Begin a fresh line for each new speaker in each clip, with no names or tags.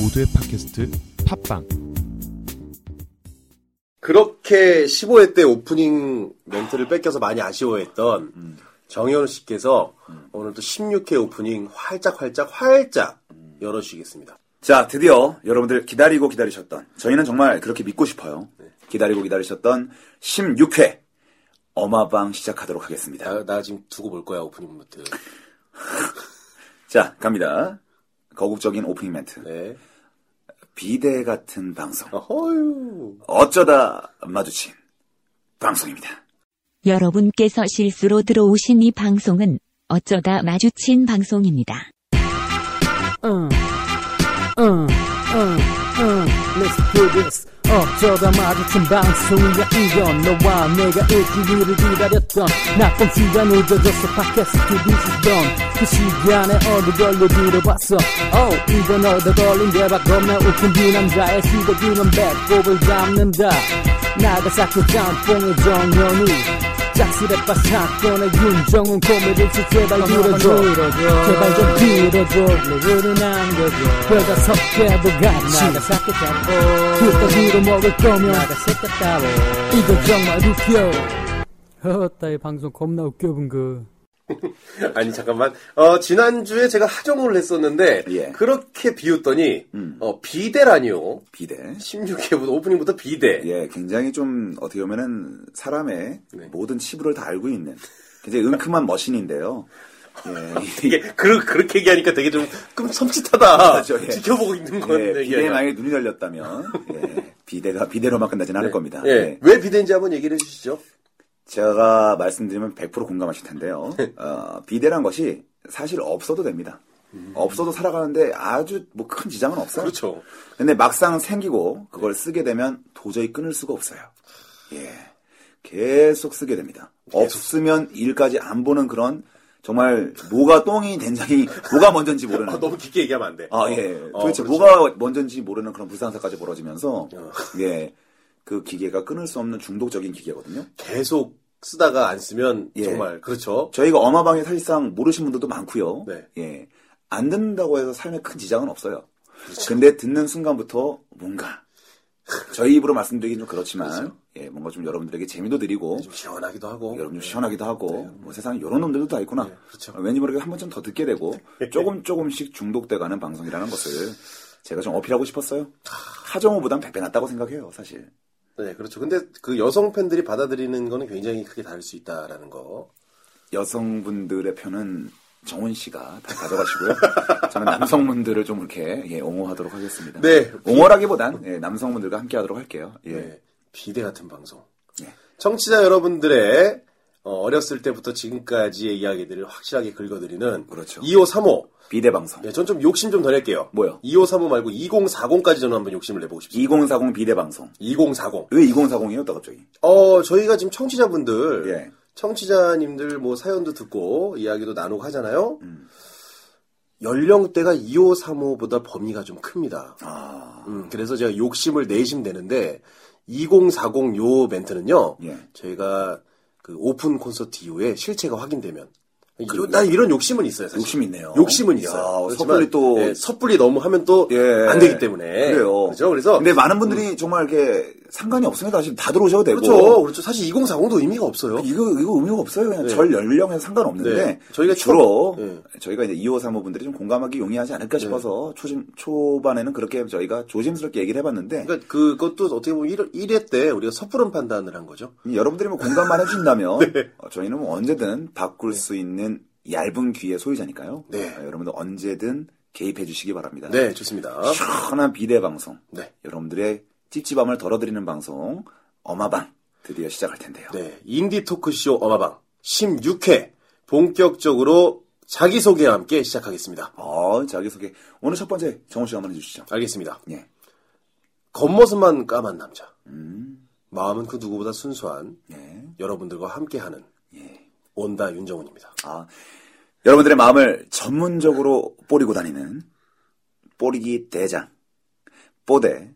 모두의 팟캐스트 팟빵
그렇게 15회 때 오프닝 멘트를 뺏겨서 많이 아쉬워했던 정현우 씨께서 오늘 또 16회 오프닝 활짝 활짝 활짝 열어주시겠습니다.
자, 드디어 여러분들 기다리고 기다리셨던, 저희는 정말 그렇게 믿고 싶어요.
네.
기다리고 기다리셨던 16회 어마방 시작하도록 하겠습니다.
나, 나 지금 두고 볼 거야 오프닝 멘트.
자, 갑니다. 거국적인 오프닝 멘트.
네.
비대 같은 방송.
어휴.
어쩌다 마주친 방송입니다.
여러분께서 실수로 들어오신 이 방송은 어쩌다 마주친 방송입니다.
Uh, uh, uh, uh, let's do this. 어쩌다 마주친 방송이야 이건 너와 내가 일주일을 기다렸던 나쁜 시간 늦어져서 팟캐스트 This is done 그 시간에 어느 걸로 들어봤어 oh, 이건 얻어 걸린 대박 겁나 웃긴 두 남자의 시도기는 배꼽을 잡는다 나가사키 짬뽕의 정현우 짝스레빠 사건의 윤정훈 코미디 치 제발 들어줘 제발 좀 들어줘 레벨을 남겨줘 별다 섞여도 같이 나가사키 짬뽕 그따위로 먹을 거면 나가사키 따로 이거 정말 웃겨 허따이 방송 겁나 웃겨 본그
아니 잠깐만. 어, 지난주에 제가 하정우를 했었는데
예.
그렇게 비웃더니 어, 비대라니요.
비대.
16회부터 오프닝부터 비대.
예, 굉장히 좀 어떻게 보면은 사람의
네.
모든 치부를 다 알고 있는 굉장히 은큼한 머신인데요. 예,
이게 그, 그렇게 얘기하니까 되게 좀 끔찍하다.
맞아, 예.
지켜보고 있는
예,
건데.
비대에 만약에 눈이 열렸다면 예, 비대가 비대로만 끝나진 않을 겁니다.
예.
예.
왜 비대인지 한번 얘기를 해주시죠.
제가 말씀드리면 100% 공감하실 텐데요.
네.
어, 비대란 것이 사실 없어도 됩니다. 없어도 살아가는데 아주 뭐 큰 지장은 없어요.
음. 그렇죠.
근데 막상 생기고 그걸 쓰게 되면 도저히 끊을 수가 없어요. 예. 계속 쓰게 됩니다. 없으면 일까지 안 보는 그런 정말 뭐가 똥이 된장이 뭐가 먼저인지 모르는
아, 너무 깊게 얘기하면 안 돼.
아, 예.
어,
도대체
그렇죠.
뭐가 먼저인지 모르는 그런 불상사까지 벌어지면서, 예. 그 기계가 끊을 수 없는 중독적인 기계거든요.
계속 쓰다가 안 쓰면
예.
정말 그렇죠.
저희가 어마방에 사실상 모르신 분들도 많고요.
네.
예. 안 듣는다고 해서 삶에 큰 지장은 없어요.
그렇죠.
근데 듣는 순간부터 뭔가, 저희 입으로 말씀드리긴 좀 그렇지만, 예, 뭔가 좀 여러분들에게 재미도 드리고,
그렇죠. 네,
뭐
좀 시원하기도 하고.
여러분 좀 시원하기도 하고, 뭐 세상에 이런 놈들도 다 있구나.
그렇죠. 네.
어, 왠지 모르게 한 번쯤 더 듣게 되고, 조금 조금씩 중독돼가는 방송이라는 것을 제가 좀 어필하고 싶었어요. 하정우보단 100배 낫다고 생각해요, 사실.
네, 그렇죠. 근데 그 여성 팬들이 받아들이는 거는 굉장히 크게 다를 수 있다라는 거.
여성분들의 편은 정훈 씨가 다 가져가시고요. 저는 남성분들을 좀 이렇게 예, 옹호하도록 하겠습니다.
네.
옹호라기보단 예, 남성분들과 함께하도록 할게요. 예.
네. 비대 같은 방송.
예.
청취자 여러분들의 어, 어렸을 때부터 지금까지의 이야기들을 확실하게 긁어드리는
그렇죠.
2호, 3호. 네,
비대 방송.
전 좀 욕심 좀 더 낼게요.
뭐요?
2호, 3호 말고 2040까지 저는 한번 욕심을 내보고 싶습니다.
2040 비대 방송.
2040.
왜 2040이에요, 또 갑자기?
어, 저희가 지금 청취자분들,
예.
청취자님들 뭐 사연도 듣고 이야기도 나누고 하잖아요.
음.
연령대가 2호, 3호보다 범위가 좀 큽니다.
아,
음, 그래서 제가 욕심을 내심 되는데 2040 요 멘트는요.
예.
저희가 그 오픈 콘서트 이후에 실체가 확인되면 요- 난 이런 욕심은 있어요. 사실.
욕심 있네요.
욕심은
야,
있어요. 그렇지만,
섣불리 또
예, 섣불리 너무 하면 또 안
예.
되기 때문에
그래요.
그렇죠. 그래서
근데 많은 분들이 정말 이렇게 상관이 없으니까 사실 다 들어오셔도 되고.
그렇죠. 그렇죠. 사실 2040도 의미가 없어요.
이거 이거 의미가 없어요. 그냥 절 연령에 상관없는데
네. 저희가
주로
초- 네.
저희가 이제 2호 3호 분들이 좀 공감하기 용이하지 않을까 싶어서 초심 초반에는 그렇게 저희가 조심스럽게 얘기를 해봤는데
그러니까 그- 그것도 어떻게 보면 1, 일회때 우리가 섣부른 판단을 한 거죠.
여러분들이 뭐 공감만 해주신다면
네.
어, 저희는 뭐 언제든 바꿀 수 있는 얇은 귀의 소유자니까요.
네.
어, 여러분들 언제든 개입해 주시기 바랍니다.
네, 좋습니다.
시원한 비대 방송.
네.
여러분들의 찝찝함을 덜어드리는 방송 어마방 드디어 시작할 텐데요.
네, 인디 토크쇼 어마방 16회 본격적으로 자기소개와 함께 시작하겠습니다.
어, 자기소개. 오늘 첫 번째 정훈 씨 한번 해주시죠.
알겠습니다.
예.
겉모습만 까만 남자.
음,
마음은 그 누구보다 순수한
예.
여러분들과 함께하는 온다 윤정훈입니다.
아, 여러분들의 마음을 전문적으로 뽀리고 다니는 뽀리기 대장, 뽀대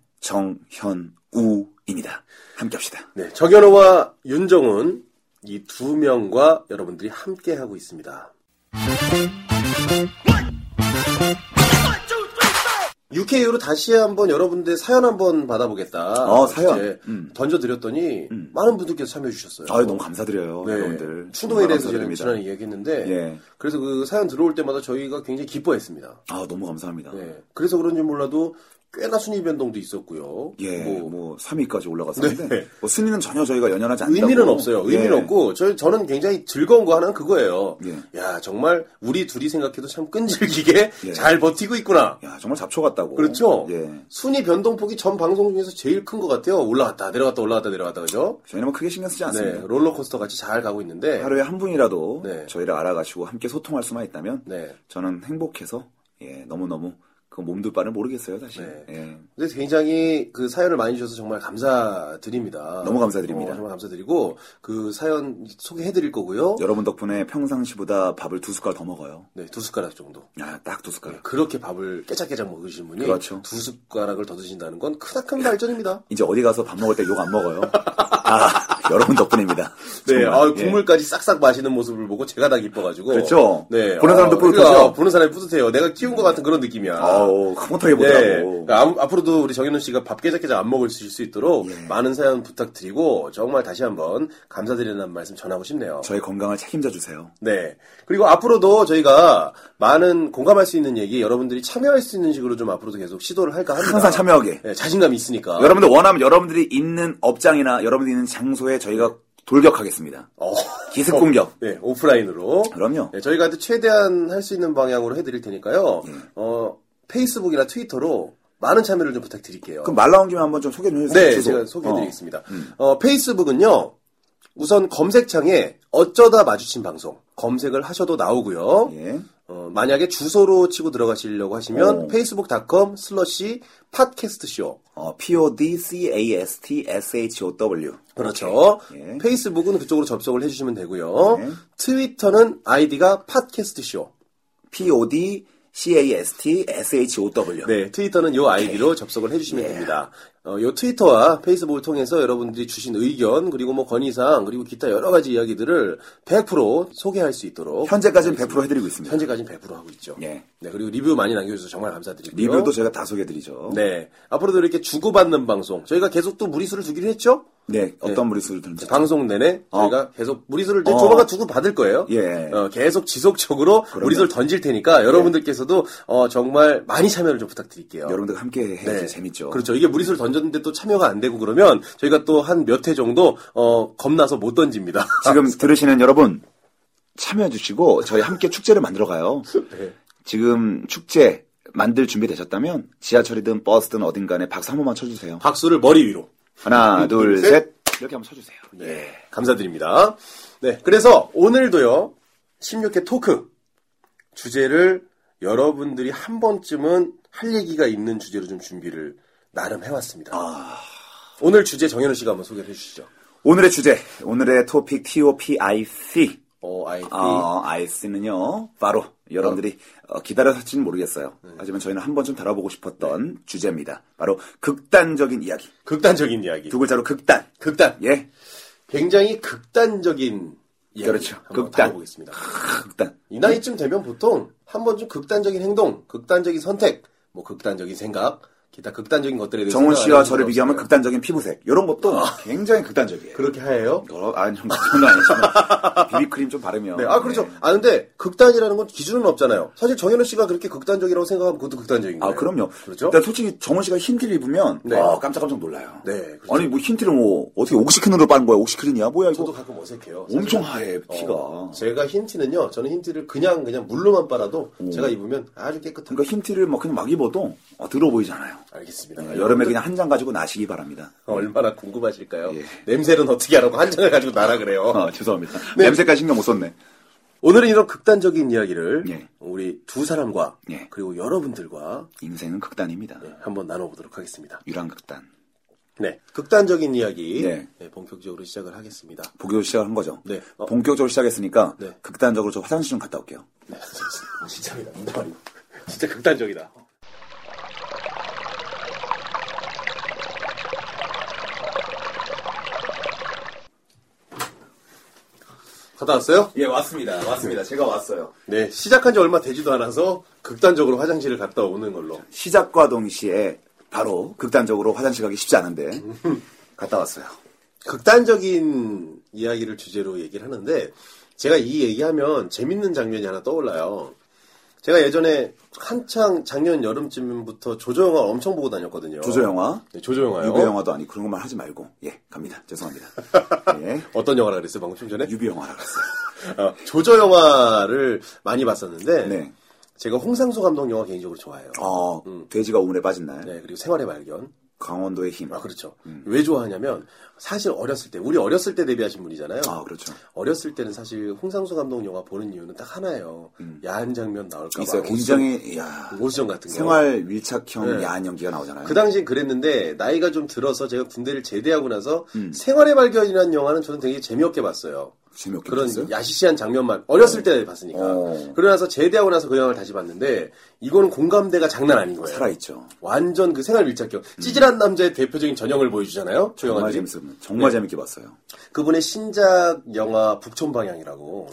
정현우입니다. 함께 합시다.
네, 정현호와 윤정훈 이 두 명과 여러분들이 함께하고 있습니다. UK로 다시 한번 여러분들 사연 한번 받아보겠다.
어, 사연.
이제
음.
던져드렸더니 많은 분들께서 참여해주셨어요.
아유, 너무 감사드려요.
네.
여러분들.
충동에
정말
대해서 제가
감사드립니다.
지난해 얘기했는데
예.
그래서 그 사연 들어올 때마다 저희가 굉장히 기뻐했습니다.
아, 너무 감사합니다.
네. 그래서 그런지 몰라도 꽤나 순위 변동도 있었고요.
예, 뭐,
뭐
3위까지 올라갔었는데
네.
뭐 순위는 전혀 저희가 연연하지 않다고.
의미는 없어요. 의미는
예.
없고 저, 저는 굉장히 즐거운 거 하나는 그거예요.
예.
야 정말 우리 둘이 생각해도 참 끈질기게
예.
잘 버티고 있구나.
야, 정말 잡초 같다고.
그렇죠.
예.
순위 변동폭이 전 방송 중에서 제일 큰 것 같아요. 올라갔다 내려갔다 올라갔다 내려갔다 그죠?
저희는 뭐 크게 신경 쓰지
네,
않습니다.
롤러코스터 같이 잘 가고 있는데
하루에 한 분이라도
네.
저희를 알아가시고 함께 소통할 수만 있다면
네.
저는 행복해서 예, 너무너무 그 몸둘 바를 모르겠어요, 사실.
네.
예.
근데 굉장히 그 사연을 많이 주셔서 정말 감사드립니다.
너무 감사드립니다.
어, 정말 감사드리고 그 사연 소개해드릴 거고요.
여러분 덕분에 평상시보다 밥을 두 숟갈 더 먹어요.
네, 두 숟가락 정도.
아, 딱 두 숟갈.
그렇게 밥을 깨작깨작 먹으신 분이
그렇죠.
두 숟가락을 더 드신다는 건 크나큰 발전입니다.
이제 어디 가서 밥 먹을 때 욕 안 먹어요. 아, 여러분 덕분입니다.
네,
정말.
아,
예.
국물까지 싹싹 마시는 모습을 보고 제가 다 기뻐가지고.
그렇죠?
네.
보는 사람도
아,
뿌듯하죠?
그러니까 보는 사람이 뿌듯해요. 내가 키운 것 같은 그런 어, 느낌이야.
아우, 흐뭇하게
네.
보더라고.
그러니까 아무- 앞으로도 우리 정현우 씨가 밥 깨작깨작 안 먹을 수 있을 수 있도록 많은 사연 부탁드리고 정말 다시 한번 감사드리는 말씀 전하고 싶네요.
저의 건강을 책임져 주세요.
네. 그리고 앞으로도 저희가 많은 공감할 수 있는 얘기, 여러분들이 참여할 수 있는 식으로 좀 앞으로도 계속 시도를 할까 합니다.
항상 참여하게.
네, 자신감이 있으니까.
여러분들 원하면 여러분들이 있는 업장이나 여러분들이 있는 장소에 저희가 돌격하겠습니다.
어.
기습 공격.
네, 오프라인으로.
그럼요.
네, 저희가 또 최대한 할 수 있는 방향으로 해드릴 테니까요.
음.
어, 페이스북이나 트위터로 많은 참여를 좀 부탁드릴게요.
그럼 말 나온 김에 한번 좀 소개 좀 해주세요.
네,
주소. 음.
제가 소개해드리겠습니다. 어, 페이스북은요, 우선 검색창에 어쩌다 마주친 방송 검색을 하셔도 나오고요.
어. 예.
어, 만약에 주소로 치고 들어가시려고 하시면
오.
facebook.com 슬러시 팟캐스트쇼
어, P-O-D-C-A-S-T-S-H-O-W.
그렇죠.
예.
페이스북은 그쪽으로 접속을 해주시면 되고요.
네.
트위터는 아이디가 팟캐스트쇼
P-O-D-C-A-S-T-S-H-O-W.
네, 트위터는 요 아이디로 접속을 해주시면
예.
됩니다. 어, 요 트위터와 페이스북을 통해서 여러분들이 주신 의견 그리고 뭐 건의사항 그리고 기타 여러 가지 이야기들을 100% 소개할 수 있도록
현재까지는 100% 해드리고 있습니다.
현재까지는 100% 하고 있죠.
예.
네, 그리고 리뷰 많이 남겨주셔서 정말 감사드리고요.
리뷰도 제가 다 소개해드리죠.
네, 앞으로도 이렇게 주고받는 방송 저희가 계속 또 무리수를 두기로 했죠.
네, 어떤 무리수를 드는지.
방송 내내
어.
저희가 계속 무리수를 이제
어.
조만간 두고 받을 거예요.
예.
어, 계속 지속적으로 무리수를 던질 테니까 여러분들께서도 어, 정말 많이 참여를 좀 부탁드릴게요.
여러분들과 함께 해야지 재밌죠.
그렇죠. 이게 무리수를 던졌는데 또 참여가 안 되고 그러면 저희가 또 한 몇 회 정도 어, 겁나서 못 던집니다.
지금 들으시는 여러분 참여해주시고 저희 함께 축제를 만들어가요.
네.
지금 축제 만들 준비 되셨다면 지하철이든 버스든 어딘간에 박수 한 번만 쳐주세요.
박수를 머리 위로.
하나, 둘,
셋.
셋. 이렇게 한번 쳐주세요.
네.
예.
감사드립니다. 네. 그래서 오늘도요. 16회 토크 주제를 여러분들이 한 번쯤은 할 얘기가 있는 주제로 좀 준비를 나름 해왔습니다.
아.
오늘 주제 정현우 씨가 한번 소개를 해주시죠.
오늘의 주제, 오늘의 토픽 TOPIC.
어, 아이. 어.
어, IC는요, 바로 여러분들이 어, 기다렸을지는 모르겠어요.
네.
하지만 저희는 한 번쯤 다뤄보고 싶었던 주제입니다. 바로 극단적인 이야기.
극단적인 이야기.
두 글자로 극단.
극단.
예,
굉장히 극단적인 이야기.
그렇죠.
한번
극단.
보겠습니다.
극단.
이 나이쯤 되면 보통 한 번 좀 극단적인 행동, 극단적인 선택, 뭐 극단적인 생각, 기타 극단적인 것들에 대해서 그
정훈
생각 안
씨와
해본
저를
적은
비교하면
없어요. 아.
극단적인 피부색. 이런 것도 굉장히 극단적이에요.
그렇게 하예요?
여러- 아니, 좀 그건 아니지만 비비크림 좀 바르면.
네, 아 그렇죠.
네.
아 근데 극단이라는 건 기준은 없잖아요. 사실 정현우 씨가 그렇게 극단적이라고 생각하면 그것도 극단적인 거예요.
아, 그럼요.
그렇죠.
일단 솔직히 정훈 씨가 흰티를 입으면
네.
아, 깜짝깜짝 놀라요.
네, 그렇죠.
아니 뭐 흰티를 뭐 어떻게 옥시크린으로 빠는 거야? 옥시크린이야? 뭐야 이거?
저도 가끔 어색해요. 사실.
엄청 하얘 티가.
어, 제가 흰티는요. 저는 흰티를 그냥 그냥 물로만 빨아도 제가 입으면 아주 깨끗한.
음. 그러니까 흰티를 막 그냥 막 입어도 어, 들어 보이잖아요.
알겠습니다.
네, 여름에 그냥 한 장 가지고 나시기 바랍니다.
얼마나 궁금하실까요?
예.
냄새는 어떻게 하라고 한 장을 가지고 나라 그래요.
아, 죄송합니다. 냄새까지 신경 못 썼네.
오늘은 이런 극단적인 이야기를
예.
우리 두 사람과
예.
그리고 여러분들과
인생은 극단입니다.
한번 나눠보도록 하겠습니다.
유랑극단.
네, 극단적인 이야기
네.
네, 본격적으로 시작을 하겠습니다.
보교 시작한 거죠.
네. 어.
본격적으로 시작했으니까
네.
극단적으로 저 화장실 좀 갔다 올게요.
네, 진짜입니다. 진짜, 진짜 극단적이다. 갔다 왔어요?
예, 왔습니다. 왔습니다. 제가 왔어요. 예.
예, 네, 시작한 지 얼마 되지도 않아서 극단적으로 화장실을 갔다 오는 걸로.
시작과 동시에 바로 극단적으로 화장실 가기 쉽지 않은데
음.
갔다 왔어요.
극단적인 이야기를 주제로 얘기를 하는데 제가 이 얘기하면 재밌는 장면이 하나 떠올라요. 제가 예전에 한창 작년 여름쯤부터 조조영화 엄청 보고 다녔거든요.
조조 영화,
네, 조조영화요.
유배 영화도 아니 그런 것만 하지 말고 예 갑니다. 죄송합니다. 예.
어떤 영화라 그랬어요 방금 좀 전에?
유배 영화라고 했어요.
어, 조조 영화를 많이 봤었는데
네.
제가 홍상수 감독 영화 개인적으로 좋아해요.
어 돼지가 우물에 빠진 날
음. 네 그리고 생활의 발견.
강원도의 힘.
아 그렇죠.
음.
왜 좋아하냐면 사실 어렸을 때 우리 어렸을 때 데뷔하신 분이잖아요.
아, 그렇죠.
어렸을 때는 사실 홍상수 감독 영화 보는 이유는 딱 하나예요. 야한 장면 나올까 봐.
음. 있어요. 굉장히 야
오수정 같은 거.
생활 밀착형
네.
야한 연기가 나오잖아요.
그 당시엔 그랬는데 나이가 좀 들어서 제가 군대를 제대하고 나서
음.
생활의 발견이라는 영화는 저는 되게 재미없게 봤어요.
재미없게
그런
봤어요?
야시시한 장면만 어렸을 때 봤으니까.
어.
그러나서 제대하고 나서 그 영화를 다시 봤는데 이거는 공감대가 장난 아닌 거예요.
살아있죠. 음.
완전 그 생활 밀착형 찌질한 남자의 대표적인 전형을 보여주잖아요. 저
정말
영화들이.
재밌었어요.
네.
정말 재밌게 봤어요.
그분의 신작 영화 북촌방향이라고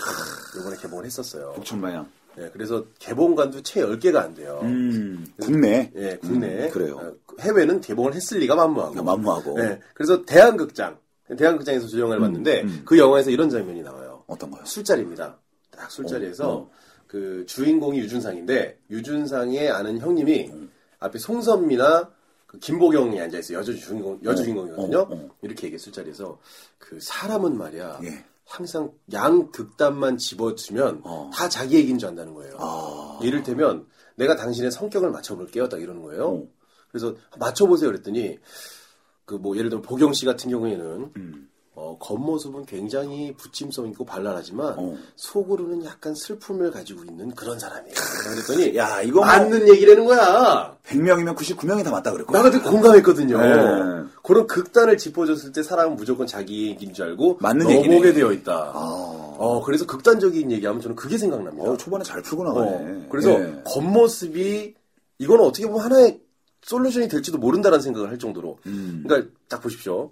이번에 개봉을 했었어요.
북촌마냥.
예, 그래서 개봉관도 채 10개가 안 돼요.
음, 국내.
예, 국내.
음, 그래요.
어, 해외는 개봉을 했을 리가 만무하고.
아, 만무하고. 음,
예, 그래서 대한극장. 대한극장에서 저 영화를 봤는데 그 영화에서 이런 장면이 나와요.
어떤 거요?
술자리입니다. 딱 술자리에서
어,
그 주인공이 유준상인데 유준상의 아는 형님이 앞에 송선미나 그 김보경이 앉아 있어 요 여주 주인공 여주 주인공이거든요.
어, 어.
이렇게 얘기해 술자리에서 그 사람은 말이야
예.
항상 양 극단만 집어주면
어.
다 자기 얘기인 줄 안다는 거예요.
아.
이를테면 내가 당신의 성격을 맞춰볼게요. 딱 이러는 거예요.
어.
그래서 맞춰보세요. 그랬더니 그 뭐 예를 들면 보경 씨 같은 경우에는
음.
어, 겉모습은 굉장히 부침성 있고 발랄하지만
어.
속으로는 약간 슬픔을 가지고 있는 그런 사람이에요. 그러니까 그랬더니
야, 이거 뭐-
맞는 얘기라는 거야.
100명이면 99명이 다 맞다 그랬거든요.
나가 되게 공감했거든요.
네.
그런 극단을 짚어줬을 때 사람은 무조건 자기인 줄 알고
맞는
넘어오게
얘기네.
되어 있다.
아.
어, 그래서 극단적인 얘기하면 저는 그게 생각납니다.
어, 초반에 잘 풀고 나가네.
어, 그래서
예.
겉모습이 이건 어떻게 보면 하나의 솔루션이 될지도 모른다는 생각을 할 정도로. 그러니까 딱 보십시오.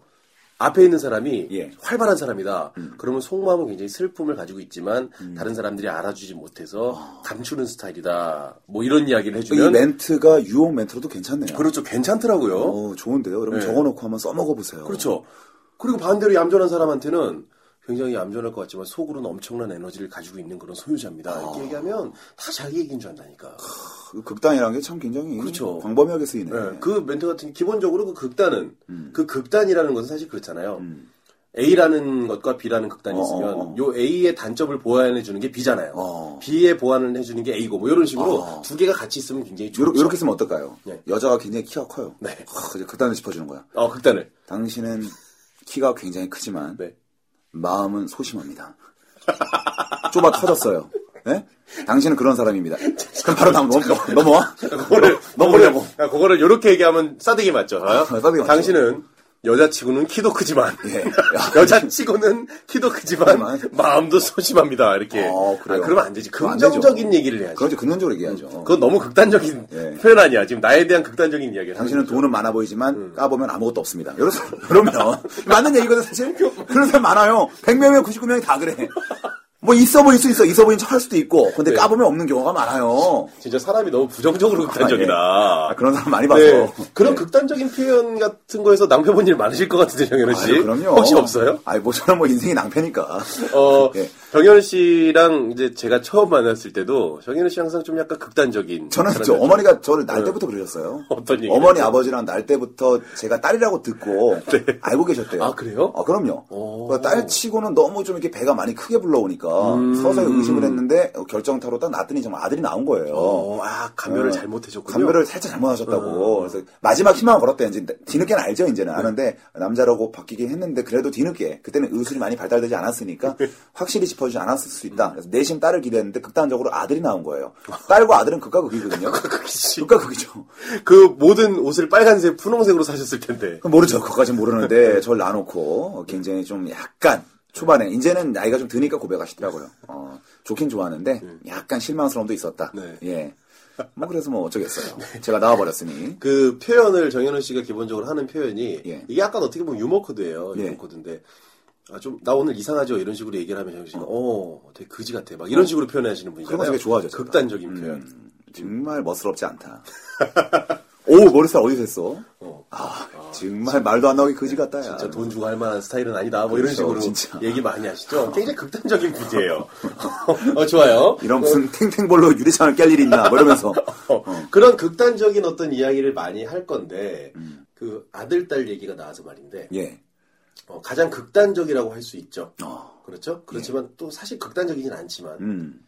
앞에 있는 사람이
예.
활발한 사람이다. 그러면 속마음은 굉장히 슬픔을 가지고 있지만 다른 사람들이 알아주지 못해서 감추는 스타일이다. 뭐 이런 이야기를
이
해주면
멘트가 유혹 멘트로도 괜찮네요.
그렇죠. 괜찮더라고요.
어, 좋은데요. 여러분
예.
적어놓고 한번 써먹어 보세요.
그렇죠. 그리고 반대로 얌전한 사람한테는 굉장히 얌전할 것 같지만 속으로는 엄청난 에너지를 가지고 있는 그런 소유자입니다. 이렇게 얘기하면 다 자기 얘기인 줄 안다니까.
그 극단이라는 게 참 굉장히
그렇죠.
광범위하게 쓰이네.
네, 그 멘트 같은 게 기본적으로 그 극단은
음.
그 극단이라는 것은 사실 그렇잖아요. A라는 것과 B라는 극단이
어,
있으면
어, 어.
요 A의 단점을 보완해 주는 게 B잖아요.
어.
B의 보완을 해 주는 게 A고 뭐 이런 식으로
어.
두 개가 같이 있으면 굉장히 좋죠.
요렇- 요렇게 쓰면 어떨까요?
그렇죠. 네.
여자가 굉장히 키가 커요.
네.
아, 이제 극단을 짚어주는 거야.
어, 극단을.
당신은 키가 굉장히 크지만
네.
마음은 소심합니다. 좁아 터졌어요. 예? 당신은 그런 사람입니다. 그럼 바로 다음 넘, 넘, 넘어와.
그거를
넘어오려고.
그거를- 아, 그거를 요렇게 얘기하면 싸대기 맞죠. 아?
싸대기 맞죠.
당신은 여자치고는 키도 크지만
예.
여자치고는 키도 크지만
하지만- 마음도
마음도 소심합니다. 이렇게.
어,
아,
그래요.
그러면 안 되지.
그럼 안 되죠.
긍정적인 얘기를 해야지.
그렇죠. 긍정적으로 얘기하죠.
그건 너무 극단적인
예.
표현 아니야. 지금 나에 대한 극단적인 이야기야.
당신은 돈은 많아 보이지만
음.
까보면 아무것도 없습니다. 이러- 그러면 맞는 얘기거든 사실. 그런 사람 많아요. 100명이면 99명이 다 그래. 뭐 있어 보일 수 있어. 있어 보인 척할 수도 있고. 근데
네.
까보면 없는 경우가 많아요.
진짜 사람이 너무 부정적으로 극단적이다.
예. 아, 그런 사람 많이 봐서. 예.
네. 그런 극단적인 표현 같은 거에서 낭패본 일 많으실 것 같은데 정현우 씨.
아유, 그럼요.
혹시 없어요?
아니, 뭐, 저는 뭐 인생이 낭패니까.
어,
예.
정현우 씨랑 이제 제가 처음 만났을 때도 정현우 씨 항상 좀 약간 극단적인.
저는
사람이었죠. 네.
저 어머니가 저를 날 때부터 그러셨어요.
어떤 얘기를
어머니
했어요?
아버지랑 날 때부터 제가 딸이라고 듣고 알고 계셨대요.
아, 그래요? 어.
아, 그럼요. 그러니까 딸 치고는 너무 좀 이렇게 배가 많이 크게 불러오니까
음.
서서히 의심을 했는데 어, 결정타로 딱 놨더니 정말 아들이 나온 거예요.
어, 아, 감별을
어,
잘못해줬군요. 음.
감별을 살짝 잘못하셨다고. 그래서 마지막 희망을 걸었대. 이제 뒤늦게는 알죠.
네.
이제는 아는데 남자라고 바뀌긴 했는데 그래도 뒤늦게 그때는 의술이 많이 발달되지 않았으니까
네.
확실히 짚어주지 않았을 수 있다. 그래서 내심 딸을 기대했는데 극단적으로 아들이 나온 거예요. 딸과 아들은 극과 극이거든요. 극과
극이지.
극과 극이죠.
그 모든 옷을 빨간색, 분홍색으로 사셨을 텐데.
그럼 모르죠. 그것까지 모르는데
네.
저를 놔놓고 굉장히 좀 약간 초반에 이제는 나이가 좀 드니까
네.
고백하시더라고요. 어, 좋긴 좋았는데 약간 실망스러움도 있었다.
네.
예. 뭐 그래서 뭐 어쩌겠어요. 제가 나와버렸으니.
그 표현을 정현우 씨가 기본적으로 하는 표현이
예.
이게 약간 어떻게 보면 유머 코드예요. 유머
예.
코드인데 아, 좀 나 오늘 이상하죠 이런 식으로 어, 얘기를 하면 정현 씨가 어, 되게 그지 같아 막 이런 식으로 표현하시는 분이잖아요.
그런 거 되게 좋아하죠, 제가. 음.
극단적인 표현.
정말 멋스럽지 않다. 오 머리살 어디서 했어?
어.
아, 정말 말도 안 나오게 그지 같다. 야.
진짜 돈 주고 할 만한 스타일은 아니다. 뭐
아. 그렇죠,
이런 식으로
진짜. 어.
얘기 많이 하시죠. 굉장히 극단적인 분이에요. 어, 좋아요.
이런 무슨 탱탱볼로 유리창을 깰 일이 있나? 뭐 이러면서
어, 그런 극단적인 어떤 이야기를 많이 할 건데
음.
그 아들 딸 얘기가 나와서 말인데
예.
어, 가장 극단적이라고 할 수 있죠.
어.
그렇죠? 그렇지만 또 사실 극단적이진 않지만
음.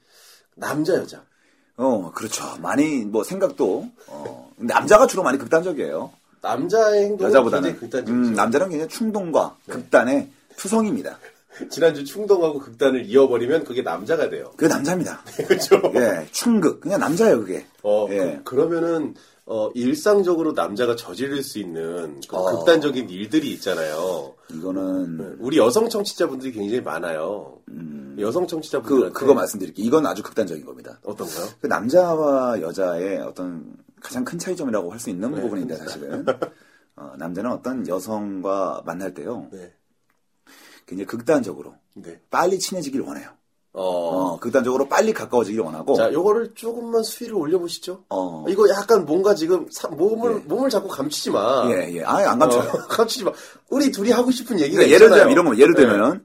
남자 여자
어, 그렇죠. 많이 뭐 생각도 어, 남자가 주로 많이 극단적이에요.
남자의 행동은
여자보다는
굉장히 극단적이죠. 네.
음, 남자는 굉장히 충동과 극단의 투성입니다.
지난주 충동하고 극단을 이어버리면 그게 남자가 돼요.
그게 남자입니다.
그렇죠?
예, 충극 그냥 남자예요 그게.
어,
예.
그, 러면은 어, 일상적으로 남자가 저지를 수 있는 그
어.
극단적인 일들이 있잖아요.
이거는
우리 여성 청취자분들이 굉장히 많아요. 여성
그
청취자분들
그거 말씀드릴게요. 이건 아주 극단적인 겁니다.
어떤가요?
그 남자와 여자의 어떤 가장 큰 차이점이라고 할 수 있는
네,
부분인데 사실은 어, 남자는 어떤 여성과 만날 때요
네,
굉장히 극단적으로
네.
빨리 친해지길 원해요.
어,
어, 극단적으로 빨리 가까워지길 원하고
자, 요거를 조금만 수위를 올려보시죠.
어.
이거 약간 뭔가 지금 사- 몸을
예.
몸을 자꾸 감추지 마.
예, 예. 아예 안 감춰요.
어, 감추지 마. 우리 둘이 하고 싶은 얘기가
그러니까 예를
있잖아요.
들면 이런 거 예를
네.
들면은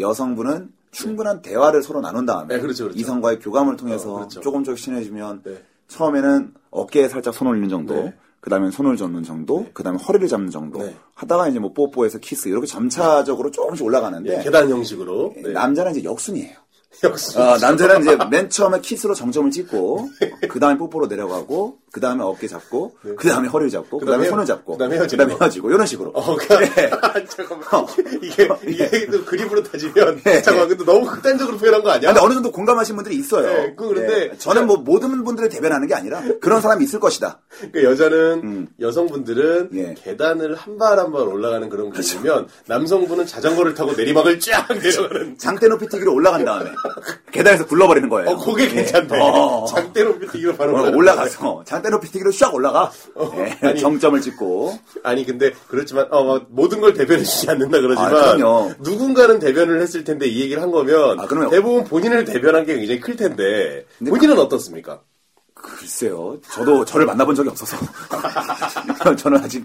여성분은 충분한 대화를 서로 나눈 다음에
네, 그렇죠, 그렇죠.
이성과의 교감을 통해서
어, 그렇죠.
조금 조금 친해지면
네.
처음에는 어깨에 살짝 손 올리는 정도,
네.
그다음에 손을 잡는 정도, 그다음에 허리를 잡는 정도
네.
하다가 이제 뭐 뽀뽀해서 키스 이렇게 점차적으로 조금씩 올라가는데
예, 계단 형식으로 네.
네. 남자는 이제 역순이에요.
역순.
아, 남자는 이제 맨 처음에 키스로 정점을 찍고
네.
그 다음에 뽀뽀로 내려가고 그 다음에 어깨 잡고 그 다음에 허리를 잡고 그 다음에
그다음에
손을 잡고
그다음에 헤어지고.
그다음에 헤어지고 이런 식으로
어, 그,
예.
잠깐만. 이게, 이게 또 그림으로 따지면. 잠깐만, 근데 너무 극단적으로 표현한 거 아니야?
네. 근데 어느 정도 공감하신 분들이 있어요.
네, 그 그런데
네. 저는 뭐 모든 분들의 대변하는 게 아니라 그런 사람이 있을 것이다.
그러니까 여자는, 여성분들은
음. 예. 그렇죠.
계단을 한 발 한 발 올라가는 그런 그림이면, 남성분은 자전거를 타고 내리막을 쫙 내려가는.
장대 높이 뛰기로 올라간 다음에 계단에서 굴러버리는 거예요.
어, 그게 괜찮네.
어.
장대로 밑으로 바로
어,
올라가는
올라가서 장대 높이 뛰기로 쫙 올라가 네,
아니.
정점을 찍고
아니 근데 그렇지만 어, 막 모든 걸 대변해 주지 않는다 그러지만
아, 그럼요.
누군가는 대변을 했을 텐데 이 얘기를 한 거면
아, 그럼요.
대부분 본인을 대변한 게 굉장히 클 텐데
근데
본인은 어떻습니까?
글쎄요 저도 저를 만나본 적이 없어서 저는 아직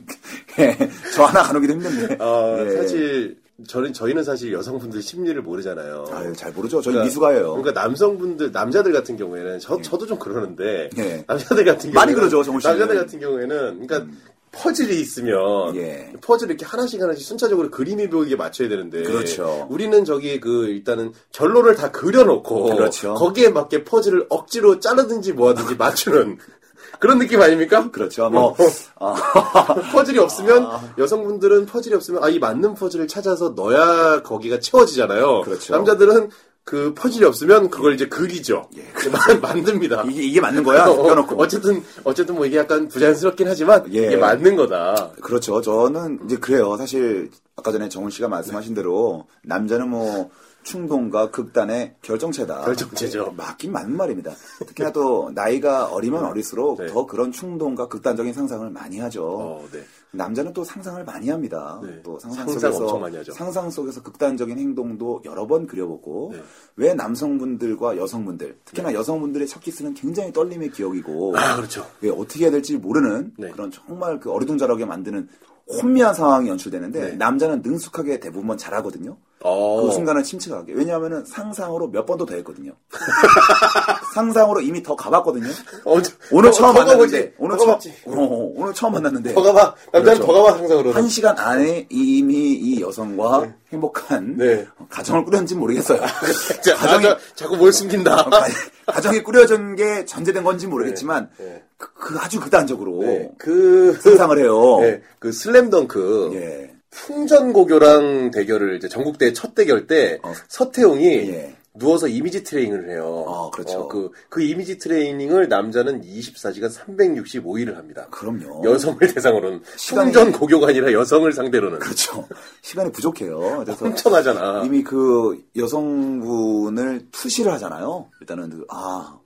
예, 저 하나 가누기도 힘든데
어,
예.
사실 저는 저희는 사실 여성분들 심리를 모르잖아요.
아유, 잘 모르죠 저희 미숙아예요
그러니까 남성분들 남자들 같은 경우에는 저 저도 좀 그러는데
예.
남자들 같은 경우
많이 그러죠, 정우 씨는. 음.
남자들 같은 경우에는 그러니까 퍼즐이 있으면
예.
퍼즐을 이렇게 하나씩 하나씩 순차적으로 그림이 보이게 맞춰야 되는데
그렇죠.
우리는 저기 그 일단은 결론을 다 그려놓고
그렇죠.
거기에 맞게 퍼즐을 억지로 자르든지 뭐하든지 맞추는 그런 느낌 아닙니까?
그렇죠 뭐 아. 어,
퍼즐이 없으면 여성분들은 퍼즐이 없으면 아 이 맞는 퍼즐을 찾아서 넣어야 거기가 채워지잖아요.
그렇죠.
남자들은 그 퍼즐이 없으면 그걸 이제 그리죠. 만- 만듭니다.
예, 그렇죠. 이게 이게 맞는 거야
어,
껴놓고
어쨌든 어쨌든 뭐 이게 약간 부자연스럽긴 하지만
예.
이게 맞는 거다.
그렇죠. 저는 이제 그래요. 사실 아까 전에 정훈 씨가 말씀하신 대로 남자는 뭐 충동과 극단의 결정체다.
결정체죠.
네, 맞긴 맞는 말입니다. 특히나 또 나이가 어리면 어릴수록
네.
더 그런 충동과 극단적인 상상을 많이 하죠.
어, 네.
남자는 또 상상을 많이 합니다.
네.
또 상상 속에서
상상 엄청 많이 하죠.
상상 속에서 극단적인 행동도 여러 번 그려보고
네.
왜 남성분들과 여성분들 특히나 여성분들의 첫 키스는 굉장히 떨림의 기억이고
아 그렇죠.
예, 어떻게 해야 될지 모르는
네.
그런 정말 그 어리둥절하게 만드는 혼미한 상황이 연출되는데
네.
남자는 능숙하게 대부분 잘하거든요.
어.
그 순간은 침착하게. 왜냐하면 상상으로 몇 번도 더 했거든요. 상상으로 이미 더 가봤거든요.
어,
오늘
더-
처음
더
만났는데
가보지.
오늘
더
처음
가봤지.
어, 어, 오늘 처음 만났는데
더 가봐. 남자는
그렇죠.
더 가봐 항상 그러는.
한 시간 안에 이미 이 여성과 행복한
네.
가정을 꾸렸는지 모르겠어요.
자,
가정이 어,
아, 자, 자꾸 뭘 숨긴다.
가, 정이 꾸려진 게 전제된 건지 모르겠지만
네.
그, 그 아주 극단적으로
네, 그
상상을 해요.
네, 그 슬램덩크
예.
풍전고교랑 대결을 이제 전국대 첫 대결 때
어.
서태웅이
예.
누워서 이미지 트레이닝을 해요.
아, 그렇죠.
그, 그 이미지 트레이닝을 남자는 24시간 365일을 합니다.
그럼요.
여성을 대상으로는
시간이-
풍전고교가 아니라 여성을 상대로는
그렇죠. 시간이 부족해요. 그래서
엄청하잖아.
그렇죠. 이미 그 여성분을 투시를 하잖아요. 일단은 그, 아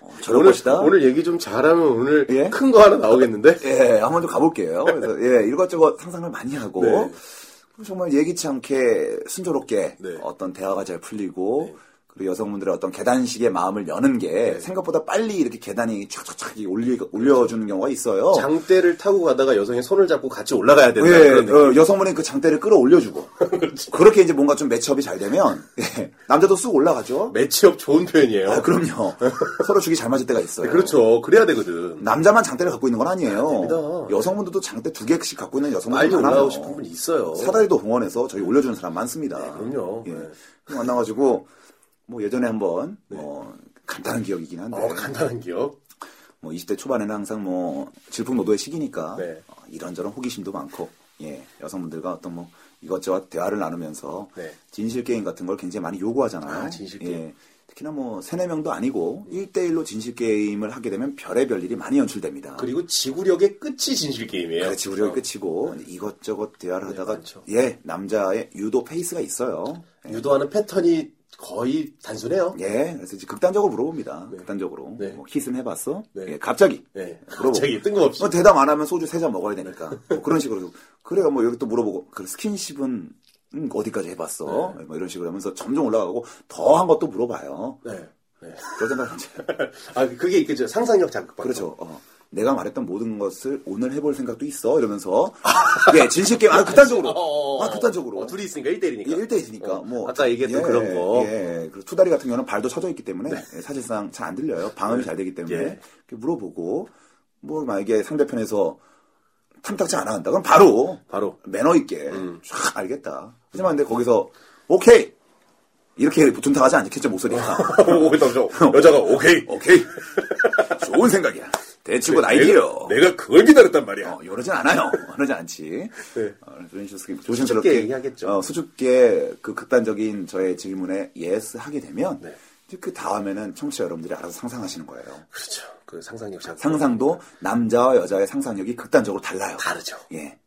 어, 저럴
오늘
것이다.
오늘 얘기 좀 잘하면 오늘
예?
큰 거 하나 나오겠는데.
예, 한번 좀 가볼게요. 그래서 예, 이것저것 상상을 많이 하고
네.
정말 예기치 않게 순조롭게
네.
어떤 대화가 잘 풀리고 그리고 여성분들의 어떤 계단식의 마음을 여는 게
네.
생각보다 빨리 이렇게 계단이 촥촥촥 이렇게 올리, 올려주는 경우가 있어요.
장대를 타고 가다가 여성의 손을 잡고 같이 올라가야 된다.
예,
그런
어, 여성분이 그 장대를 끌어올려주고 그렇게 이제 뭔가 좀 매치업이 잘 되면 예, 남자도 쑥 올라가죠.
매치업 좋은 표현이에요.
아, 그럼요. 서로 죽이 잘 맞을 때가 있어요.
네, 그렇죠. 그래야 되거든.
남자만 장대를 갖고 있는 건 아니에요.
됩니다.
여성분들도 장대 두 개씩 갖고 있는
빨리
여성분들
올라오고 싶은 분이 있어요.
사다리도 동원해서 저희 올려주는 사람 많습니다.
그럼요.
예.
네.
만나가지고 뭐 예전에 한번 어, 간단한 기억이긴 한데
어, 간단한 기억.
뭐 20대 초반에는 항상 뭐 질풍노도의 시기니까
네.
어, 이런저런 호기심도 많고 예 여성분들과 어떤 뭐 이것저것 대화를 나누면서
네.
진실 게임 같은 걸 굉장히 많이 요구하잖아요.
아, 진실 게임.
예. 특히나 뭐 세네 명도 아니고 1대1로 진실 게임을 하게 되면 별의별 일이 많이 연출됩니다. 그렇죠.
그리고 지구력의 끝이 진실 게임이에요.
아. 그렇지 우리가
어.
끝이고 이것저것 대화를
네,
하다가
많죠. 네.
예 남자의 유도 페이스가 있어요. 예.
유도하는 패턴이 거의 단순해요.
예, 그래서 이제 극단적으로 물어봅니다. 극단적으로
네.
뭐 키스는 해봤어?
네.
예, 갑자기
네.
물어보고.
갑자기 뜬금없이.
뭐 대답 안 하면 소주 세 잔 먹어야 되니까 뭐 그런 식으로 그래가 뭐 여기 또 물어보고 그 스킨십은 음, 어디까지 해봤어? 뭐 이런 식으로 하면서 점점 올라가고 더 한 것도 물어봐요.
네. 네.
그런 생각을 이제
아, 그게 있겠죠. 상상력 자극받고.
그렇죠. 어, 내가 말했던 모든 것을 오늘 해볼 생각도 있어 이러면서 예 진실 게임 아 극단적으로
어, 어,
아 극단적으로
어, 둘이 있으니까 1대1이니까.
예, 1대1이니까. 뭐.
어, 아까 얘기했던
예,
그런 거. 네.
예. 그리고 투다리 같은 경우는 발도 쳐져 있기 때문에 예, 사실상 잘 안 들려요. 방음이 잘 되기 때문에.
예.
이렇게 물어보고, 뭐, 만약에 상대편에서 탐탁지 않아 한다. 그럼 바로
바로. 음.
매너 있게 쫙 알겠다. 하지만 근데 거기서, 오케이! 이렇게 분탕하지 않겠죠, 목소리가.
오, 남자, 어, 여자가 오케이.
어. 오케이! 좋은 생각이야. 대치고 나이디요.
내가, 내가 그걸 기다렸단 말이야.
어, 이러진 않아요. 그러진 않지.
네.
어, 그런 식으로 조심스럽게
수줍게 얘기하겠죠.
어, 수줍게 그 극단적인 저의 질문에 예스 하게 되면
네.
이제 그 다음에는 청취자 여러분들이 알아서 상상하시는 거예요.
그렇죠. 그 상상력 자극.
상상도 남자와 여자의 상상력이 극단적으로 달라요.
다르죠.
예.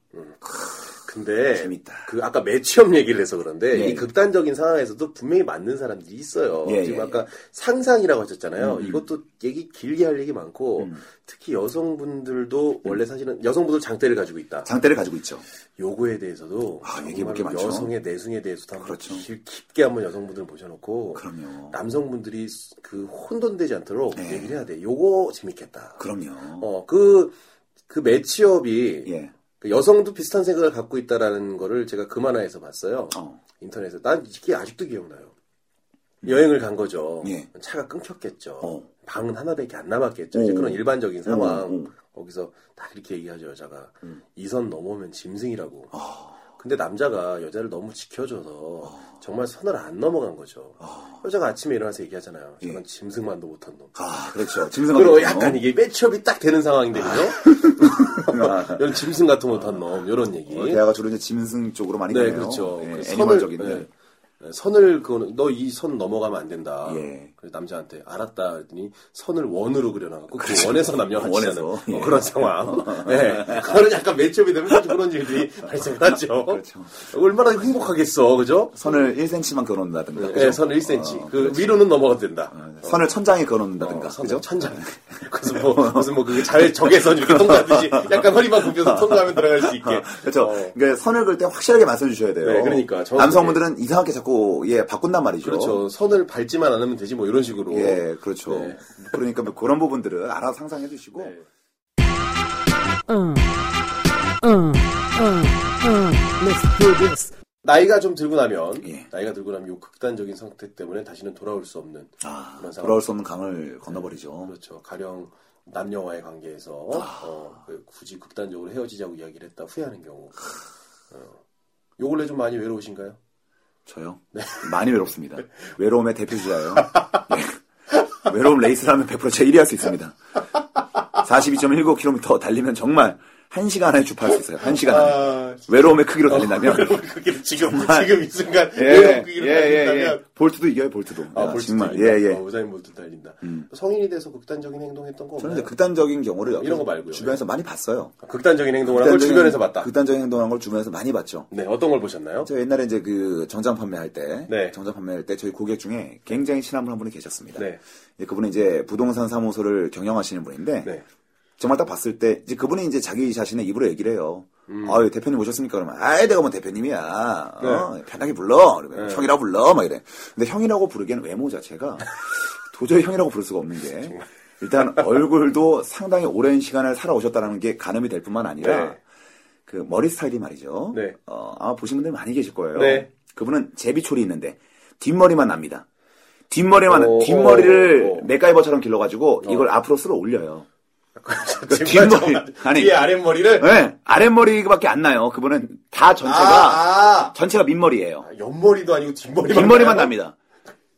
근데
재밌다.
그 아까 매치업 얘기를 해서 그런데
예.
이 극단적인 상황에서도 분명히 맞는 사람들이 있어요.
예,
지금
예, 음,
아까 상상이라고 하셨잖아요. 이것도 얘기 길게 할 얘기 많고 특히
음.
여성분들도 원래 사실은 여성분들 장대를 가지고 있다.
장대를 가지고 있죠.
요거에 대해서도
아,
정말로
얘기해볼 게 많죠.
여성의 내숭에 대해서도 한번
그렇죠.
길- 깊게 한번 여성분들 모셔놓고
그럼요.
남성분들이 그 혼돈되지 않도록
네.
얘기를 해야 돼. 요거 재밌겠다.
그럼요.
어, 그, 그 매치업이
예.
그 여성도 비슷한 생각을 갖고 있다라는 거를 제가 금하나에서 봤어요.
어.
인터넷에. 난 이게 아직도 기억나요. 여행을 간 거죠.
음. 예.
차가 끊겼겠죠.
어. 음.
방은 하나밖에 안 남았겠죠. 이제
오.
그런 일반적인 상황.
오, 오.
거기서 딱 이렇게 얘기하죠, 여자가.
음.
이 선 넘어오면 짐승이라고.
아.
근데 남자가 여자를 너무 지켜줘서 정말 선을 안 넘어간 거죠. 여자가 아침에 일어나서 얘기하잖아요. 저건
예.
짐승만도 못한 놈.
아, 그렇죠. 짐승
그리고
같은
약간
경우.
이게 매치업이 딱 되는 상황인데, 그죠? 이런 짐승 같은 못한 놈, 이런 얘기.
아. 어, 대화가 주로 이제 짐승 쪽으로 많이 가네요.
네, 그렇죠.
예,
그
애니멀적인데.
선을, 네. 네, 선을 그거는 너 이 선 넘어가면 안 된다.
예.
그래서 남자한테 알았다 그랬더니 선을 원으로 그려놔갖고 그 원에서 남녀가 같이
원에서,
사는
예.
어, 그런 상황. 네. 그거는 약간 매치업이 되면 사실 그런 일들이 발생하죠.
그렇죠.
얼마나 행복하겠어, 그죠?
선을 1cm만 걸어놓는다든가.
네,
그죠?
선을 1cm.
어, 아,
그 위로는 넘어가도 된다.
선을 천장에 걸어놓는다든가.
어, 선-
그죠?
천장. 그래서 뭐, 무슨 뭐, 그게 잘 적외선 이렇게 통과하듯이 약간 허리만 굽혀서 통과하면 들어갈 수 있게.
그렇죠.
어.
그러니까 선을 그을 때 확실하게 말씀해 주셔야 돼요.
네, 그러니까. 정확하게.
남성분들은 이상하게 자꾸 예 바꾼단 말이죠.
그렇죠. 선을 밟지만 않으면 되지 뭐 이런 식으로.
예, 그렇죠.
네.
그러니까 뭐 그런 부분들은 알아서 상상해 주시고
네.
Uh, uh, uh, uh, let's do this.
나이가 좀 들고 나면
예.
나이가 들고 나면 요 극단적인 상태 때문에 다시는 돌아올 수 없는
아,
그런 상황. 네.
돌아올 수 없는 강을 건너버리죠.
그렇죠. 가령 남녀와의 관계에서
아.
어, 그 굳이 극단적으로 헤어지자고 이야기를 했다 후회하는 경우. 어. 요 근래 좀 많이 외로우신가요?
저요.
네.
많이 외롭습니다. 외로움의 대표주자예요. 예. 외로움 레이스라면 100%제 1위 할 수 있습니다. 42.19km 달리면 정말 1시간 안에 주파할 수 있어요. 1시간 안에.
아,
외로움의 크기로 달린다면
그게 지금
정말.
지금 이 순간 외로운
예, 예,
크기로
예, 예.
달린다면
볼트도 이겨요, 볼트도.
아,
야,
볼트
정말.
달린다.
예, 예.
어, 우사인 볼트 달린다. 성인이 돼서 극단적인 행동했던 거
저는
없나요?
이제 극단적인 경우를
이런 거 말고요.
주변에서 많이 봤어요.
극단적인 행동을 한 걸
극단적인-
주변에서 봤다.
극단적인 행동한 걸 주변에서 많이 봤죠.
네, 어떤 걸 보셨나요?
저 옛날에 이제 그 정장 판매할 때,
네.
정장 판매할 때 저희 고객 중에 굉장히 친한 분 한 분이 계셨습니다.
네.
예, 그분은 이제 부동산 사무소를 경영하시는 분인데
네.
정말 딱 봤을 때 이제 그분이 이제 자기 자신의 입으로 얘기를 해요.
음.
아유, 대표님 오셨습니까? 그러면, 아이, 내가 뭐 대표님이야.
네.
어, 편하게 불러. 그러면, 형이라고 불러. 막 이래. 근데 형이라고 부르기에는 외모 자체가 도저히 형이라고 부를 수가 없는 게, 일단 얼굴도 상당히 오랜 시간을 살아오셨다는 게 가늠이 될 뿐만 아니라,
네.
그 머리 스타일이 말이죠.
네.
어, 아마 보신 분들 많이 계실 거예요.
네.
그분은 제비초리 있는데, 뒷머리만 납니다. 뒷머리만,
오,
뒷머리를
오, 오.
맥가이버처럼 길러가지고, 이걸 앞으로 쓸어 올려요. 그 뒷머리, 아니.
뒤에 아랫머리를
네, 아랫머리밖에 안 나요. 그분은 다 전체가
아, 아.
전체가 밑머리예요.
옆머리도 아니고 뒷머리만
뒷머리만
나요?
납니다.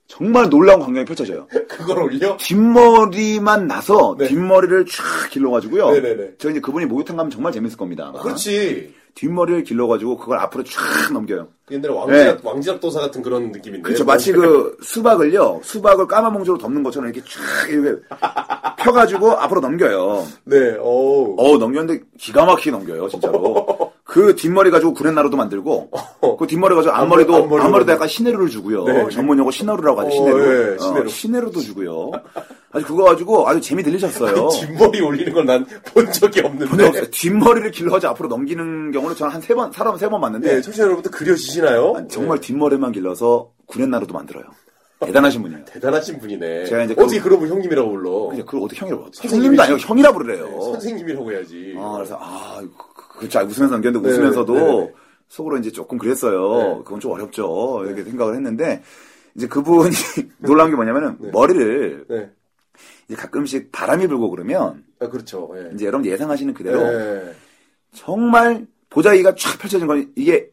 정말 놀라운 광경이 펼쳐져요.
그걸 올려?
뒷머리만 나서
네.
뒷머리를 쫙 길러가지고요.
네네네.
저 이제 그분이 목욕탕 가면 정말 재밌을 겁니다. 아마.
그렇지.
뒷머리를 길러가지고 그걸 앞으로 쫙 넘겨요.
옛날에 왕지락,
네.
왕지락 도사 같은 그런 느낌인데.
그렇죠. 마치 그 수박을요. 수박을 까만 봉지로 덮는 것처럼 이렇게 쫙 이렇게 펴가지고 앞으로 넘겨요.
네, 어우.
어 넘겼는데 기가 막히게 넘겨요 진짜로 그 뒷머리 가지고 구렛나루도 만들고 그 뒷머리 가지고 앞머리도
어. 앞머리, 앞머리도.
앞머리도 약간 시네루를 주고요
네.
전문 용어 시네루라고 하죠
어,
시네루
예, 시네루.
도 주고요 아주 그거 가지고 아주 재미 들리셨어요
뒷머리 올리는 걸 난 본 적이 없는데.
근데 없어요. 뒷머리를 길러가지고 앞으로 넘기는 경우를 저는 한 세 번 사람 세 번 봤는데
네, 청취자 여러분들 그려지시나요? 네,
아니, 정말 뒷머리만 길러서 구렛나루도 만들어요 대단하신 분이에요
네, 대단하신 분이네.
제가 이제
어떻게
그-
그... 그러면 형님이라고 불러?
근데 그걸 어떻게 형이라고 불러요?
선생님이지.
선생님도 아니고 형이라
네,
부르래요
선생님이라고 해야지.
어. 아, 그래서, 아, 그- 그렇죠. 웃으면서 넘겼는데
네네,
웃으면서도
네네.
속으로 이제 조금 그랬어요.
네.
그건 좀 어렵죠. 이렇게 생각을 했는데, 이제 그분이 놀라운 게 뭐냐면은, 머리를
네.
이제 가끔씩 바람이 불고 그러면,
아, 그렇죠. 예.
이제 여러분 예상하시는 그대로,
예.
정말 보자기가 쫙 펼쳐진 건, 이게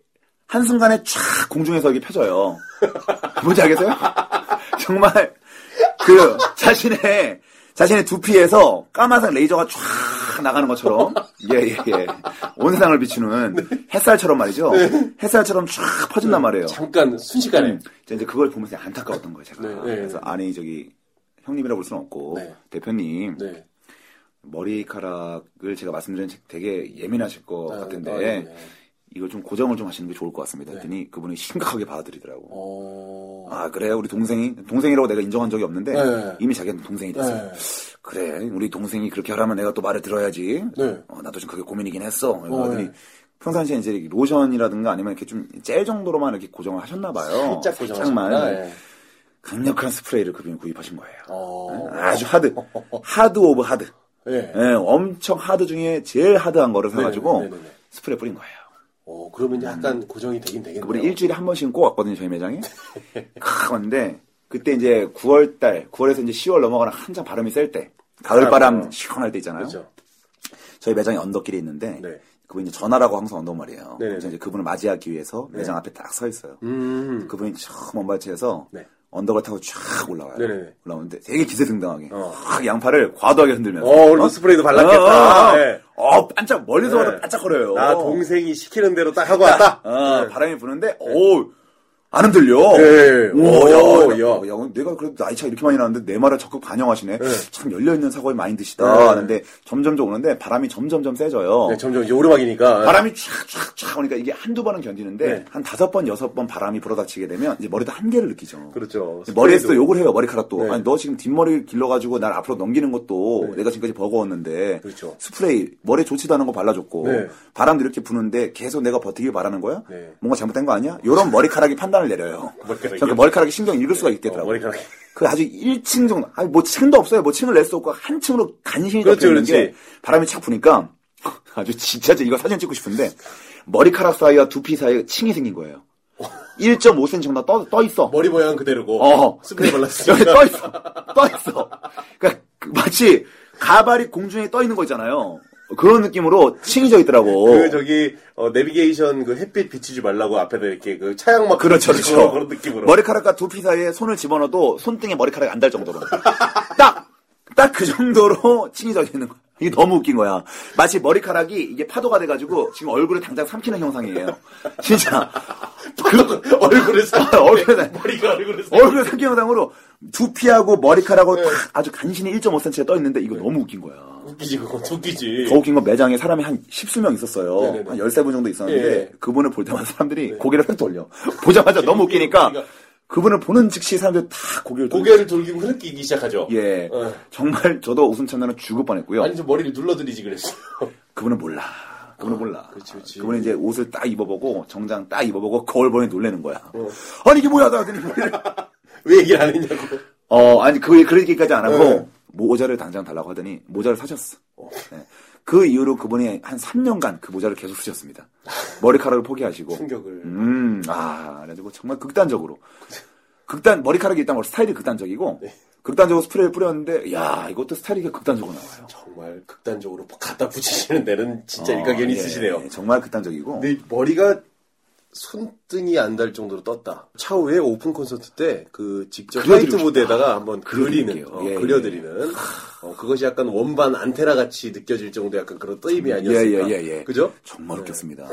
한순간에 쫙 공중에서 이게 펴져요. 뭔지 알겠어요? 정말, 그, 자신의, 자신의 두피에서 까만색 레이저가 쫙 나가는 것처럼, 예, 예, 예. 온 세상을 비추는 햇살처럼 말이죠.
네.
햇살처럼 쫙 퍼진단 말이에요.
잠깐, 순식간에.
제가 이제 그걸 보면서 안타까웠던 거예요, 제가.
네, 네.
그래서, 아니, 저기, 형님이라고 볼 수는 없고,
네.
대표님,
네.
머리카락을 제가 말씀드린 책 되게 예민하실 것
아,
어, 같은데,
아, 네.
이걸 좀 고정을 좀 하시는 게 좋을 것 같습니다. 했더니 그분이 심각하게 받아들이더라고.
어.
아 그래요? 우리 동생이 동생이라고 내가 인정한 적이 없는데
네.
이미 자기는 동생이 됐어요.
네.
그래, 우리 동생이 그렇게 하라면 내가 또 말을 들어야지.
네.
어, 나도 지금 그게 고민이긴 했어.
어,
그러더니
네.
평상시에 이제 로션이라든가 아니면 이렇게 좀 젤 정도로만 이렇게 고정을 하셨나 봐요.
살짝 고정하셨구나.
살짝만
예.
강력한 스프레이를 그분이 구입하신 거예요.
어.
네? 아주 하드, 하드 오브 하드.
예.
예, 엄청 하드 중에 제일 하드한 거를 사가지고
네, 네, 네, 네.
스프레이 뿌린 거예요.
어, 그러면 이제 약간 고정이 되긴 되겠네요.
음. 그러니까 우리 일주일에 한 번씩은 꼭 왔거든요, 저희 매장에. 그런데 그때 이제 9월 달, 9월에서 이제 10월 넘어가는 한창 바람이 셀 때, 가을 바람
아,
시원할 때 있잖아요.
그렇죠.
저희 매장이 언덕길에 있는데
네.
그분이 이제 전화라고 항상 언덕 말이에요.
네네네. 네.
그래서 이제 그분을 맞이하기 위해서 매장 앞에 딱 서 있어요.
음.
그분이 촥 먼발치에서
네.
언덕을 타고 쫙 올라와요.
네네네.
올라오는데 되게 기세등등하게
어.
확 양팔을 과도하게 흔들면서
어, 오늘 그 스프레이도 발랐겠다.
어, 어, 어.
네.
어, 반짝 멀리서 봐도
네.
반짝거려요.
나 동생이 시키는 대로 딱 하고 왔다.
뭐? 아, 바람이 부는데, 오, 안 흔들려.
네.
오,
오,
야,
야.
야, 야, 내가 그래도 나이 차가 이렇게 많이 나는데 내 말을 적극 반영하시네. 참 열려있는 사고의 마인드시다.
네.
하는데 점점점 오는데 바람이 점점점 세져요.
네, 점점 이제 오르막이니까.
아. 바람이 촥촥촥 오니까 이게 한두 번은 견디는데
네.
한 다섯 번, 여섯 번 바람이 불어다치게 되면 이제 머리도 한계를 느끼죠.
그렇죠.
머리에서
스프레이도.
욕을 해요, 머리카락도.
네.
아니, 너 지금 뒷머리 길러가지고 날 앞으로 넘기는 것도 내가 지금까지 버거웠는데.
그렇죠.
스프레이, 머리에 좋지도 않은 거 발라줬고.
네.
바람도 이렇게 부는데 계속 내가 버티길 바라는 거야?
네.
뭔가 잘못된 거 아니야? 요런 머리카락이 판단을 내려요.
머리카락이요?
저렇게 머리카락이 신경 읽을 수가 있겠더라고요.
어, 머리카락.
그 아주 1층 정도, 아니 뭐 층도 없어요. 뭐 층을 낼 수 없고 한 층으로 간신히
그렇지,
접혀있는
그렇죠, 그렇지.
게 바람이 착 부니까 아주 진짜 이거 사진 찍고 싶은데 머리카락 사이와 두피 사이에 층이 생긴 거예요.
어.
1.5cm 정도 떠, 떠 있어.
머리 모양 그대로고.
어.
스프레이
그-
발랐으니까.
여기 떠 있어. 떠 있어. 그러니까 그 마치 가발이 공중에 떠 있는 거 있잖아요. 그런 느낌으로 칭이져 있더라고.
그 저기 어, 내비게이션 그 햇빛 비치지 말라고 앞에다 이렇게 그 차양 막
그렇죠,
비치고
그렇죠.
그런 느낌으로
머리카락과 두피 사이에 손을 집어넣어도 손등에 머리카락이 안 닿을 정도로. 딱! 딱 그 정도로 칭이져 있는 거야. 이게 너무 웃긴 거야. 마치 머리카락이 이게 파도가 돼가지고 지금 얼굴을 당장 삼키는 형상이에요. 진짜. 그,
얼굴을 사
얼굴에
머리가 얼굴을 사
얼굴 삼킨 영상으로 두피하고 머리카락하고
네.
탁 아주 간신히 1.5cm에 떠 있는데 이거 너무 웃긴 거야.
웃기지 그거 웃기지
더 웃긴 건 매장에 사람이 한 십수명 있었어요.
예. 네네네.
한 열세 분 정도 있었는데
예. 네.
그분을 볼 때마다 사람들이 고개를 휙 돌려. 보자마자 너무 웃기니까
웃기니까.
그분을 보는 즉시 사람들이 다 고개를 돌려.
고개를 돌리고 흐느끼기 시작하죠
예.
어.
정말 저도 웃음 참나는 죽을 뻔했고요.
아니 좀 머리를 눌러드리지 그랬어
그분은 몰라. 그분은 몰라.
그렇지, 그렇지.
분은 이제 옷을 딱 입어보고 정장 딱 입어보고 거울 보니 놀래는 거야.
어.
아니 이게 뭐야, 나.
왜 얘기를 안 했냐고.
어, 아니, 그, 그런 얘기까지 안 하고,
네.
모자를 당장 달라고 하더니, 모자를 사셨어. 네. 그 이후로 그분이 한 3년간 그 모자를 계속 쓰셨습니다. 머리카락을 포기하시고.
충격을.
음, 아, 그래가지고 정말 극단적으로. 극단, 머리카락이 일단 뭐 스타일이 극단적이고,
네.
극단적으로 스프레이를 뿌렸는데, 야 이것도 스타일이 극단적으로 나와요.
정말 극단적으로 갖다 붙이시는 데는 진짜
어,
일가견이
예,
있으시네요.
예, 정말 극단적이고.
근데 머리가 손등이 안 닿을 정도로 떴다. 차후에 오픈 콘서트 때 그 직접
그려드리고
화이트 보드에다가 한번 그리는,
그려드릴게요.
어,
예, 예.
그려드리는. 어, 그것이 약간 원반 안테나 같이 느껴질 정도 약간 그런 떠임이 아니었을까.
예, 예, 예, 예.
그죠? 네.
정말 웃겼습니다.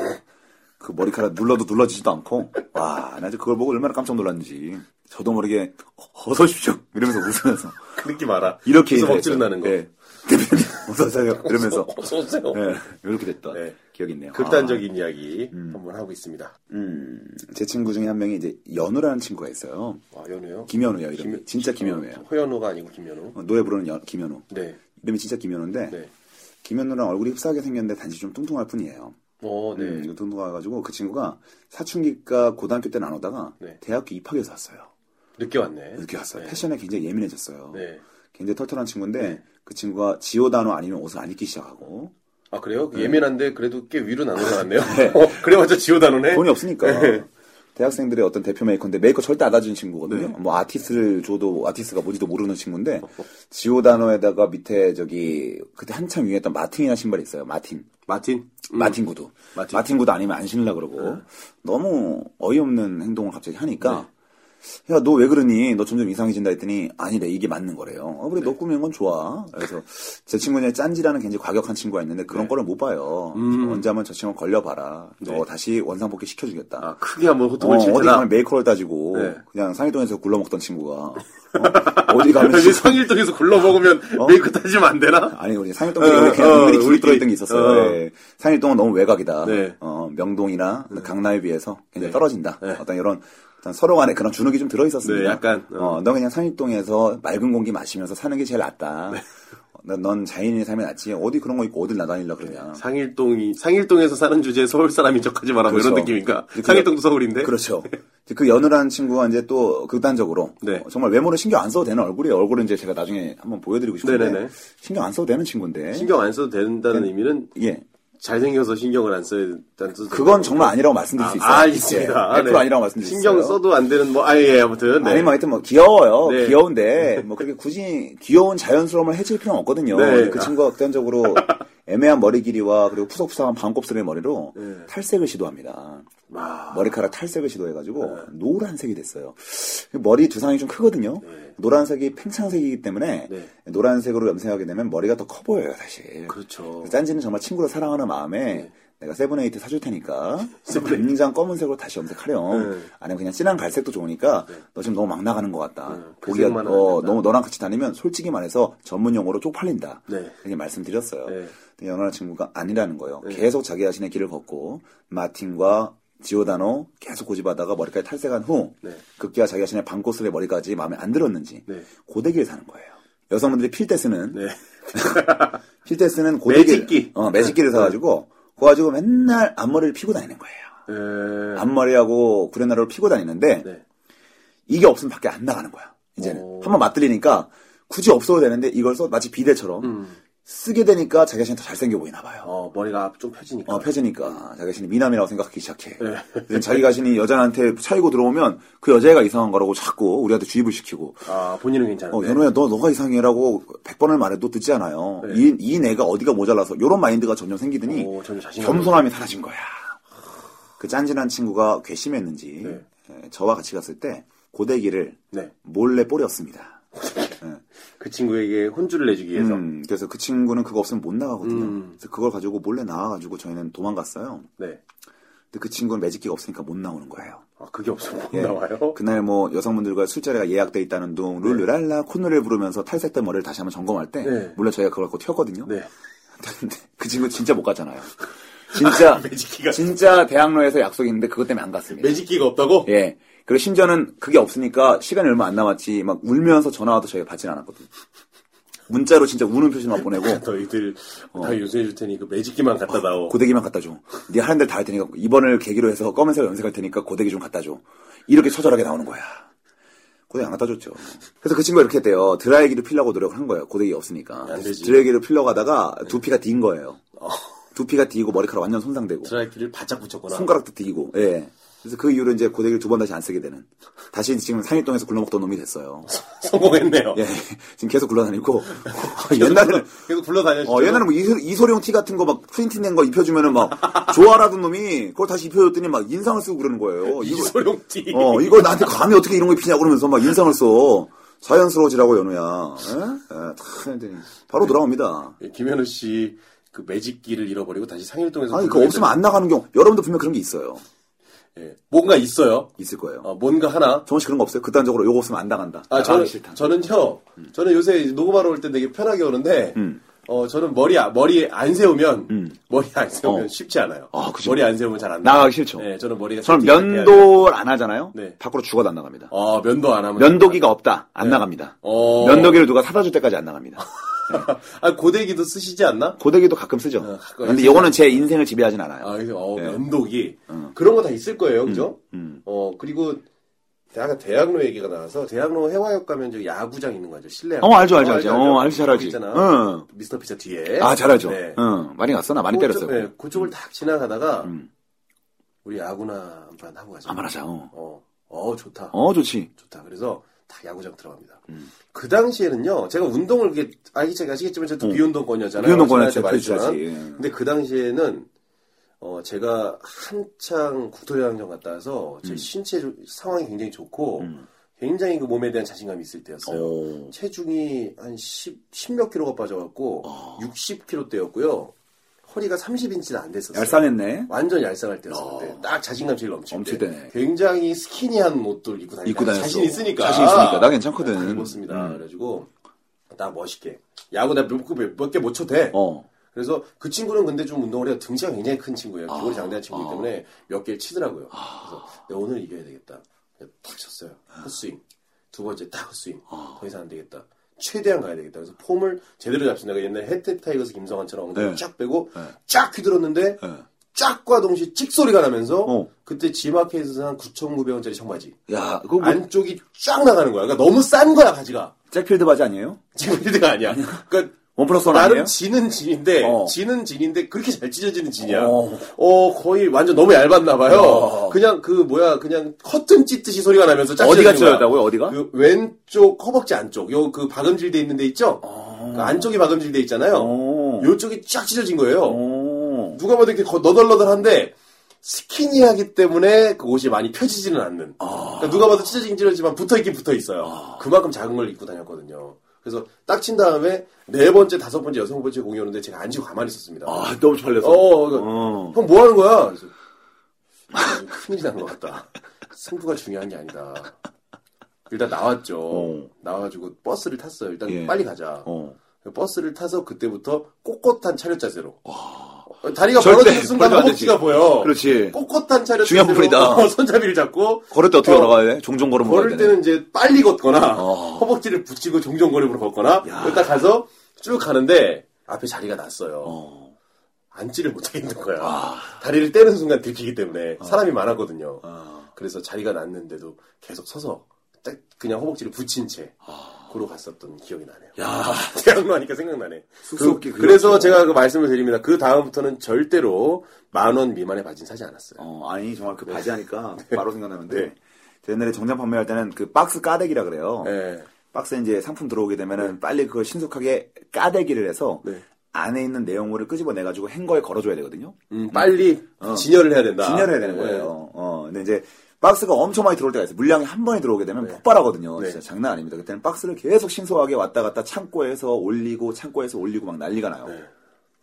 그 머리카락 눌러도 눌러지지도 않고, 와, 나 이제 그걸 보고 얼마나 깜짝 놀랐는지. 저도 모르게, 어, 어서 오십시오! 이러면서 웃으면서.
그 느낌 알아.
이렇게
그래서
인사했어요.
먹지로 나는 거.
예. 대표님, 어서오세요. 이러면서.
어서 오세요.
예, 아, 이렇게 됐던
네.
기억이 있네요.
극단적인 이야기
음.
한번 하고 있습니다.
아, 음, 제 친구 중에 한 명이 이제 연우라는 친구가 있어요.
와, 연우요?
김연우요, 이름이. 진짜 김연우예요.
호연우가 아니고 김연우.
어, 노래 부르는 연, 김연우.
네.
이름이 진짜 김연우인데,
네.
김연우랑 얼굴이 흡사하게 생겼는데 단지 좀 뚱뚱할 뿐이에요.
어, 네.
음, 등록해가지고 그 친구가 사춘기가 고등학교 때는 안 오다가
네.
대학교 입학해서 왔어요.
늦게 왔네.
늦게 왔어요.
네.
패션에 굉장히 예민해졌어요.
네.
굉장히 털털한 친구인데 그 친구가 지오다노 아니면 옷을 안 입기 시작하고
아 그래요?
네.
예민한데 그래도 꽤 위로 나올라갔네요 어, 그래봤자 지오다노네.
돈이 없으니까 대학생들의 어떤 대표 메이커인데 메이커 절대 안 다준 친구거든요.
네.
뭐 아티스트를 줘도 아티스트가 뭔지도 모르는 친구인데 지오다노에다가 밑에 저기 그때 한참 유행했던 마틴이나 신발이 있어요. 마틴.
마틴. 음.
마틴 구두.
마틴. 네.
마틴. 구두 아니면 안 신으려 그러고 너무 어이없는 행동을 갑자기 하니까 야 너 왜 그러니? 너 점점 이상해진다 했더니 아니래 이게 맞는 거래요. 어
네.
그래 너 꾸민 건 좋아. 그래서 제 친구는 짠지라는 굉장히 과격한 친구가 있는데 그런
네.
거를 못 봐요.
음.
언제 한번 저 친구 걸려봐라. 너 다시 원상복귀 시켜주겠다.
아 크게 한번
어,
호통을
디
칠
가면
테다.
메이커를 따지고
네.
그냥 상해동에서 굴러먹던 친구가 어, 디 가면 어?
그래서 성일동에서 굴러먹으면 메이크 따지면 안 되나?
아니 우리 상일동에 우리
어,
그냥 우리
우리끼리.
기술 들어있던 게 있었어요.
어.
예. 상일동은 너무 외곽이다.
네.
어, 명동이나 강남에 비해서 굉장히
네.
떨어진다.
네.
어떤 이런 어떤 서로 간에 그런 주눅이 좀 들어있었습니다.
네, 약간, 어.
어. 너 그냥 상일동에서 맑은 공기 마시면서 사는 게 제일 낫다.
네.
어, 너- 넌 자연인의 삶이 낫지. 어디 그런 거 있고 어딜 나다니려 그러냐.
네. 상일동이 상일동에서 사는 주제에 서울 사람인 척하지 마라 뭐 이런
그렇죠.
느낌인가?
근데 그-
상일동도 서울인데.
그렇죠. 이제 그 연우라는 친구가 이제 또 극단적으로
네.
어, 정말 외모를 신경 안 써도 되는 얼굴이에요. 얼굴은 이제 제가 나중에 한번 보여드리고 싶은데
네네네.
신경 안 써도 되는 친구인데
신경 안 써도 된다는 의미는
예
잘생겨서 신경을 안 써야 된다는 뜻.
그건 정말 아니라고 말씀드릴 수 있어요.
아, 알겠습니다.
예, 100% 아니라고 말씀드릴 수 있어요.
신경 써도 안 되는 뭐 아예 아무튼. 네.
아니, 뭐, 하여튼 뭐, 귀여워요.
네.
귀여운데, 뭐, 그렇게 굳이 귀여운 자연스러움을 해칠 필요는 없거든요.
네.
그 친구가 극단적으로 애매한 머리 길이와 그리고 푸석푸석한 반곱슬의 머리로
네.
탈색을 시도합니다.
아.
머리카락 탈색을 시도해가지고
네.
노란색이 됐어요. 머리 두상이 좀 크거든요. 노란색이 팽창색이기 때문에
네.
노란색으로 염색하게 되면 머리가 더 커 보여요, 사실.
그렇죠.
짠지는 정말 친구를 사랑하는 마음에
네.
내가 세븐에이트 사줄 테니까 굉장 검은색으로 다시 염색하렴.
네.
아니면 그냥 진한 갈색도 좋으니까 너 지금 너무 막 나가는 것 같다. 보기가
네. 그색만 하면
어,
된다.
너무 너랑 같이 다니면 솔직히 말해서 전문 용어로 쪽팔린다.
네.
이렇게 말씀드렸어요.
네.
근데 연하 친구가 아니라는 거예요. 계속 자기 자신의 길을 걷고 마틴과 지오다노 계속 고집하다가 머리까지 탈색한 후
네.
급기야 자기 자신의 반곱슬의 머리까지 마음에 안 들었는지
네.
고데기를 사는 거예요. 여성분들이 필 때 쓰는
네.
필테스는 고데기
매직기. 네.
어 매직기를 사가지고 그거 가지고 맨날 앞머리를 피고 다니는 거예요.
에,
앞머리하고 구레나룻을 피고 다니는데
네.
이게 없으면 밖에 안 나가는 거야. 이제는
오.
한번 맞들리니까 굳이 없어도 되는데 이걸 써 마치 비데처럼 쓰게 되니까 자기 자신이 더 잘생겨 보이나 봐요.
음. 어, 머리가 앞 좀 펴지니까.
어, 펴지니까 자기 자신이 미남이라고 생각하기 시작해.
네.
그래서 자기 자신이 여자한테 차이고 들어오면 그 여자애가 이상한 거라고 자꾸 우리한테 주입을 시키고
아, 본인은 괜찮은데.
어, 연호야, 너, 너가 이상해라고 100번을 말해도 듣지 않아요.
네.
이, 이 내가 어디가 모자라서, 요런 마인드가 점점 생기더니,
오, 점점 자신감이-
겸손함이 사라진 거야. 그 짠질한 친구가 괘씸했는지,
네.
에, 저와 같이 갔을 때, 고데기를
네.
몰래 뿌렸습니다.
그 친구에게 혼주를 내주기 위해서. 음.
음, 그래서 그 친구는 그거 없으면 못 나가거든요. 그래서 그걸 가지고 몰래 나와가지고 저희는 도망갔어요.
네.
근데 그 친구는 매직기가 없으니까 못 나오는 거예요.
아, 그게 없으면 못
예.
나와요?
그날 뭐 여성분들과 술자리가 예약돼 있다는 둥 룰루랄라 콧노래를 부르면서 탈색된 머리를 다시 한번 점검할 때
네.
물론 저희가 그걸 갖고 튀었거든요.
네.
근데 그 친구 진짜 못 갔잖아요. 진짜
매직기가-
진짜 대학로에서 약속이 있는데 그것 때문에 안 갔습니다.
매직기가 없다고?
예. 그리고 심지어는 그게 없으니까 시간이 얼마 안 남았지 막 울면서 전화 와도 저희가 받진 않았거든요. 문자로 진짜 우는 표시만 보내고
너희들 다 예.
어.
요새 해줄 테니 그 매직기만 갖다 나오.
고데기만 갖다 줘. 네 하는 대로 다 할 테니까 이번을 계기로 해서 검은색 염색할 테니까 고데기 좀 갖다 줘. 이렇게 처절하게 나오는 거야. 고데기 안 갖다 줬죠. 그래서 그 친구가 이렇게 했대요. 드라이기를 필려고 노력을 한 거예요. 고데기 없으니까.
안 되지. 네. 어.
드라이기를 필러 가다가 두피가 딘 거예요. 두피가 디고 머리카락 완전 손상되고
드라이기를 바짝 붙였거나.
손가락도 디고. 예. 그래서 그 이후로 이제 고데기를 두 번 다시 안 쓰게 되는. 다시 지금 상일동에서 굴러먹던 놈이 됐어요.
성공했네요.
예. 지금 계속 굴러다니고 옛날에는
계속 굴러다녔죠.
어, 옛날에 뭐 이소- 이소룡 티 같은 거 막 프린팅 된 거 입혀주면은 막 좋아라던 놈이 그걸 다시 입혀줬더니 막 인상을 쓰고 그러는 거예요. 이거-
이소룡 티.
어, 이거 나한테 감히 어떻게 이런 거 입히냐 고 그러면서 막 인상을 써. 자연스러워지라고 연우야. 예? 예, 탁 했더니
네.
바로 돌아옵니다.
예, 김현우 씨 그 매직기를 잃어버리고 다시 상일동에서.
아니 그거 없으면 안 나가는 경우 여러분도 분명 그런 게 있어요.
예. 뭔가 있어요.
있을 거예요.
어, 뭔가 하나.
정원 씨 그런 거 없어요? 극단적으로 요거 없으면 안 나간다.
아,
나가기
저는,
싫다. 음.
저는요, 저는 요새 이제 녹음하러 올 때 되게 편하게 오는데, 어, 저는 머리, 아- 머리 안 세우면, 머리 안 세우면
어.
쉽지 않아요.
아, 그죠.
머리 안 세우면 잘 안 나요.
나가기 싫죠.
네, 저는 머리가
저는
세팅이 돼야 돼요.
면도를 안 하잖아요.
네.
밖으로 죽어도 안 나갑니다.
어, 면도 안 하면.
면도기가 없다 안 나갑니다.
어.
면도기를 누가 사다 줄 때까지 안 나갑니다.
아, 고데기도 쓰시지 않나?
고데기도 가끔 쓰죠.
어, 가끔
근데
쓰죠.
요거는 제 인생을 지배하진 않아요.
아, 그래서, 어,
예.
면도기.
어.
그런 거 다 있을 거예요,
음.
그죠? 어, 그리고, 아까 대학로 얘기가 나와서, 대학로 해화역 가면 저 야구장 있는 거 알죠? 실내 야구.
어, 알죠, 알죠, 알죠. 어, 알지, 잘 알지.
있잖아.
응.
미스터 피자 뒤에.
아, 잘 알죠.
네.
응, 많이 갔어? 나 많이
그쪽,
때렸어요. 음.
예, 그쪽을 딱 지나가다가 우리 야구나 한판 하고 가자.
한번 하자, 어.
어, 어, 좋다.
어, 음. 좋지.
좋다. 그래서 다 야구장 들어갑니다. 그 당시에는요, 제가 운동을 그게 아시겠지만, 아시겠지만 저도 비운동권이었잖아요.
음. 비운동권이었죠.
지난주에 말했지만.
그렇지.
근데 그 당시에는 어, 제가 한창 국토대장정 갔다 와서
음.
제 신체 조- 상황이 굉장히 좋고 굉장히 그 몸에 대한 자신감이 있을 때였어요.
오.
체중이 한 10, 10몇 킬로가 빠져갖고
아.
60킬로대였고요. 허리가 30인치는 안 됐었어요.
얄쌍했네. 아.
완전 얄쌍할 때였었는데 딱 자신감 제일 넘칠,
넘칠
때.
때네.
굉장히 스키니한 옷들 입고 다니고
입고 다녔어.
자신 있으니까.
자신 있으니까. 나 괜찮거든. 음.
잘 입었습니다. 그래가지고 나 멋있게 야구 나몇개못 쳐도 돼.
어.
그래서 그 친구는 근데 좀 운동을 해요. 등치가 굉장히 큰 친구예요.
아.
기골이 장대한 친구이기 때문에 몇 개를 치더라고요. 그래서 내가 오늘 이겨야 되겠다. 그래서 탁 쳤어요.
아.
헛스윙. 두 번째 딱 헛스윙. 더 이상 안 되겠다. 최대한 가야 되겠다. 그래서 폼을 제대로 잡습니다. 내가 옛날에 해태 타이거스 김성환처럼 엉덩이
네.
쫙 빼고 쫙 휘둘렀는데 쫙과 동시에 찍 소리가 나면서
어.
그때 지마켓에서 산 9,900원짜리 청바지
야, 그거 뭐,
안쪽이 쫙 나가는 거야. 그러니까 너무 싼 거야 바지가.
잭필드 바지 아니에요?
지금 필드가 아니야. 그러니까
원 플러스 원
나름
아니에요?
지는 진인데
어.
지는 진인데 그렇게 잘 찢어지는 진이야.
어.
어, 거의 완전 너무 얇았나 봐요.
어.
그냥 그 뭐야 그냥 커튼 찢듯이 소리가 나면서 짝 찢어지는 거야.
어디가 찢어졌다고요? 어디가?
그 왼쪽 허벅지 안쪽 요 그 박음질돼 있는 데 있죠?
어.
그 안쪽이 박음질돼 있잖아요.
오.
요쪽이 쫙 찢어진 거예요.
오.
누가 봐도 이렇게 거- 너덜너덜한데 스키니하기 때문에 그 옷이 많이 펴지지는 않는.
아.
그러니까 누가 봐도 찢어지긴 찢어지만 붙어있긴 붙어있어요. 그만큼 작은 걸 입고 다녔거든요. 그래서 딱 친 다음에 네 번째, 다섯 번째, 여섯 번째 공이 오는데 제가 앉고 가만히 있었습니다.
아, 너무 팔려서.
어, 그러니까
어.
형 뭐 하는 거야? 그래서 아, 큰일이 난 것 같다. 승부가 중요한 게 아니다. 일단 나왔죠.
어.
나와가지고 버스를 탔어요. 일단
예.
빨리 가자.
어.
그 버스를 타서 그때부터 꼿꼿한 차렷 자세로. 어, 다리가
절대
벌어지는 순간
벌면 안 되지.
허벅지가 보여.
그렇지.
꼿꼿한 차렷 자세로
중요한 부분이다.
어, 손잡이를 잡고
걸을 때 어떻게
어,
걸어가야 돼? 종종 걸음 걸어야
걸을
되네.
때는 이제 빨리 걷거나
어.
허벅지를 붙이고 종종걸음으로 걷거나
야.
여기다 가서 쭉 가는데 앞에 자리가 났어요.
어.
앉지를 못하겠는 거야. 다리를 떼는 순간 들키기 때문에
어.
사람이 많았거든요.
아.
그래서 자리가 났는데도 계속 서서 딱 그냥 허벅지를 붙인 채 그러 갔었던 기억이 나네요.
아. 야.
대학로 하니까 생각나네.
쑥스럽게 그렇죠.
그, 래서
그렸죠.
제가 그 말씀을 드립니다. 그 다음부터는 절대로 만 원 미만의 바지는 사지 않았어요.
어, 아니, 정말 그 바지 하니까 바로 생각나는데. 제 옛날에 정장 판매할 때는 그 박스 까대기라 그래요.
예.
박스에 이제 상품 들어오게 되면은 빨리 그걸 신속하게 까대기를 해서
네.
안에 있는 내용물을 끄집어내 가지고 행거에 걸어줘야 되거든요.
음, 빨리 진열을 해야 된다.
어. 진열해야 되는 거예요. 어, 근데 이제 박스가 엄청 많이 들어올 때가 있어요. 물량이 한 번에 들어오게 되면 폭발하거든요.
네.
진짜 장난 아닙니다. 그때는 박스를 계속 신속하게 왔다 갔다 창고에서 올리고 창고에서 올리고 막 난리가 나요.
네.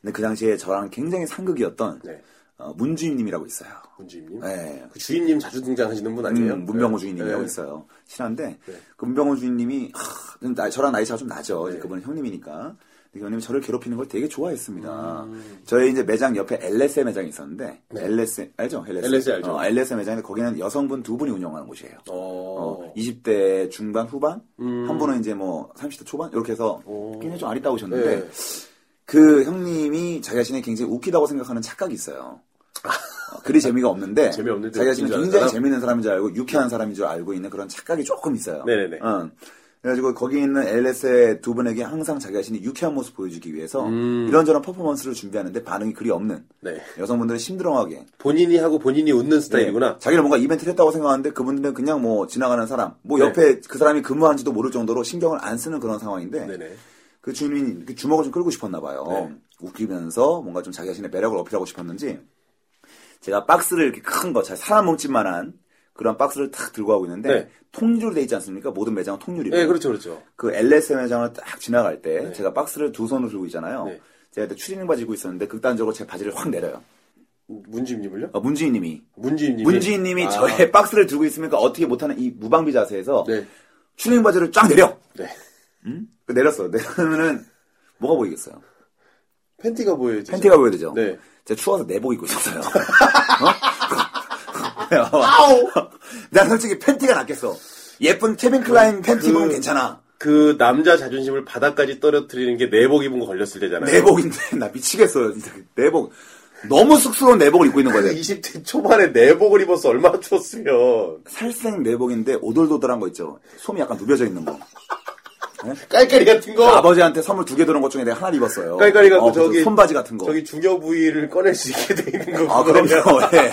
근데 그 당시에 저랑 굉장히 상극이었던
네.
어, 문주임님이라고 있어요.
문주임님.
네.
그 주임님 자주 등장하시는 분 아니에요?
음, 문병호
네.
주인님이라고
네.
있어요.
네.
친한데 그 문병호 주인님이 하, 나- 저랑 나이 차가 좀 나죠. 이제 그분은 형님이니까. 교수님이 저를 괴롭히는 걸 되게 좋아했습니다.
음.
저희 이제 매장 옆에 LSM 매장이 있었는데 LSM 알죠? LSM,
LSM 네. 알죠.
어, LSM 매장인데 거기는 여성분 두 분이 운영하는 곳이에요.
어. 음.
어, 20대 중반 후반 한 분은 이제 뭐 30대 초반 이렇게 해서 굉장히 좀 아리따우셨는데
네.
그 형님이 자기 자신이 굉장히 웃기다고 생각하는 착각이 있어요. 어, 그리 재미가 없는데
아. 재미없는데
자기 자신이
웃긴 줄
굉장히
알잖아.
재미있는 사람인 줄 알고 유쾌한 사람인 줄 알고 있는 그런 착각이 조금 있어요.
네네네.
응. 그래가지고 거기 있는 LS의 두 분에게 항상 자기 자신이 유쾌한 모습 보여주기 위해서 이런저런 퍼포먼스를 준비하는데 반응이 그리 없는
음. 네.
여성분들을 심드렁하게
본인이 하고 본인이 웃는 스타일이구나.
네, 자기는 뭔가 이벤트를 했다고 생각하는데 그분들은 그냥 뭐 지나가는 사람,
네.
뭐 옆에 그 사람이 근무하는지도 모를 정도로 신경을 안 쓰는 그런 상황인데
네네.
그 주인이 그 주먹을 좀 끌고 싶었나 봐요.
네.
웃기면서 뭔가 좀 자기 자신의 매력을 어필하고 싶었는지 제가 박스를 이렇게 큰 거, 잘 사람 몸집만한 그런 박스를 탁 들고 가고 있는데
네.
통유리로 돼 있지 않습니까? 모든 매장은 통유리로.
네, 그렇죠, 그렇죠.
그 LS 매장을 딱 지나갈 때 제가 박스를 두 손으로 들고 있잖아요.
네.
제가 그때 추리닝 바지 입고 있었는데 극단적으로 제 바지를 확 내려요.
문지인님을요?
어, 문지인님이
문지인님이.
문지인님이
아,
저의 박스를 들고 있으니까 어떻게 못하는 이 무방비 자세에서
네.
추리닝 바지를 쫙 내려.
네.
그 내렸어. 내려면은 뭐가 보이겠어요?
팬티가 보여야지.
팬티가 보여야 죠
네.
제가 추워서 내복 입고 있었어요. 어? 난 솔직히 팬티가 낫겠어. 예쁜 케빈 클라인 팬티 입으면 괜찮아.
그 남자 자존심을 바닥까지 떨어뜨리는 게 내복 입은 거 걸렸을 때잖아요.
내복인데 나 미치겠어요. 진짜 그 내복 너무 쑥스러운 내복을 입고 있는 거예요.
20대 그 초반에 내복을 입어서 얼마나 추웠으면
살색 내복인데 오돌도돌한 거 있죠. 솜이 약간 누벼져 있는 거.
깔깔이 같은
그
거
아버지한테 선물 두 개 들은 것 중에 내가 하나를 입었어요.
어! 그러니까 깔깔이 같고
어, 그래서
저기
손바지 같은 거.
저기 중요 부위를 꺼낼 수 있게 돼 있는 거
아 그럼요. 예.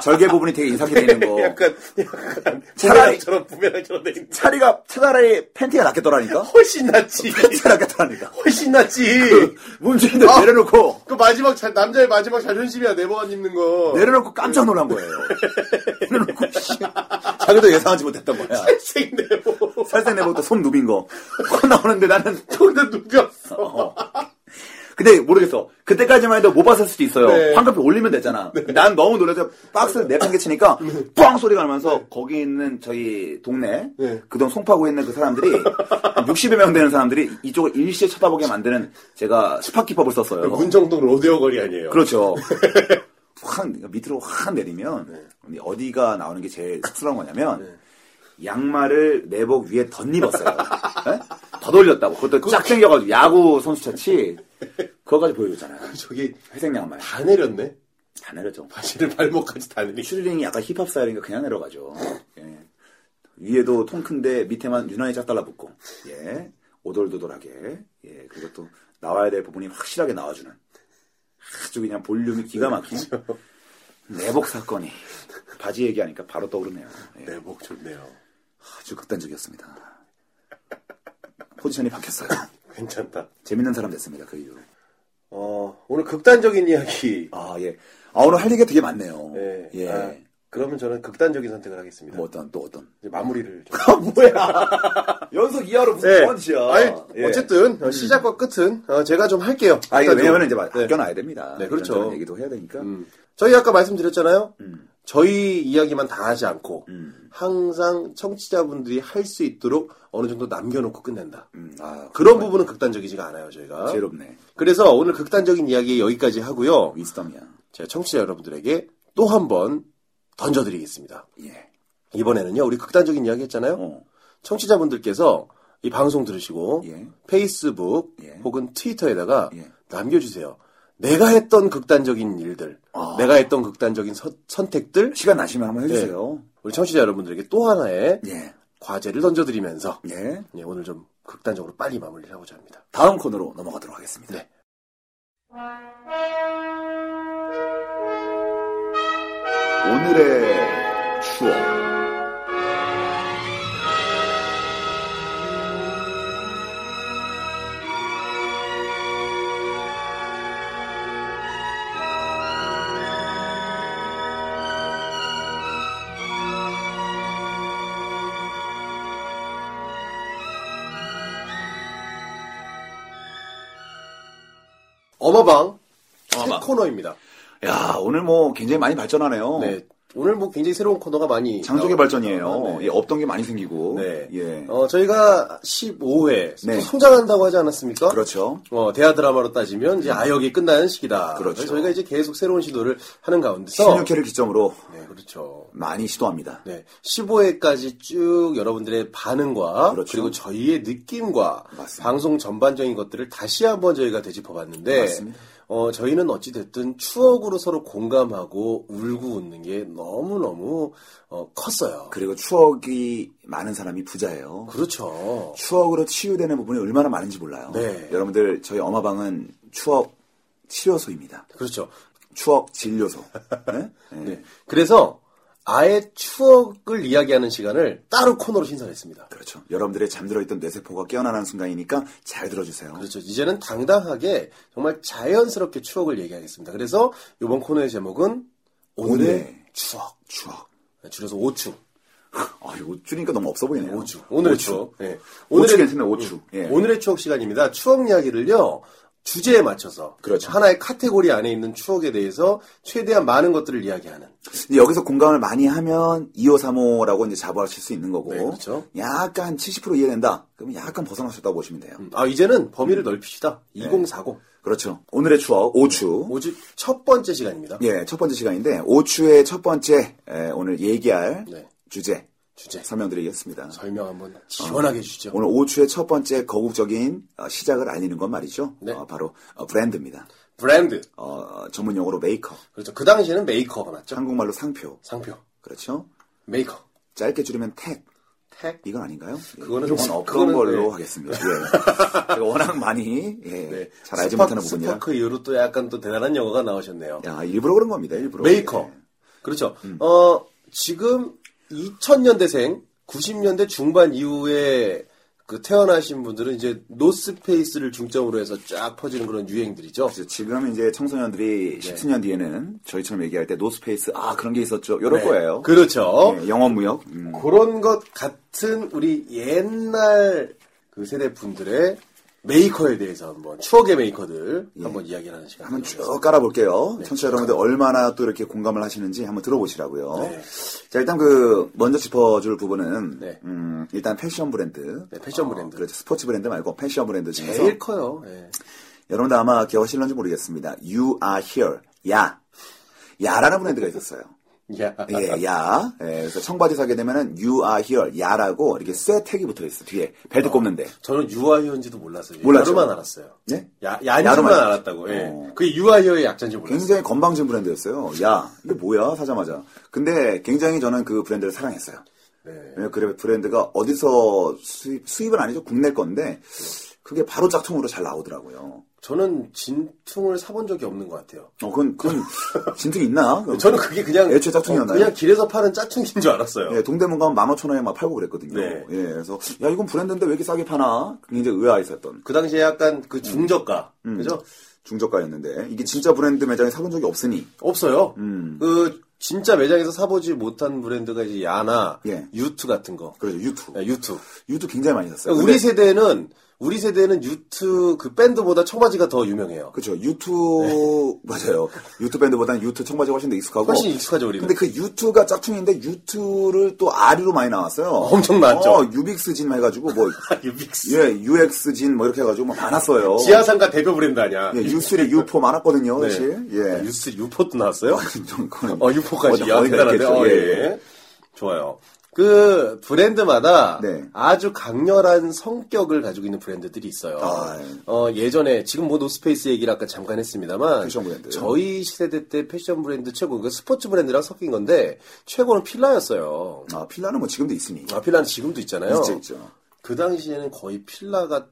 절개 부분이 되게 인상 깊는 거.
네, 약간 약간
차라리-
부메랑처럼 부메랑처럼 돼 있는 거.
차리가 차라리 팬티가 낫겠더라니까.
훨씬 낫지
팬티가 낫겠더라니까.
훨씬 낫지
그 문주인들
네. 아.
내려놓고
그 마지막 자- 남자의 마지막 자존심이야 내복 안 입는 거
내려놓고 깜짝 놀란 거예요. 내려놓고 씨, 자기도 예상하지 못했던 거야.
살생 내복
살색 내복도 솜 누빈 거. 확 나오는데 나는
근데 누겼어
어. 근데 모르겠어. 그때까지만 해도 못 봤을 수도 있어요.
네.
환급표 올리면 됐잖아. 난 너무 놀라서 박스를 네 내팽개 치니까
네.
뻥 소리가 나면서 거기 있는 저희 동네
네.
그동 송파구에 있는 그 사람들이 60여 명 되는 사람들이 이쪽을 일시에 쳐다보게 만드는 제가 스팟기법을 썼어요.
문정동 로데오 거리 아니에요
그렇죠. 확 밑으로 확 내리면 어디가 나오는 게 제일 쑥스러운 거냐면 양말을 내복 위에 덧입었어요. 네? 덧올렸다고. 그것도 쫙 당겨가지고 야구 선수처치 그거까지 보여줬잖아요.
저기
회색 양말
다 내렸네
다 내렸죠.
바지를 발목까지 다 내리
슈리링이 약간 힙합 스타일인가 그냥 내려가죠. 예. 위에도 통 큰데 밑에만 유난히 짝 달라붙고 예. 오돌도돌하게 예. 그리고 또 나와야 될 부분이 확실하게 나와주는 아주 그냥 볼륨이 기가 막힌 내복 사건이 바지 얘기하니까 바로 떠오르네요. 예.
내복 좋네요
아주 극단적이었습니다. 포지션이 바뀌었어요.
괜찮다
재밌는 사람 됐습니다. 그 이후로.
어, 오늘 극단적인 이야기.
아 예. 아 오늘 할 얘기가 되게 많네요.
네.
예.
아, 그러면 저는 극단적인 선택을 하겠습니다.
뭐 어떤 또 어떤
이제 마무리를 좀.
아, 뭐야. 연속 이하로 무슨
네.
펀치야.
아니,
예.
어쨌든 어, 시작과 끝은 어, 제가 좀 할게요.
아, 이게
일단 좀.
왜냐면 이제 막
네.
아껴놔야 됩니다.
네, 그렇죠.
이런저런 얘기도 해야 되니까.
음. 저희 아까 말씀드렸잖아요.
음.
저희 이야기만 다 하지 않고 항상 청취자분들이 할 수 있도록 어느 정도 남겨놓고 끝낸다.
음, 아,
그런 부분은 극단적이지가 않아요, 저희가.
지혜롭네.
그래서 오늘 극단적인 이야기 여기까지 하고요.
윗섬이야.
제가 청취자 여러분들에게 또 한 번 던져드리겠습니다.
예.
이번에는요, 우리 극단적인 이야기 했잖아요.
어.
청취자분들께서 이 방송 들으시고
예.
페이스북
예.
혹은 트위터에다가
예.
남겨주세요. 내가 했던 극단적인 일들,
아.
내가 했던 극단적인 서- 선택들
시간 나시면 한번 해주세요.
우리 청취자 여러분들에게 또 하나의
예.
과제를 던져드리면서
예.
예, 오늘 좀 극단적으로 빨리 마무리를 하고자 합니다.
다음 코너로 넘어가도록 하겠습니다.
네.
오늘의 추억.
어마방 새 코너입니다.
야, 오늘 뭐 굉장히 많이 발전하네요.
네, 오늘 뭐 굉장히 새로운 코너가 많이
장족의
나오고
발전이에요.
있습니다.
예, 없던 게 많이 생기고.
어, 네.
예.
어, 저희가 15회
네.
성장한다고 하지 않았습니까?
그렇죠. 음.
어, 대하 드라마로 따지면 이제 아역이 끝나는 시기다.
그렇죠.
그래서 저희가 이제 계속 새로운 시도를 하는 가운데서
16회를 기점으로
네, 그렇죠.
많이 시도합니다.
네, 15회까지 쭉 여러분들의 반응과
그렇죠.
리고 저희의 느낌과
맞습니다.
방송 전반적인 것들을 다시 한번 저희가 되짚어봤는데
맞습니다.
어, 저희는 어찌됐든 추억으로 서로 공감하고 울고 웃는 게 너무너무 어, 컸어요.
그리고 추억이 많은 사람이 부자예요.
그렇죠.
추억으로 치유되는 부분이 얼마나 많은지 몰라요.
네.
여러분들 저희 엄마방은 추억 치료소입니다.
그렇죠.
추억 진료소. 네? 네.
네. 그래서 아예 추억을 이야기하는 시간을 따로 코너로 신설했습니다.
그렇죠. 여러분들의 잠들어 있던 뇌세포가 깨어나는 순간이니까 잘 들어주세요.
그렇죠. 이제는 당당하게 정말 자연스럽게 추억을 얘기하겠습니다. 그래서 이번 코너의 제목은 오늘의
오늘의
추억.
추억.
네, 줄여서 오추.
아, 이거 줄이니까 너무 없어 보이네요.
오추. 오늘의
오추.
추억. 예.
오추 괜찮네, 오추.
예.
예.
오늘의 추억 시간입니다. 추억 이야기를요. 주제에 맞춰서
그렇죠.
하나의 카테고리 안에 있는 추억에 대해서 최대한 많은 것들을 이야기하는
근데 여기서 공감을 많이 하면 2535라고 이제 자부하실 수 있는 거고.
네, 그렇죠.
약간 70% 이해된다. 그러면 약간 벗어나셨다고 보시면 돼요.
음, 아 이제는 범위를 넓히시다
네.
2040
그렇죠. 오늘의 추억, 오추.
오직 첫 번째 시간입니다
예, 첫 번째 시간인데, 오추의 첫 번째, 에, 오늘 얘기할
네.
주제,
주제
설명드리겠습니다.
설명 한번 시원하게 해주시죠
아. 오늘 오추의 첫 번째 거국적인 어, 시작을 알리는 건 말이죠.
네.
어, 바로 어, 브랜드입니다.
브랜드
어, 전문 용어로 메이커.
그렇죠 그 당시에는 메이커가 맞죠
한국말로 상표.
상표
그렇죠.
메이커
짧게 줄이면 택.
택
이건 아닌가요?
그거는
건
좀-
없던
그거는
걸로
네.
하겠습니다. 예. 제가 워낙 많이 예,
네. 그
잘 알지
스파크-
못하는 부분이라.
스파크 이후로 또 약간 또 대단한 영어가 나오셨네요
야 일부러 그런 겁니다. 일부러.
메이커
예.
그렇죠 어 지금 2000년대생 90년대 중반 이후에 그 태어나신 분들은 이제 노스페이스를 중점으로 해서 쫙 퍼지는 그런 유행들이죠
그래서 지금 이제
네.
청소년들이 십수년 뒤에는 저희처럼 얘기할 때 노스페이스 아 그런 게 있었죠. 이럴
네.
거예요.
그렇죠
예, 영어무역. 음.
그런 것 같은 우리 옛날 그 세대 분들의 메이커에 대해서 한번 추억의 메이커들 한번 이야기를 하는 시간
예. 한번 쭉
네.
깔아볼게요. 청취자 여러분들 얼마나 또 이렇게 공감을 하시는지 한번 들어보시라고요.
네.
자, 일단 그 먼저 짚어줄 부분은
네.
음, 일단 패션 브랜드,
네, 패션 브랜드.
그렇죠. 스포츠 브랜드 말고 패션 브랜드 중에서
제일 커요. 예.
여러분들 아마 기억하실런지 모르겠습니다. You are here. 야. 야라는 브랜드가 있었어요.
야.
예, 야. 예, 그래서 청바지 사게 되면은 you are here. 야라고 이렇게 쇠 택이 붙어 있어. 뒤에
아.
벨트 꼽는데.
저는 유아현지도 몰랐어요.
몰랐죠?
야루만 알았어요.
예?
야, 야인지만
야루만 알았죠.
알았다고. 예.
어.
그게 유아현의 약자인지 몰랐어요.
굉장히 건방진 브랜드였어요. 야, 이게 뭐야? 사자마자. 근데 굉장히 저는 그 브랜드를 사랑했어요.
네.
왜냐면 그 브랜드가 어디서 수입, 수입은 아니죠. 국내 건데, 그게 바로 짝퉁으로 잘 나오더라고요.
저는 진퉁을 사본 적이 없는 것 같아요.
어, 그건, 그건, 진퉁 있나?
네, 저는 그게 그냥
애초에 짝퉁이었나요?
어, 그냥 길에서 파는 짝퉁인 줄 알았어요.
예, 동대문 가면 15,000원에 막 팔고 그랬거든요.
네.
예, 그래서, 야, 이건 브랜드인데 왜 이렇게 싸게 파나? 굉장히 의아했었던
그 당시에 약간
음.
그 중저가 그죠?
중저가였는데,
네.
이게 진짜 브랜드 매장에 사본 적이 없으니,
없어요.
음.
그 진짜 매장에서 사보지 못한 브랜드가 이제 야나
예.
유투 같은 거.
그래서 유투.
네, 유투.
유투 굉장히 많이 샀어요.
그러니까
근데
우리 세대는 우리 세대는 유투 그 밴드보다 청바지가 더 유명해요.
그렇죠. 유투 맞아요. 유투 밴드보다는 유투 청바지가 훨씬 더 익숙하고.
네. 훨씬 익숙하죠 우리는.
어. 근데 그 유투가 짝퉁인데 유투를 또 R로 많이 나왔어요.
엄청 많았죠.
어, 유빅스진 해가지고 뭐
유빅스.
예, UX진 뭐 이렇게 해가지고 뭐 많았어요.
그 지하상가 대표 브랜드 아니야.
예, U3, U4 많았거든요,
네.
사실.
아,
예.
유스 유포도 나왔어요.
좀 그건
어 유포까지. 야
어디가 네,
대단한데.
있겠죠.
어, 예. 좋아요. 그 브랜드마다
네.
아주 강렬한 성격을 가지고 있는 브랜드들이 있어요.
아, 예.
어, 예전에 지금 뭐 노스페이스 얘기를 아까 잠깐 했습니다만
패션 브랜드요.
저희 세대 때 패션 브랜드 최고 그 스포츠 브랜드랑 섞인 건데 최고는 필라였어요.
아, 필라는 뭐 지금도 있으니.
아, 필라는 지금도 있잖아요.
있죠, 있죠.
그 당시에는 거의 필라가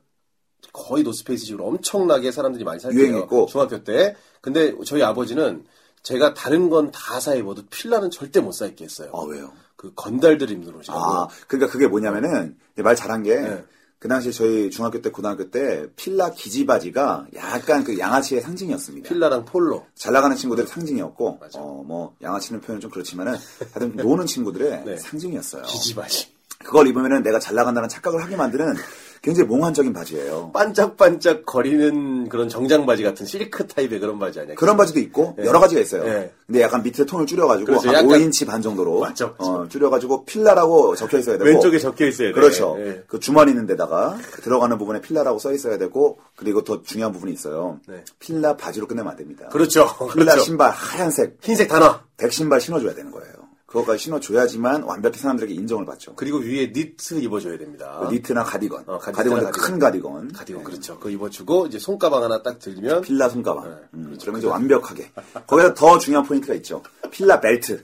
거의 노스페이스식으로 엄청나게 사람들이 많이 살때요
유행했고.
중학교 때. 근데 저희 아버지는 제가 다른 건 다 사 입어도 필라는 절대 못 사 입게 했어요.
아, 왜요?
그 건달들 입는 옷이라고.
아, 그러니까 그게 뭐냐면은 이제 말 잘한 게.
네.
그 당시 저희 중학교 때 고등학교 때 필라 기지바지가 약간 그 양아치의 상징이었습니다.
필라랑 폴로.
잘 나가는 친구들의 상징이었고,
맞아.
어, 뭐, 양아치는 표현은 좀 그렇지만은, 하여튼 노는 친구들의
네.
상징이었어요.
기지바지.
그걸 입으면은 내가 잘 나간다는 착각을 하게 만드는 굉장히 몽환적인 바지예요.
반짝반짝 거리는 그런 정장 바지 같은 실크 타입의 그런 바지 아니야?
그런 바지도 있고 여러 가지가 있어요.
예.
근데 약간 밑에 톤을 줄여가지고
그렇죠.
한
약간-
5인치 반 정도로
맞죠, 맞죠.
어, 줄여가지고 필라라고 적혀 있어야 되고
왼쪽에 적혀 있어야 돼.
그렇죠.
예.
그 주머니 있는 데다가 들어가는 부분에 필라라고 써 있어야 되고 그리고 더 중요한 부분이 있어요.
네.
필라 바지로 끝내면 안 됩니다.
그렇죠.
필라
그렇죠.
신발 하얀색
흰색 단어.
백신발 신어줘야 되는 거예요. 그것까지 신어줘야지만 완벽히 사람들에게 인정을 받죠.
그리고 위에 니트 입어줘야 됩니다.
그 니트나 가디건,
어, 가디건,
가디건,
가디건.
큰 가디건,
가디건
네.
그렇죠. 그거 입어주고 이제 손가방 하나 딱 들면
필라 손가방.
네,
음, 그러면 이제 완벽하게. 거기서 더 중요한 포인트가 있죠. 필라 벨트.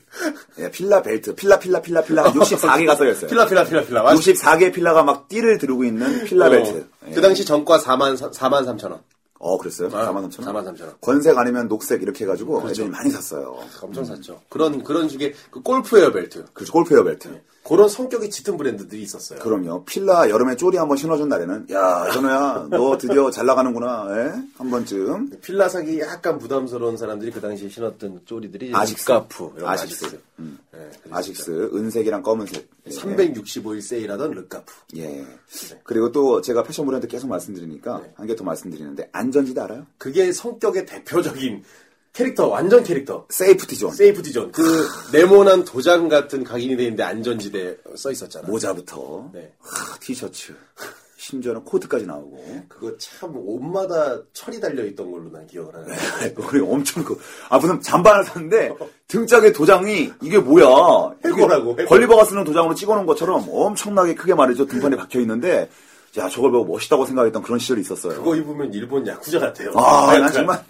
예, 필라 벨트. 필라 필라 필라 필라 64개가 써 있어요.
필라 필라 필라 필라. 맞-
64개의 필라가 막 띠를 들고 있는 필라
어.
벨트. 예.
그 당시 정가 4만 4만 3천 원.
어, 그랬어요? 43,000원. 그렇죠.
43,000원.
권색 아니면 녹색 이렇게 해가지고 애들이 많이 샀어요.
엄청 샀죠. 그런 그런 식의 그 골프웨어 벨트.
그렇죠. 골프웨어 벨트.
그런 성격이 짙은 브랜드들이 있었어요.
그럼요. 필라 여름에 쪼리 한번 신어준 날에는 야, 현우야, 너 드디어 잘 나가는구나. 예? 한 번쯤.
필라 사기 약간 부담스러운 사람들이 그 당시에 신었던 쪼리들이
아식스.
르카프, 이런
아식스. 음.
아식스. 예, 그래서
아식스, 은색이랑 검은색. 예.
365일 세일하던 르카프.
예. 그리고 또 제가 패션 브랜드 계속 말씀드리니까 한 개 더 말씀드리는데 안전지대 알아요?
그게 성격의 대표적인 캐릭터, 완전 캐릭터.
세이프티 존.
세이프티 존. 그
아.
네모난 도장 같은 각인이 돼 있는데 안전지대 써 있었잖아.
모자부터
네.
하, 티셔츠, 심지어는 코트까지 나오고.
그거 참 옷마다 철이 달려 있던 걸로 난 기억을 하는데.
우리 엄청 그, 아, 무슨 잠바를 샀는데, 등짝에 도장이, 이게 뭐야. 이게
해골하고, 해골.
걸리버가 쓰는 도장으로 찍어놓은 것처럼 엄청나게 크게 말이죠. 등판에 박혀있는데, 야, 저걸 보고 멋있다고 생각했던 그런 시절이 있었어요.
그거 입으면 일본 야쿠자 같아요.
아, 난
약간
정말,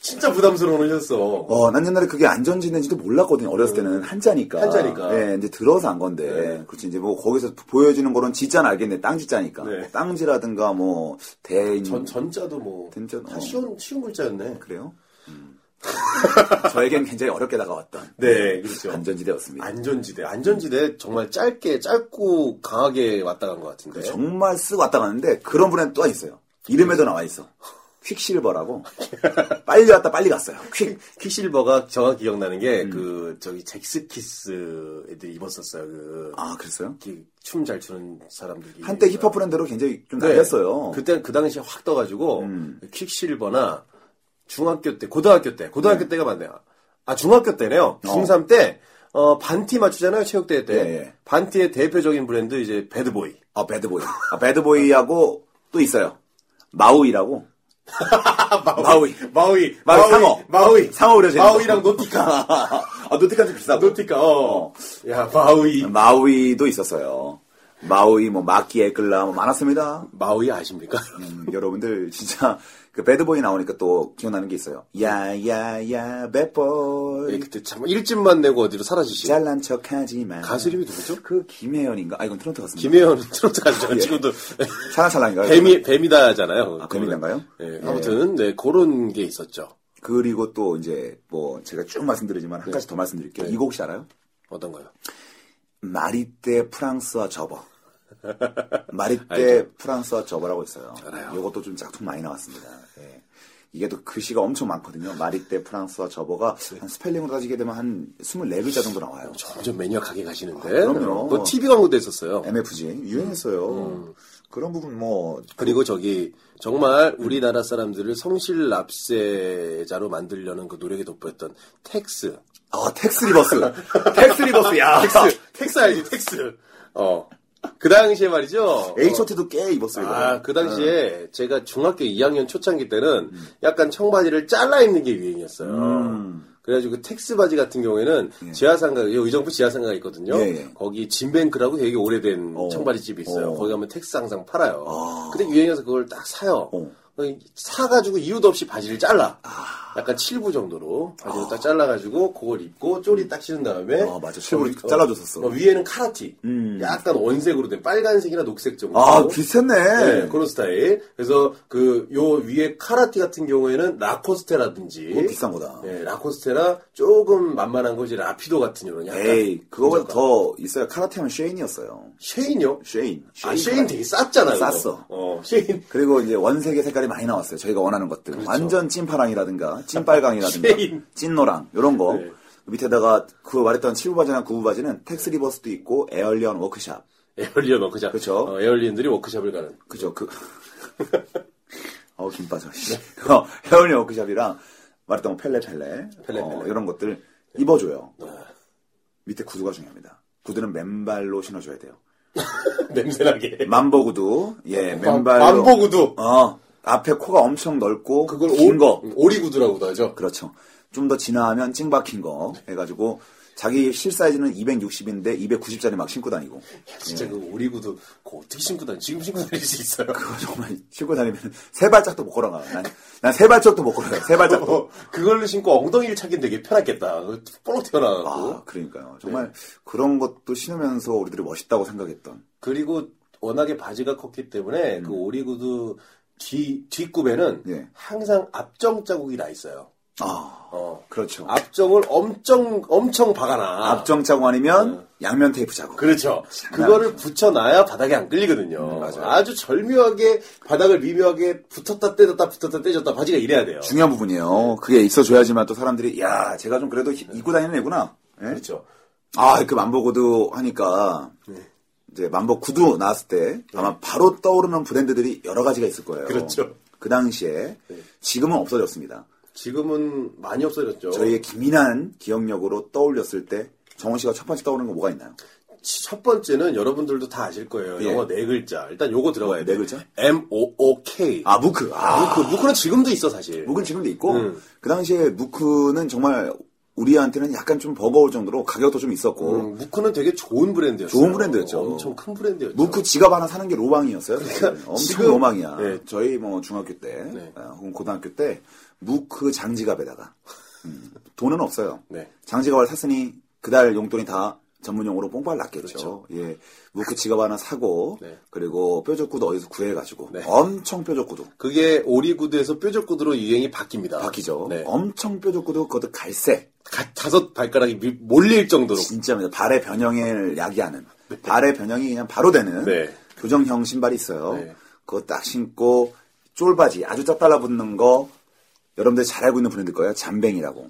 진짜 부담스러운 옷이었어.
어, 난 옛날에 그게 안전지대인지도 몰랐거든요. 어렸을 때는 한자니까.
음. 한자니까. 네.
예, 이제 들어서 안 건데. 그렇지, 이제 뭐 거기서 보여지는 거는 지자는 알겠네. 땅지자니까.
네.
땅지라든가 뭐, 대인.
전, 전자도 뭐.
전자는,
다
어.
쉬운, 쉬운 글자였네.
그래요? 음. 저에겐 굉장히 어렵게 다가왔던.
네, 그렇죠.
안전지대였습니다.
안전지대. 안전지대 정말 짧게, 짧고 강하게 왔다 간 것 같은데.
그 정말 쓰고 왔다 갔는데 그런 분은 또 있어요. 이름에도 나와 있어. 퀵실버라고. 빨리 왔다 빨리 갔어요. 퀵.
퀵실버가 정확히 기억나는 게,
음.
그, 저기, 잭스키스 애들이 입었었어요. 그,
아 그랬어요?
춤 잘 추는 사람들이.
한때 힙합 브랜드로 굉장히 좀 날렸어요.
예. 네.
음.
그때 그 당시에 확 떠가지고 퀵실버나 중학교 때, 고등학교 때, 고등학교 때가 맞네요. 아 중학교 때네요. 중3 때 어, 반티 맞추잖아요 체육대회 때.
예, 예.
반티의 대표적인 브랜드 이제 배드보이.
아 배드보이. 아 배드보이하고 또 있어요. 마우이라고. 마우이.
마우이,
마우이 상어.
마우이,
상어 우려제.
마우이랑 노티카,
아 노티카 좀 비싸고. 어,
노티카. 어, 야 마우이.
음. 마우이도 있었어요. 마우이 뭐 마키 에클라 뭐 많았습니다.
마우이 아십니까?
음, 여러분들 진짜 그 배드보이 나오니까 또 기억나는 게 있어요. 야야야
예,
배보이
그때 참 일집만 내고 어디로 사라지시. 고
잘난 척하지마.
가수 이름이 누구죠?
그 김혜연인가? 아 이건 트로트 가수입니다.
김혜연 트로트 가수잖아.
예.
요 지금도
찰랑찰랑인가요?
뱀이 뱀이다잖아요.
아, 뱀이란가요?
예,
예.
아무튼 네 그런 게 있었죠.
그리고 또 이제 뭐 제가 쭉 말씀드리지만
네.
한 가지 더 말씀드릴게요. 이거 혹시 알아요?
어떤 거요?
마리떼 프랑스와 접어. 마리떼
알죠.
프랑스와 접어라고 있어요.
알아요.
이것도 좀 작품 많이 나왔습니다. 예. 이게 또 글씨가 엄청 많거든요. 마리떼 프랑스와 접어가
네.
한 스펠링으로 따지게 되면 한 24글자 정도 나와요.
점점 매니악하게 가시는데.
아, 그럼요.
그거 TV 광고도 했었어요.
MFG 유행했어요.
음.
그런 부분 뭐
그리고 저기 정말 우리나라 사람들을 성실 납세자로 만들려는 그 노력에 돋보였던 텍스.
아, 텍스 리버스. 텍스 리버스, 야.
텍스. 텍스 알지? 텍스. 어. 그 당시에 말이죠.
HOT도 꽤 입었어요. 이거.
아, 그
어.
당시에 제가 중학교 2학년 초창기 때는 약간 청바지를 잘라 입는 게 유행이었어요.
음.
그래가지고 그 텍스 바지 같은 경우에는 지하상가, 여기 의정부 지하상가가 있거든요.
예, 예.
거기 진뱅크라고 되게 오래된
어.
청바지 집이 있어요.
어.
거기 가면 텍스 항상 팔아요.
아.
근데 유행해서 그걸 딱 사요.
어. 아.
사가지고 이유도 없이 바지를 잘라. 약간 7부 정도로 바지를 딱 잘라가지고 그걸 입고 쪼리 딱 신은 다음에
아, 맞아. 칠부로
거기,
잘라줬었어.
어, 위에는 카라티.
음.
약간 원색으로 된 빨간색이나 녹색 정도.
아, 비슷했네.
그렇죠. 네, 그런 스타일. 그래서 그 요 위에 카라티 같은 경우에는
그거
라코스테라든지
비싼 거다.
네, 라코스테라 조금 만만한 거지 라피도 같은 이런 약간
에이, 그거보다
근접감.
더 있어요. 카라테 하면 쉐인이었어요.
쉐인요?
쉐인.
아 쉐인 되게 쌌잖아요. 이거.
쌌어.
어 쉐인
그리고 이제 원색의 색깔이 많이 나왔어요. 저희가 원하는 것들. 완전 찐파랑이라든가, 찐빨강이라든가,
그렇죠. 쉐인.
찐노랑, 이런 거.
네.
밑에다가 그 말했던 7부바지나 9부바지는 텍스 리버스도 있고, 에얼리언 워크샵.
에어리언 워크샵.
그쵸.
어, 에어리언들이 워크샵을 가는.
그죠? 그 어우 김 빠져. 씨. 어, 헤어리 워크샵이랑 말했던 거 펠레 펠레,
펠레,
어,
펠레. 네.
이런 것들 입어줘요. 밑에 구두가 중요합니다. 구두는 맨발로 신어줘야 돼요.
냄새나게.
만보 구두, 예,
만-
맨발로.
어, 아, 만보 구두.
어, 앞에 코가 엄청 넓고
그걸
긴
오, 음,
거.
오리 구두라고도 하죠.
그렇죠. 좀 더 진화하면 찡박힌 거 해가지고 자기 실 사이즈는 260인데 290짜리 막 신고 다니고
진짜
음.
그 오리 구두 그거 어떻게 신고 다니? 지금 신고 다닐 수 있어요.
그거 정말 신고 다니면 세 발짝도 못 걸어가. 난 세 발짝도 못 걸어가. 세 발짝도.
어, 그걸로 신고 엉덩이를 차긴 되게 편하겠다. 그거 뽀록 튀어나가고.
아, 그러니까요.
네.
정말 그런 것도 신으면서 우리들이 멋있다고 생각했던.
그리고 워낙에 바지가 컸기 때문에 그 오리 구두 뒤 뒷굽에는
음. 예.
항상 앞정 자국이 나 있어요.
아,
어.
그렇죠.
앞정을 엄청 엄청 박아놔.
앞정 자국 아니면 양면 테이프 자국.
네. 그렇죠.
장난 음,
그거를 붙여놔야 바닥에 안 끌리거든요.
맞아요.
주 절묘하게 바닥을 미묘하게 붙었다 떼졌다 붙었다 떼졌다 바지가 이래야 돼요.
중요한
네.
부분이에요. 그게 있어줘야지만 또 사람들이 야, 제가 좀 그래도 히- 입고 다니는 애구나. 예?
그렇죠.
아, 그 만보고도 하니까
네.
이제 만보 구두 나왔을 때 아마 바로 떠오르는 브랜드들이 여러 가지가 있을 거예요.
그렇죠. 네.
그 당시에 지금은 없어졌습니다.
지금은 많이 없어졌죠.
저희의 기민한 기억력으로 떠올렸을 때 정원 씨가 첫 번째 떠오르는 거 뭐가 있나요?
첫 번째는 여러분들도 다 아실 거예요.
예.
영어 네 글자. 일단 요거 들어가야 돼요.
네 글자?
M O O K.
아, 무크. 아,
무크. 무크는 지금도 있어 사실.
묵은 지금도 있고
음.
그 당시에 무크는 정말 우리한테는 약간 좀 버거울 정도로 가격도 좀 있었고
음, 무크는 되게 좋은 브랜드였어요.
좋은 브랜드였죠.
엄청 큰 브랜드였죠.
무크 지갑 하나 사는 게 로망이었어요. 사실은. 엄청
그러니까 지금-
로망이야.
네.
저희 뭐 중학교 때
네.
어, 혹은 고등학교 때 무크 장지갑에다가 음, 돈은 없어요.
네.
장지갑을 샀으니 그달 용돈이 다 전문용어로 뽕발 났겠죠. 예, 무크 지갑 하나 사고
그렇죠. 네.
그리고 뾰족구도 어디서 구해가지고
네.
엄청 뾰족구도
그게 오리구두에서 뾰족구두로 유행이 바뀝니다.
바뀌죠. 어.
네.
엄청 뾰족구도 그것도 갈색
가- 다섯 발가락이 밀- 몰릴 정도로.
진짜입니다. 발의 변형을 야기하는 발의 변형이 그냥 바로 되는
네.
교정형 신발이 있어요.
네.
그거 딱 신고 쫄바지 아주 짝 달라붙는 거 여러분들 잘 알고 있는 브랜드 거예요. 잠뱅이라고.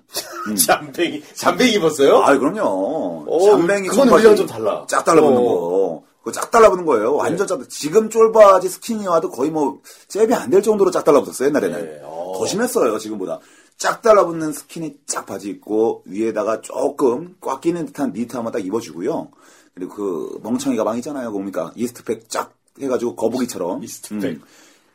잠뱅이 잠뱅이 입었어요?
음. 아 그럼요.
어,
잠뱅이
그건
쫄바지
우리랑 좀 달라.
짝 달라붙는
어. 네.
거. 그거 짝 달라붙는 거예요. 완전 짝. 지금 쫄바지 스키니와도 거의 뭐 잽이 안 될 정도로 짝 달라붙었어요. 옛날에는
네, 어.
더 심했어요. 지금보다. 짝 달라붙는 스키니 짝 바지 입고 위에다가 조금 꽉 끼는 듯한 니트 한번 딱 입어주고요. 그리고 그 멍청이 가방 있잖아요. 그거 뭡니까 이스트팩 쫙 해가지고 거북이처럼.
이스트팩.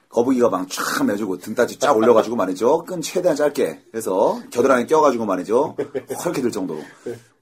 거북이 가방 쫙 매주고 등까지 쫙 올려가지고 말이죠. 끈 최대한 짧게 해서 겨드랑이 껴가지고 말이죠. 헐게 될 정도로.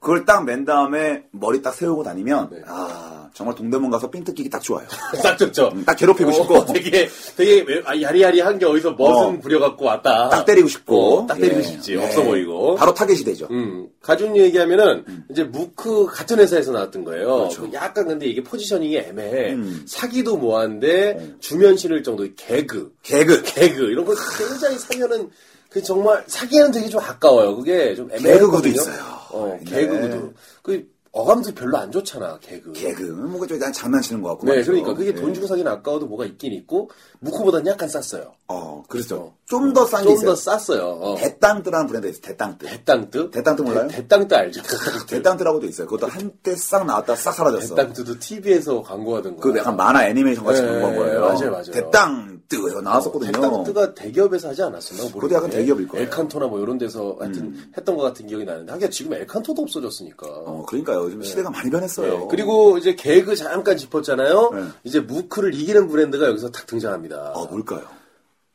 그걸 딱 맨 다음에 머리 딱 세우고 다니면
네.
아 정말 동대문 가서 삥 뜯기기 딱 좋아요.
딱 좋죠.
음, 딱 괴롭히고
어,
싶고
되게 되게 왜- 아, 야리야리한 게 어디서 멋은
어.
부려갖고 왔다.
딱 때리고 싶고
어, 딱 때리고
예.
싶지.
예.
없어 보이고.
바로 타겟이 되죠.
음, 가준 얘기하면은,
음.
이제 무크 같은 회사에서 나왔던 거예요.
그렇죠.
그 약간 근데 이게 포지셔닝이 애매해.
음.
사기도 뭐한데, 주면 실을 정도의 개그.
어. 개그
개그. 이런 거 굉장히 사면은, 그 정말, 사기에는 되게 좀 아까워요. 그게 좀 애매해요.
개그구도 있어요.
어,
네.
개그구도. 그, 어감도 별로 안 좋잖아, 개그.
예, 개그 뭔가 좀 약간 장난치는 것 같고.
네,
말이죠.
그러니까 그게
예.
돈 주고 사기는 아까워도 뭐가 있긴 있고, 무크보다는 약간 쌌어요.
어 그렇죠.
어.
좀 더 싼 게
좀 더
있어요.
쌌어요. 어.
대땅뜨라는 브랜드 있어요. 대땅뜨.
대땅뜨?
대땅뜨 몰라요?
대, 대땅뜨 알죠?
대땅뜨라고도 있어요. 그것도 한때 싹 나왔다 싹 사라졌어.
대땅뜨도 TV에서 광고하던 거.
그 약간 만화 애니메이션 같이
네,
그런 건 거예요.
맞아요, 맞아요.
대땅 뜨가 나왔었거든요.
백다운트가 대기업에서 하지 않았었나? 모르겠네.
그것도 약간 대기업일 거예요. 음.
엘칸토나 뭐 이런 데서 하여튼 했던 것 같은 기억이 나는데 하긴 지금 엘칸토도 없어졌으니까.
어, 그러니까요. 요즘 시대가 많이 변했어요.
네, 그리고 이제 개그 잠깐 짚었잖아요.
네.
이제 무크를 이기는 브랜드가 여기서 탁 등장합니다.
아, 뭘까요?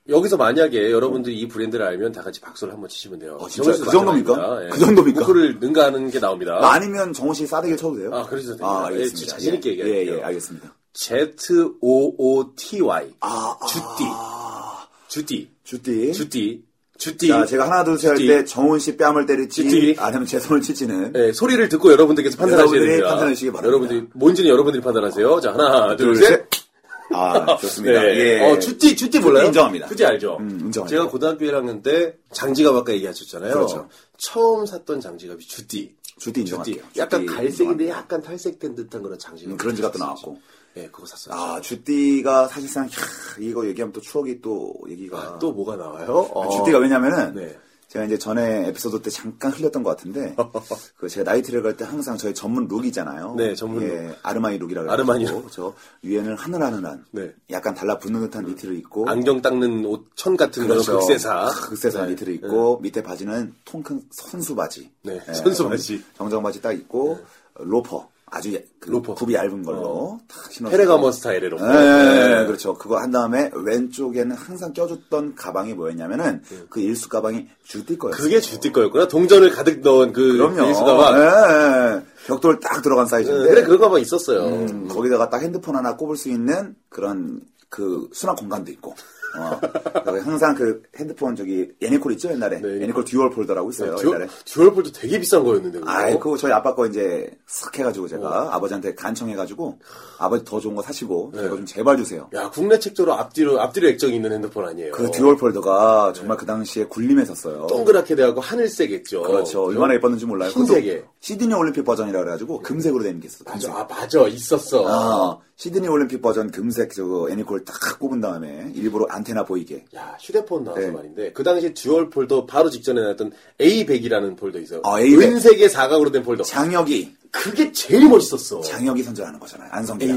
여기서 만약에 여러분들이 이 브랜드를 알면 다 같이 박수를 한번 치시면 돼요.
아, 진짜요?
정수
그 정도입니까?
마찬가지입니다. 예.
그 정도입니까?
무크를 능가하는 게 나옵니다.
아, 아니면 정호 씨 싸대기를 쳐도 돼요?
아, 그러셔도 됩니다.
아,
예,
알겠습니다.
자신 있게
예,
얘기할게요.
예, 예, 알겠습니다.
ZOOTY.
아,
주띠. 주띠.
주띠.
주띠. 주띠.
자, 제가 하나, 둘, 셋 할
주띠.
때 정훈 씨 뺨을 때릴지,
주띠.
아니면 제 손을 칠지는.
네, 소리를 듣고 여러분들께서 판단하셔야
여러분들이
됩니다.
판단해 주시기 바랍니다.
여러분들이 뭔지는 여러분들이 판단하세요. 자, 하나, 둘, 셋.
아, 좋습니다.
네.
예.
어, 주띠, 주띠 몰라요?
인정합니다.
주띠 알죠?
음, 인정합니다.
제가 고등학교 1학년 때 장지갑 아까 얘기하셨잖아요.
그렇죠.
처음 샀던 장지갑이 주띠.
주띠
주띠.
인정할게요.
약간
주띠
갈색인데
인정합니다.
약간 탈색된 듯한 그런 장지갑.
음, 그런 지갑도
샀었죠.
나왔고.
네, 그거 샀어요.
아, 주띠가 사실상, 캬, 이거 얘기하면 또 추억이 또 얘기가.
아, 또 아, 뭐가 나와요? 어.
주띠가 왜냐면은,
네.
제가 이제 전에 에피소드 때 잠깐 흘렸던 것 같은데 그 제가 나이트를 갈 때 항상 저희 전문 룩이잖아요.
네, 전문 룩.
예, 아르마니 룩이라고
아르마니요.
해가지고 저 위에는 하늘하늘한
네.
약간 달라붙는 듯한 니트를 입고
안경 닦는 옷 천 같은 그런 극세사.
크, 그렇죠. 극세사
네.
니트를 입고 밑에 바지는 통큰 선수 바지.
네,
예,
선수 바지. 네.
정장 바지 딱 입고 로퍼 아주 얇- 그
로퍼.
굽이 얇은 걸로 탁 신어.
페레가모 스타일의 로퍼.
예,
네.
예, 예, 그렇죠. 그거 한 다음에 왼쪽에는 항상 껴줬던 가방이 뭐였냐면은 그 일수 가방이 주띠 거였어요.
네. 그게 주띠 거였구나. 동전을 가득 넣은 그
그럼요.
일수가방. 네.
예, 예, 예. 벽돌 딱 들어간 사이즈인데.
그래 그런 가방 있었어요.
음, 거기다가 딱 핸드폰 하나 꼽을 수 있는 그런 그 수납 공간도 있고. 어. 그다음에 항상 그 핸드폰 저기 애니콜 있죠 옛날에
네, 애니콜.
애니콜 듀얼 폴더라고 있어요
듀얼, 어?
옛날에.
듀얼볼도 되게 비싼 거였는데. 그거.
네, 아이 그 저희 아빠 거 이제 싹 해가지고 제가
어.
아버지한테 간청해가지고 아버지 더 좋은 거 사시고
네.
제가 좀 제발 주세요.
야 국내 책조로 앞뒤로 앞뒤로 액정이 있는 핸드폰 아니에요.
그 듀얼 폴더가 정말 그 당시에 굴림했었어요.
어. 동그랗게 돼갖고 하늘색했죠.
그렇죠. 얼마나 예뻤는지 몰라요.
흰색에.
그것도 시드니 올림픽 버전이라 그래가지고 금색으로 된 게 있어.
맞아,
금색.
아, 맞아, 있었어.
아, 시드니 올림픽 버전 금색 저거 애니콜 딱 꼽은 다음에 일부러 안테나 보이게.
야, 휴대폰 나와서
네.
말인데, 그 당시 듀얼 폴더 바로 직전에 나왔던 A100이라는 폴더 있어요.
아, A100.
은색의 사각으로 된 폴더.
장혁이
그게 제일 멋있었어.
장혁이 선전하는 거잖아요.
에이백.
안성기.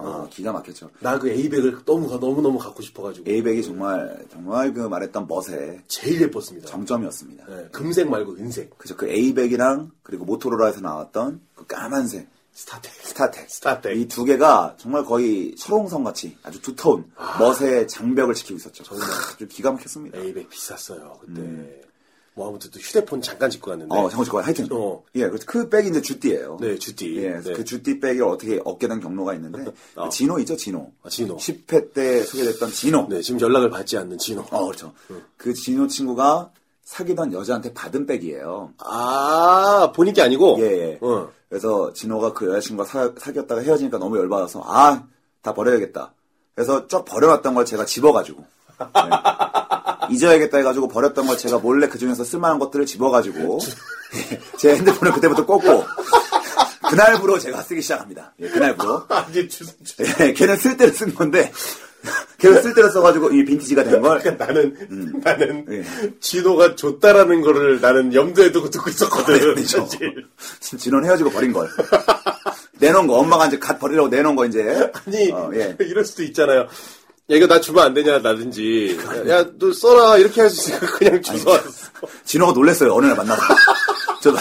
어, 기가 막혔죠.
나 그 A100을 너무, 가- 너무너무 갖고 싶어가지고.
에이백이 정말 정말 그 말했던 멋의
제일 예뻤습니다.
정점이었습니다.
네, 금색 말고 은색.
그죠? 그 에이백이랑 그리고 모토로라에서 나왔던 그 까만색
스타텍.
스타텍.
스타텍.
이 두 개가 정말 거의 철옹성 같이 아주 두터운 멋의 장벽을 지키고 있었죠. 정말 아주 기가 막혔습니다.
A100 비쌌어요, 그때. 뭐, 아무튼 또 휴대폰 잠깐 짚고 갔는데.
음. 어, 잠깐 잠깐 하여튼
어.
예, 그래서 그 백이 이제 주띠예요.
네, 주띠.
예, 그래서
네.
그 주띠 백을 어떻게 얻게 된 경로가 있는데
어.
그 진호 있죠, 진호.
아, 진호.
10회 때 소개됐던 진호.
네, 지금 연락을 받지 않는 진호.
어, 그렇죠. 그 진호 친구가 사귀던 여자한테 받은 백이에요.
아, 본인 게 아니고?
예, 예.
어.
그래서 진호가 그 여자친구와 사, 사귀었다가 헤어지니까 너무 열받아서 아, 다 버려야겠다. 그래서 쫙 버려놨던 걸 제가 집어가지고 네. 잊어야겠다 해가지고 버렸던 걸 제가 몰래 그 중에서 쓸만한 것들을 집어가지고 제 핸드폰을 그때부터 꽂고 그날부로 제가 쓰기 시작합니다. 예, 그날부로
아니, 주, 주,
예, 걔는 쓸 때를 쓴 건데 걔는 쓸 때를 써가지고 이 빈티지가 된걸
그러니까 나는 나는
음. 예.
진호가 줬다라는 거를 나는 염두에 두고 듣고 있었거든.
아, 네, 그죠.
사실.
진원 헤어지고 버린 걸. 내놓은 거, 엄마가 이제 갓 버리라고 내놓은 거, 이제.
아니
어, 예.
이럴 수도 있잖아요. 야 이거 나 주면 안 되냐 라든지 야 너 써라 이렇게 할 수 있으니까 그냥 주워 왔어.
진호가 놀랬어요, 어느 날 만나서. 저,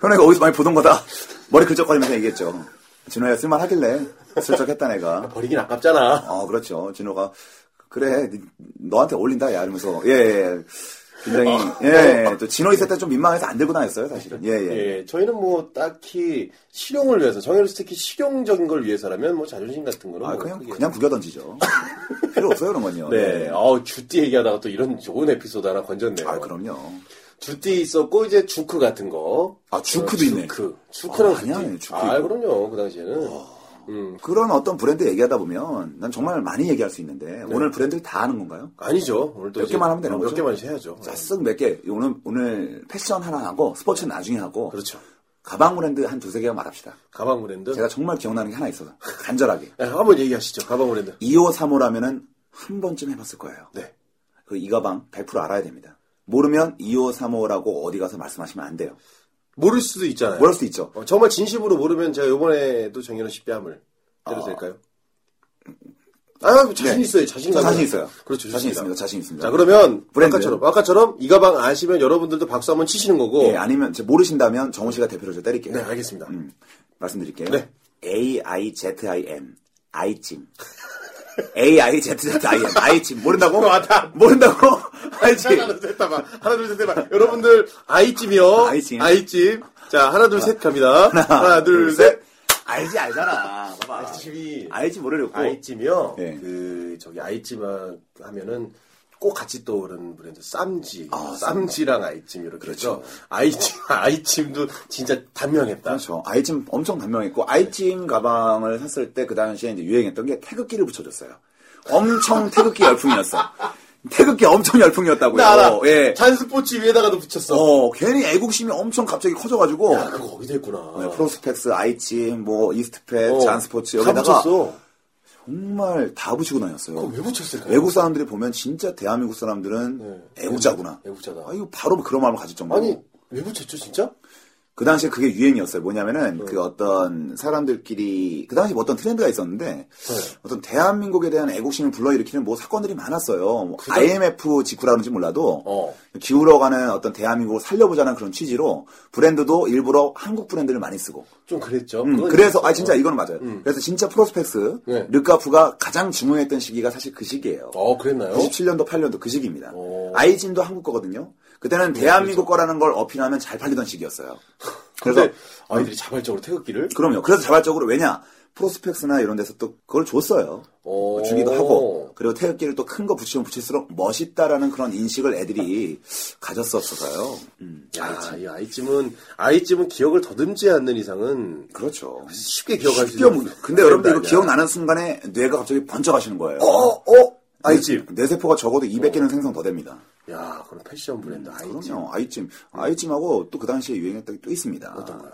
현애가 어디서 많이 보던 거다. 머리 긁적거리면서 얘기했죠. 진호야, 쓸만하길래. 슬쩍 했다, 내가.
버리긴 아깝잖아.
어, 그렇죠. 진호가, 그래, 니- 너한테 어울린다, 야, 이러면서. 예, 예. 굉장히, 예, 예. 또 진호 있을 때 좀 민망해서 안 들고 다녔어요, 사실은. 예, 예.
예, 저희는 뭐 딱히 실용을 위해서 정혜로 특히 실용적인 걸 위해서라면 뭐 자존심 같은 거는
아,
뭐
그냥,
크게-
그냥 구겨 던지죠. 필요 없어요, 그런 건요.
네,
예.
아우 주띠 얘기하다가 또 이런 좋은 에피소드 하나 건졌네요.
아, 그럼요.
주띠 있었고 이제 주크 같은 거.
아, 주크도
어,
있네.
주크. 주크랑
아, 아니야,
주띠.
주크
아,
있고. 어.
그럼요. 그 당시에는. 음.
그런 어떤 브랜드 얘기하다 보면 난 정말 많이 얘기할 수 있는데 오늘 브랜드를 다 아는 건가요?
아니죠. 오늘 또
몇
이제 어,
개만 하면 되는
몇
거죠?
개만 해야죠. 예.
자, 쓱몇 개. 오늘 오늘 패션 하나 하고 스포츠는 나중에 하고
그렇죠.
가방 브랜드 한 두세 개만 말합시다.
가방 브랜드.
제가 정말 기억나는 게 하나 있어서 간절하게.
네, 한번 얘기하시죠. 가방 브랜드.
2호 3호라면은 한 번쯤 해봤을 거예요.
네.
그 이 가방 100% 알아야 됩니다. 모르면 2호 3호라고 어디 가서 말씀하시면 안 돼요.
모를 수도 있잖아요.
모를 수 있죠.
어, 정말 진심으로 모르면 제가 요번에도 정현우 씨 뺨을 때려도 될까요? 아, 자신
네.
있어요. 자신감.
저 자신 있어요.
그렇죠.
자신
좋습니다.
있습니다. 자신 있습니다.
자, 그러면
브랜드.
아까처럼 아까처럼 이 가방 아시면 여러분들도 박수 한번 치시는 거고.
예, 아니면 제 모르신다면 정우 씨가 대표로 저 때릴게요.
네, 알겠습니다.
음, 말씀드릴게요.
네.
A I Z I M 아이찜. A I Z Z I M 아이찜 모른다고?
어, 맞다.
모른다고? 알지?
하나 둘셋 해봐. 하나 둘셋 해봐. 여러분들 아이집이요.
아이찜.
아이집. 자 하나 둘 셋 갑니다. 하나 둘 셋.
알지 알잖아. 봐봐.
아이찜이
알지 모르려고.
아이찜이요.
뭐, 예.
그 저기 아이찜 하면은 꼭 같이 떠오르는 브랜드 쌈지.
아,
쌈지랑 아이찜 이렇게 그렇죠. 아이찜 아이찜도 진짜 단명했다.
그렇죠. 아이찜 엄청 단명했고 아이찜 가방을 샀을 때 그 당시에 이제 유행했던 게 태극기를 붙여줬어요. 엄청 태극기 열풍이었어. 태극기 엄청 열풍이었다고요.
나 알아.
예.
잔스포츠 위에다가도 붙였어.
어, 괜히 애국심이 엄청 갑자기 커져가지고
야, 그거 거기다 했구나.
어, 네, 프로스펙스, 아이치, 뭐 이스트팩,
어,
잔스포츠
다
여기다가
붙였어.
정말 다 붙이고 다녔어요.
왜 붙였을까요?
외국 사람들이 보면 진짜 대한민국 사람들은
네.
애국자구나.
애국자다.
아, 이거 바로 그런 마음을 가질 정도로.
아니 왜 붙였죠 진짜?
그 당시에 그게 유행이었어요.
네.
뭐냐면은 그 어떤 사람들끼리 그 당시 에 어떤 트렌드가 있었는데
네.
어떤 대한민국에 대한 애국심을 불러일으키는 뭐 사건들이 많았어요. 뭐 IMF 직후라는지 몰라도
어.
기울어가는 어떤 대한민국을 살려보자는 그런 취지로 브랜드도 일부러 한국 브랜드를 많이 쓰고
좀 그랬죠.
음,
그건
그래서 아
있었죠.
진짜 이건 맞아요. 그래서 진짜 프로스펙스
네.
르카프가 가장 중요했던 시기가 사실 그 시기예요.
어 그랬나요? 어.
97년도 8년도 그 시기입니다.
오.
아이진도 한국 거거든요. 그때는
네,
대한민국 거라는 걸 어필하면 잘 팔리던 시기였어요. 그래서
그렇죠.
음,
근데 아이들이 자발적으로 태극기를
그럼요. 그래서 자발적으로 왜냐 프로스펙스나 이런 데서 또 그걸 줬어요. 뭐
오.
주기도 하고 그리고 태극기를 또 큰 거 붙이면 붙일수록 멋있다라는 그런 인식을 애들이 가졌었어서요. 음.
야, 이 아이찜은 아이찜은 기억을 더듬지 않는 이상은
그렇죠.
쉽게 기억할 수
쉽게
있는.
뭐- 근데 여러분들 이거
아니야.
기억나는 순간에 뇌가 갑자기 번쩍하시는 거예요.
어, 어, 아이찜.
뇌세포가 적어도 200개는 생성 더 됩니다.
야, 그럼 패션 브랜드 아이찜. 네.
그럼요. 아이찜. 아이찜하고 또 그 당시에 유행했던 게 또 있습니다. 어떤 거요?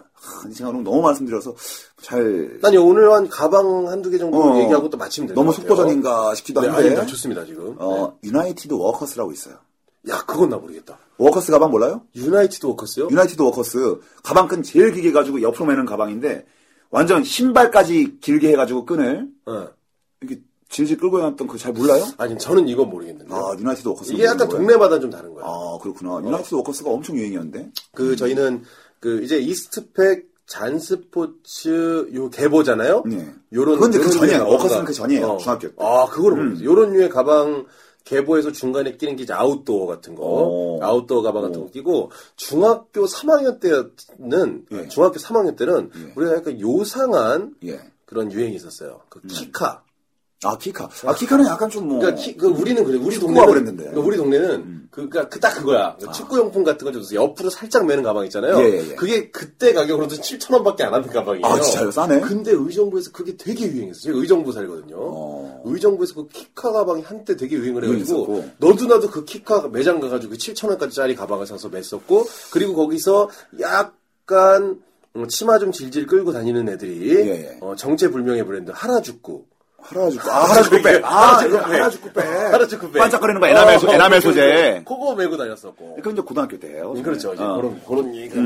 제가 너무 너무 말씀드려서 잘
난 오늘 한 가방 한두 개 정도
어,
얘기하고 또 마치면 될것
너무
같아요.
속도전인가 싶기도
네,
한데.
아닙니다. 좋습니다, 지금.
어, 유나이티드 워커스라고 있어요.
네. 야, 그건 나 모르겠다.
워커스 가방 몰라요?
유나이티드 워커스요?
유나이티드 워커스 가방 끈 제일 길게 가지고 옆으로 매는 가방인데 완전 신발까지 길게 해가지고 끈을
예.
이렇게 질질 끌고 다녔던 그거 잘 몰라요?
아니, 저는 이건 모르겠는데.
아 유나이티드 워커스
이게 약간 동네마다 좀 다른 거야.
아 그렇구나 유나이티드 워커스가 엄청 유행이었는데
그 저희는 그 이제 이스트팩 잔스포츠 요 개보잖아요.
네.
요런
그건 이제 그
요런
전이에요.
류의 가방.
워커스는 그 전이에요. 중학교 음. 때.
아, 그걸 모르겠어요. 요런 류의 가방 개보에서 중간에 끼는 게 이제 아웃도어 같은 거.
어.
아웃도어 가방 같은 거 끼고 중학교 3학년 때는
예.
중학교 3학년 때는
예.
우리가 약간 요상한
예.
그런 유행이 있었어요. 그
음.
키카.
아 키카 아 키카는 약간 좀뭐
그러니까 키, 그 우리는 그래. 우리
축구화
동네는
그랬는데. 음. 아.
그러니까 우리 동네는 그니까 그딱 그거야. 그 축구 용품 같은 거 좀 옆으로 살짝 매는 가방 있잖아요.
예, 예, 예.
그게 그때 가격으로도 7천 원밖에 안 하는 가방이에요.
아, 진짜요? 싸네.
근데 의정부에서 그게 되게 유행했어요. 제가 의정부 살거든요.
어.
의정부에서 그 키카 가방이 한때 되게 유행을 해가지고
유행했었고.
너도 나도 그 키카 매장 가가지고 7천 원까지짜리 가방을 사서 맸었고 그리고 거기서 약간 음, 치마 좀 질질 끌고 다니는 애들이
예, 예.
어, 정체불명의 브랜드 하라주쿠
하라주쿠 아 하라주쿠 빼 아,
하라주쿠 빼.
하라주쿠 빼
하라주쿠 빼.
반짝거리는 거 에나멜 소-
어,
에나멜
그거-
소재
그거 메고 다녔었고.
그건 이제 고등학교 때예요
그렇죠. 이제
어. 음.
그런 그런 얘기가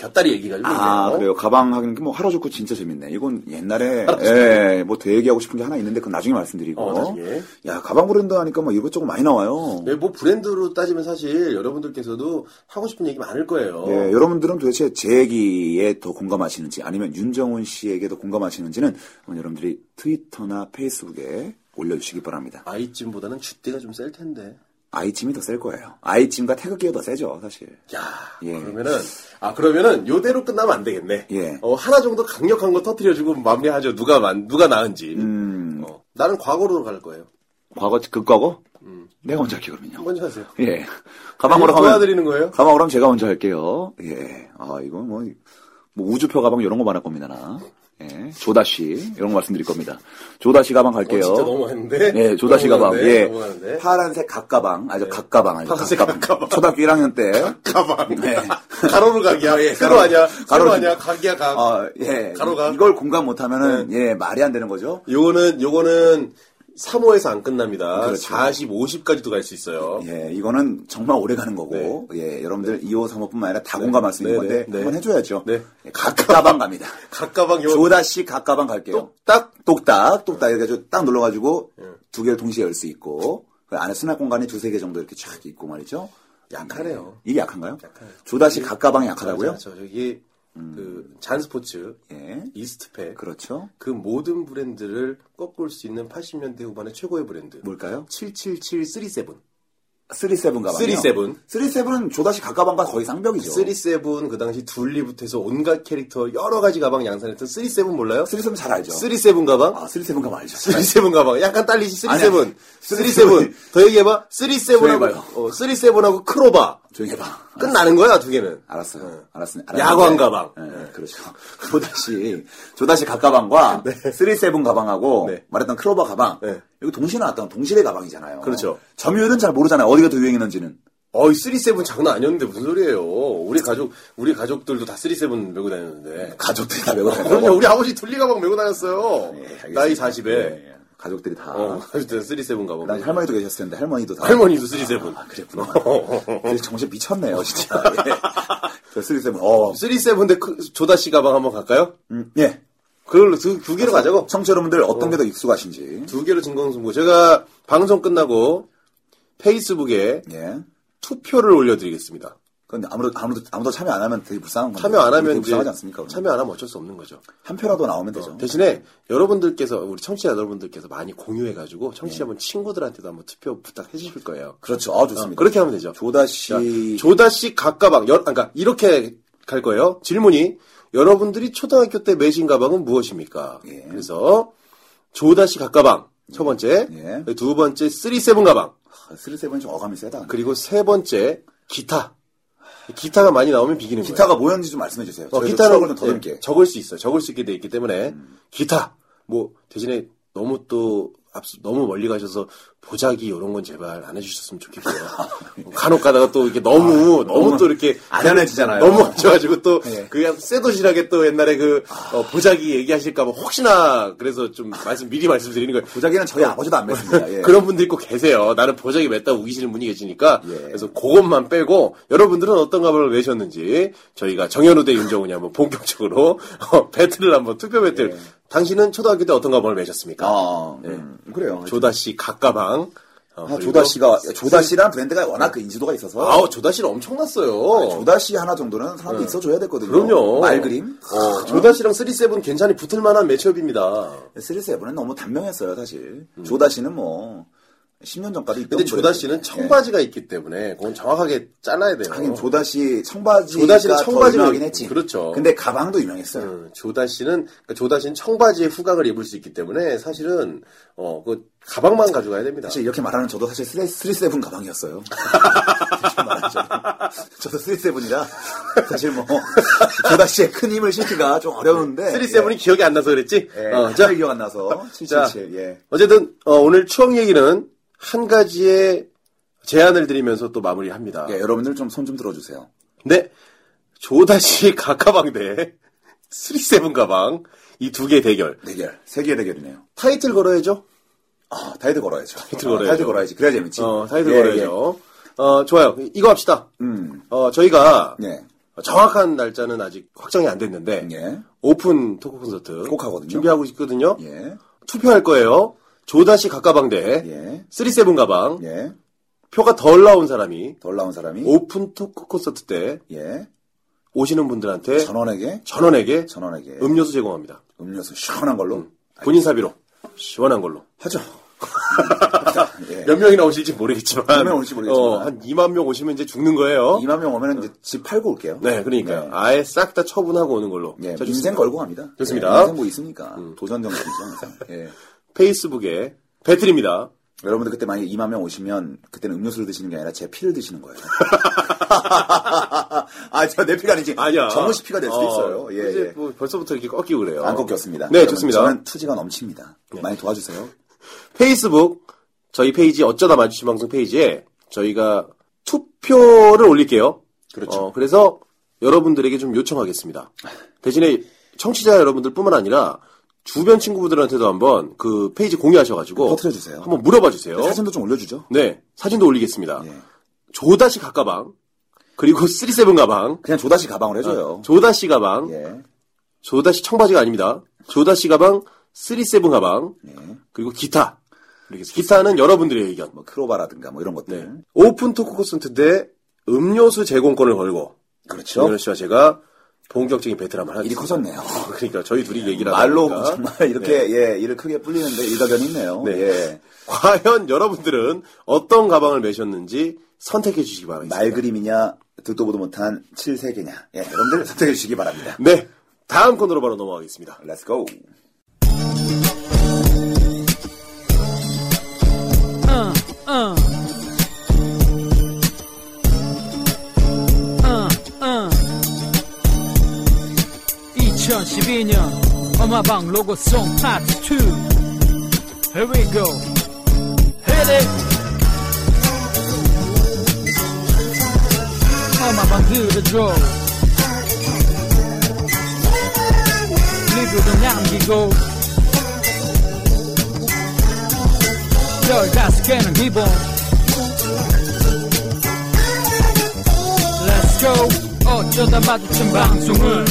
곁다리 얘기가 좀
아,
있네요.
그래요. 가방 하긴, 뭐, 하라주쿠 진짜 재밌네. 이건 옛날에, 예, 뭐, 되얘기하고 싶은 게 하나 있는데, 그건 나중에 말씀드리고.
어, 나중에.
야, 가방 브랜드 하니까 뭐, 이것저것 많이 나와요.
네, 뭐 브랜드로 따지면 사실 여러분들께서도 하고 싶은 얘기 많을 거예요.
예, 여러분들은 도대체 제 얘기에 더 공감하시는지, 아니면 윤정훈 씨에게 더 공감하시는지는, 한번 여러분들이 트위터나 페이스북에 올려주시기 바랍니다.
아이찜보다는 쥐띠가 좀 셀 텐데.
아이찜이 더 셀 거예요. 아이찜과 태극기가 더 세죠, 사실.
야,
예.
그러면은 아 그러면은 요대로 끝나면 안 되겠네.
예.
어, 하나 정도 강력한 거 터트려주고 마무리하죠. 누가 만 누가 나은지.
음.
어, 나는 과거로 갈 거예요.
과거, 극과거? 내가 먼저 할게요, 그러면요.
먼저 하세요. 어,
예. 가방으로
이거
가면.
음. 도와드리는 거예요?
가방으로 하면 제가 먼저 할게요. 예. 아, 이거 뭐, 뭐 우주표 가방 이런 거 말할 겁니다, 나. 예. 조다씨, 이런 거 말씀드릴 겁니다. 조다씨 가방 갈게요.
어, 진짜 넘어갔는데.
예, 조다씨 가방.
넘어가는데,
예.
넘어가는데. 네.
파란색 각가방. 아주 각가방 아니죠.
파란색
각가방.
각가방.
초등학교 1학년 때.
가방.
네.
가로로 각이야. 예. 세로
가로-
아니야. 세로
가로로
아니야.
진짜.
각이야 각.
아, 예.
가로가. 네.
이걸 공감 못하면은, 예, 말이 안 되는 거죠.
요거는 요거는 3호에서 안 끝납니다.
그렇죠.
40, 50까지도 갈 수 있어요.
예, 이거는 정말 오래 가는 거고, 예, 여러분들 2호, 3호뿐만 아니라 다 공감할 수 있는
네,
건데,
네,
한번
네.
해줘야죠.
네.
예, 각가방 갑니다.
각가방 요
조다씨 각가방 갈게요.
똑딱 네.
똑딱, 똑딱, 이렇게 해가지고 딱 눌러가지고 두 개를 동시에 열 수 있고, 그 안에 수납 공간이 두세 개 정도 이렇게 쫙 있고 말이죠. 예,
약하네요.
이게 약한가요?
약해요.
조다씨 각가방이 약하다고요? 음.
저 저기 그 잔스포츠,
예.
이스트팩 그
그렇죠.
모든 브랜드를 꺾을 수 있는 80년대 후반의 최고의 브랜드.
뭘까요?
77737.
37 가방이요.
37.
37은 조다씨 각가방과 거의 쌍벽이죠.
37, 그 당시 둘리부터 해서 온갖 캐릭터 여러 가지 가방 양산했던 37 몰라요?
37은잘 알죠.
37 가방?
아, 37가 말이죠.
37 가방. 약간 딸리지, 37.
아니야.
37. 더 얘기해봐. 37하고,
조용해봐요.
어, 37하고 크로바.
조용히 해봐.
끝나는 거야, 두 개는.
알았어요. 알았어요.
네. 야광 가방. 네.
예, 그렇죠. 조다시, 조다시 각가방과 37 가방하고
네.
말했던 크로바 가방.
네.
이거 동시에 나왔던 동시대 가방이잖아요.
그렇죠. 점유율은
점유율은 잘 모르잖아요. 어디가 더 유행했는지는.
어이, 37 장난 아니었는데 무슨 소리예요. 우리 가족, 우리 가족들도 다 37 메고 다녔는데.
가족들이 다 메고 다녔다고.
그럼요, 우리 아버지 둘리 가방 메고 다녔어요.
예, 알겠습니다.
나이 40에.
예, 예. 가족들이 다.
어, 그때 37 가보고.
나 할머니도 계셨을 텐데 할머니도 다.
할머니도 37.
아, 그랬구나. 근데 정신 미쳤네요, 진짜. 예. 저 쓰리세븐. 어.
37인데 조다씨 가방 한번 갈까요?
음, 예.
그걸로 두, 두 개로 가자고.
청취 여러분들 어떤 게 더 익숙하신지.
두 개로 진검승부. 제가 방송 끝나고 페이스북에
예.
투표를 올려드리겠습니다.
근데 아무도 아무도 아무도 참여 안 하면 되게 불쌍한 건데.
어, 참여 안
되게
하면 이제
불쌍하지 않습니까? 그러면? 그렇죠.
참여 네. 안 하면 어쩔 수 없는 거죠.
한 표라도 나오면 되죠.
대신에 여러분들께서 우리 청취자 여러분들께서 많이 공유해가지고 청취자분 친구들한테도 한번 투표 부탁해 주실 거예요.
네. 그렇죠. 아, 좋습니다.
어, 그렇게 하면 되죠.
조다 씨
그러니까 조다씨 각가방 여, 그러니까 이렇게 갈 거예요. 질문이 여러분들이 초등학교 때 매신 가방은 무엇입니까?
예.
그래서 조다씨 각가방 첫 번째,
예.
두 번째 쓰리세븐 가방
아, 쓰리세븐이 좀 어감이 세다.
그리고 세 번째 기타. 기타가 많이 나오면 비기는 거예요.
기타가 뭐였는지 좀 말씀해 주세요.
어,
기타를 좀
예,
더듬게. 음.
적을 수 있어요. 적을 수 있게 돼 있기 때문에 기타 뭐 대신에 너무 또 앞서 너무 멀리 가셔서 보자기 이런 건 제발 안 해주셨으면 좋겠고요. 간혹 가다가 또 이렇게 너무 너무,
아, 너무
또 이렇게
아련해지잖아요.
너무 앉아가지고 또
예. 아.
그냥 쇠도시락에 또 옛날에 그 어, 보자기 얘기하실까봐 혹시나 그래서 좀 말씀 미리 말씀드리는 거예요.
보자기는 저희 아버지도 안 맺습니다. 예.
어. 그런 분들이 꼭 계세요. 나는 보자기 맸다 우기시는 분이 계시니까
예.
그래서 그것만 빼고 여러분들은 어떤 가방을 내셨는지 저희가 정현우 대 윤정훈이 한번 본격적으로 어, 배틀을 한번 투표 배틀. 당신은 초등학교 때 어떤 가방을 매셨습니까?
예. 아, 음, 그래요.
예. 조다 씨 각가방. 어,
아,
그리고 예.
조다 씨가 조다 씨란 브랜드가 워낙 그 인지도가 있어서
아우 조다 씨는 엄청났어요.
아, 조다 씨 하나 정도는 사람도 있어줘야 됐거든요.
그럼요.
말 그림. 아.
어, 조다 씨랑 37 괜찮이 붙을 만한 매치업입니다.
쓰리세븐은 너무 단명했어요, 사실. 조다 씨는 뭐 10년 전까지. 있던
음. 근데 조다
브랜드.
씨는
예.
청바지가 있기 때문에 그건 정확하게 잘라야 돼요.
하긴 조다 씨 청바지.
조다 씨는 청바지로
유명하긴 했지.
그렇죠.
근데 가방도 유명했어요.
음, 조다 씨는 그러니까 조다 씨는 청바지에 후각을 입을 수 있기 때문에 사실은 어 그 가방만 가져가야 됩니다.
사실 이렇게 말하는 저도 사실 쓰리- 쓰리세븐 가방이었어요. 이렇게 말하는 저도. 저도 쓰리세븐이라 사실 뭐 조다 씨의 큰 힘을 실기가 좀 어려운데.
37이 기억이 안 나서 그랬지.
예. 예,
어,
잘
자,
기억 안 나서
자
777. 예.
어쨌든 어, 오늘 추억 얘기는 한 가지의 제안을 드리면서 또 마무리합니다.
예, 여러분들 좀 손 좀 들어주세요.
네, 조다 씨 가가방 대 37 가방 이 두 개 대결
대결. 세계 대결이네요.
타이틀 걸어야죠.
아, 타이틀 걸어야죠. 타이틀
걸어야죠.
타이틀 걸어야지. 그래야 재밌지.
어, 타이틀
예,
걸어야죠. 어, 좋아요. 이거 합시다.
예. 음.
어, 저희가
예.
정확한 날짜는 아직 확정이 안 됐는데
예.
오픈 토크 콘서트
꼭 하거든요.
준비하고 있거든요.
예.
투표할 거예요. 조다시 각가방 대
예.
쓰리세븐 가방
예.
표가 덜 나온 사람이
덜 나온 사람이
오픈 토크 콘서트 때
예.
오시는 분들한테
전원에게
전원, 에게
전원에게
음료수 제공합니다.
음료수 시원한 걸로
본인 사비로 시원한 걸로
하죠. 합시다. 예.
몇 명이나 오실지 모르겠지만
몇명 오실지 모르겠지만.
어, 한 2만 명 오시면 이제 죽는 거예요.
2만 명 오면 이제 집 팔고 올게요.
네, 그러니까요.
네.
아예 싹 다 처분하고 오는 걸로.
예,
자, 좋습니다.
인생 걸고 갑니다.
좋습니다. 음.
예, 인생 뭐 있습니까? 도전 정신이죠. 항상. 예.
페이스북에 배틀입니다.
여러분들 그때 만약에 2만 명 오시면 그때는 음료수를 드시는 게 아니라 제 피를 드시는 거예요. 아, 저 내 피가 아니지.
아니야.
정우 씨 피가 될 수도
어,
있어요. 예,
이제
예.
뭐 벌써부터 이렇게 꺾이고 그래요.
안 꺾였습니다.
네, 좋습니다. 네.
저는 투지가 넘칩니다. 많이 도와주세요.
페이스북 저희 페이지 어쩌다 마주친 방송 페이지에 저희가 투표를 올릴게요.
그렇죠.
어, 그래서 여러분들에게 좀 요청하겠습니다. 대신에 청취자 여러분들뿐만 아니라 주변 친구들한테도 한번 그 페이지 공유하셔가지고
퍼뜨려주세요.
한번 물어봐 주세요. 아.
사진도 좀 올려주죠.
네, 사진도 올리겠습니다.
예.
조다시 각가방 그리고 쓰리세븐 가방, 아,
그냥 조다시 가방을 해줘요.
조다시 가방,
예.
조다시 청바지가 아닙니다. 조다시 가방, 쓰리세븐 가방,
예.
그리고 기타. 기타는 여러분들의 의견.
뭐 크로바라든가 뭐 이런 것들.
네. 오픈 토크 콘서트 때 음료수 제공권을 걸고
그렇죠.
정현우 씨와 제가 본격적인 배틀 한번 하겠습니다.
일이 커졌네요.
그러니까 저희 둘이 얘기를 하다
말로
보니까.
정말 이렇게 예, 일을 크게 불리는데 일가견이 네. 있네요.
네.
예.
과연 여러분들은 어떤 가방을 매셨는지 선택해 주시기 바랍니다.
말 그림이냐 듣도 보도 못한 칠세계냐. 예, 여러분들 선택해 주시기 바랍니다.
네. 다음 코너로 바로 넘어가겠습니다.
Let's go.
uh, uh. Uh, uh. 2012년 엄마방 로고송 파트 2 Here we go Hit it 엄마방 들어줘 리뷰도 남기고 열다섯 개는 기본 Let's go 어쩌다 마주친 방송은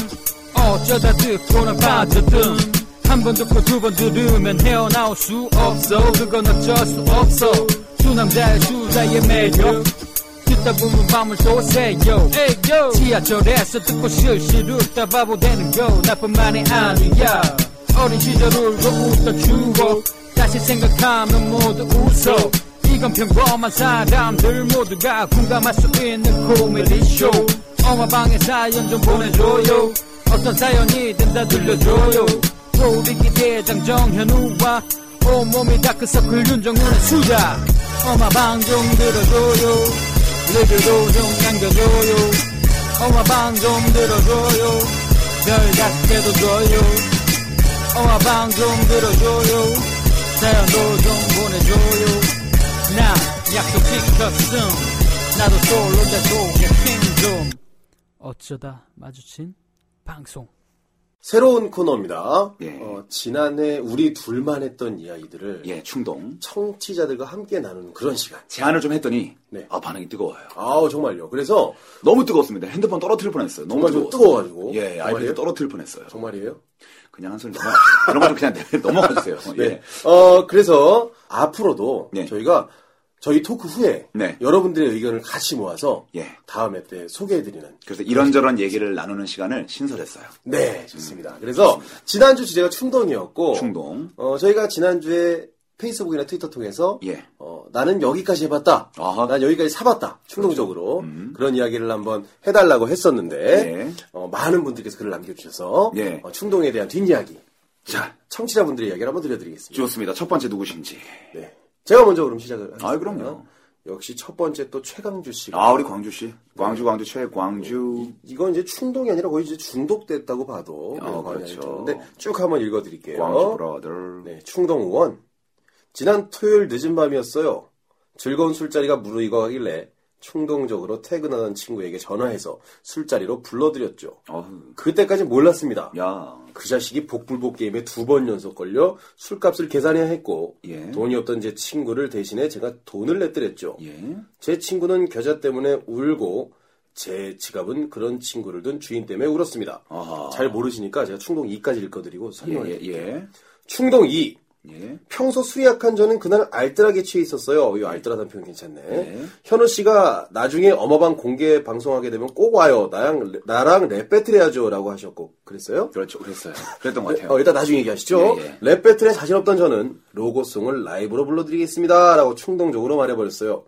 어쩌다 듣거나 빠졌든 한 번 듣고 두 번 들으면 헤어나올 수 없어 그건 어쩔 수 없어 두 남자의 수다의 매력 듣다 보면 밤을 또 새요 지하철에서 듣고 실실 웃다 바보 되는 거 나뿐만이 아니야 어린 시절 울고 웃던 추억 다시 생각하면 모두 웃어 이건 평범한 사람들 모두가 공감할 수 있는 코미디 쇼 엄마 방에 사연 좀 보내줘요 어떤 사연이든 다 들려줘요 소리기 대장 정현우와 온몸이 다크서클 윤정훈의 수다 엄마 방 좀 들어줘요 리뷰도 좀 남겨줘요 엄마 방 좀 들어줘요 별 다섯 개도 줘요 엄마 방 좀 들어줘요 사연도 좀 보내줘요 나 약속 지켰음 나도 솔로 내 속에 힘좀 어쩌다 마주친 방송
새로운 코너입니다.
예.
어, 지난해 우리 둘만 했던 이야기들을
예, 충동.
청취자들과 함께 나누는 그런 시간.
제안을 좀 했더니
네.
아 반응이 뜨거워요.
아우 정말요. 그래서
너무 뜨겁습니다. 핸드폰 떨어뜨릴 뻔했어요. 너무
정말 좀
뜨거웠어요.
뜨거워가지고.
예,
정말이에요?
아이패드 떨어뜨릴 뻔했어요.
정말이에요.
그냥 한 소리 넘어. 이런 거 좀 그냥 넘어가 주세요. 예.
네. 어 그래서 앞으로도
네.
저희가 저희 토크 후에
네.
여러분들의 의견을 같이 모아서
예.
다음에 때 소개해드리는.
그래서 이런저런 얘기를 나누는 시간을 신설했어요.
네, 좋습니다. 그래서 지난주 주제가 충동이었고,
음. 충동.
어, 저희가 지난주에 페이스북이나 트위터 통해서
예.
어, 나는 여기까지 해봤다.
아하. 그렇죠. 음.
난 여기까지 사봤다. 충동적으로 그런 이야기를 한번 해달라고 했었는데
예.
어, 많은 분들께서 글을 남겨주셔서
예.
어, 충동에 대한 뒷이야기
자,
청취자분들의 이야기를 한번 드려드리겠습니다.
좋습니다. 첫 번째 누구신지.
네. 제가 먼저 그럼 시작을 하겠습니다.
아, 그럼요.
역시 첫 번째 또 최강주 씨가
아, 우리 광주 씨. 광주 광주 최광주.
이건 이제 충동이 아니라 거의 이제 중독됐다고 봐도
아, 그렇죠.
근데 쭉 한번 네. 읽어드릴게요.
광주 브라더.
네, 충동 의원. 지난 토요일 늦은 밤이었어요. 즐거운 술자리가 무르익어가길래 충동적으로 퇴근하는 친구에게 전화해서 술자리로 불러드렸죠.
어휴.
그때까지 몰랐습니다.
야.
그 자식이 복불복 게임에 두 번 연속 걸려 술값을 계산해야 했고
예.
돈이 없던 제 친구를 대신해 제가 돈을 냈더랬죠.
예.
제 친구는 겨자 때문에 울고 제 지갑은 그런 친구를 둔 주인 때문에 울었습니다.
아하.
잘 모르시니까 제가 충동 2까지 읽어드리고 설명을
예,
해드릴게요.
예.
충동 2.
예.
평소 술이 약한 저는 그날 알뜰하게 취해 있었어요. 이 알뜰하다는 표현 괜찮네.
예.
현우 씨가 나중에 어마방 공개 방송하게 되면 꼭 와요. 나랑, 나랑 랩 배틀 해야죠. 라고 하셨고. 그랬어요?
그렇죠. 그랬어요. 그랬던 것 같아요.
어, 일단 나중에 얘기하시죠.
예,
랩 배틀에 자신 없던 저는 로고송을 라이브로 불러드리겠습니다. 라고 충동적으로 말해버렸어요.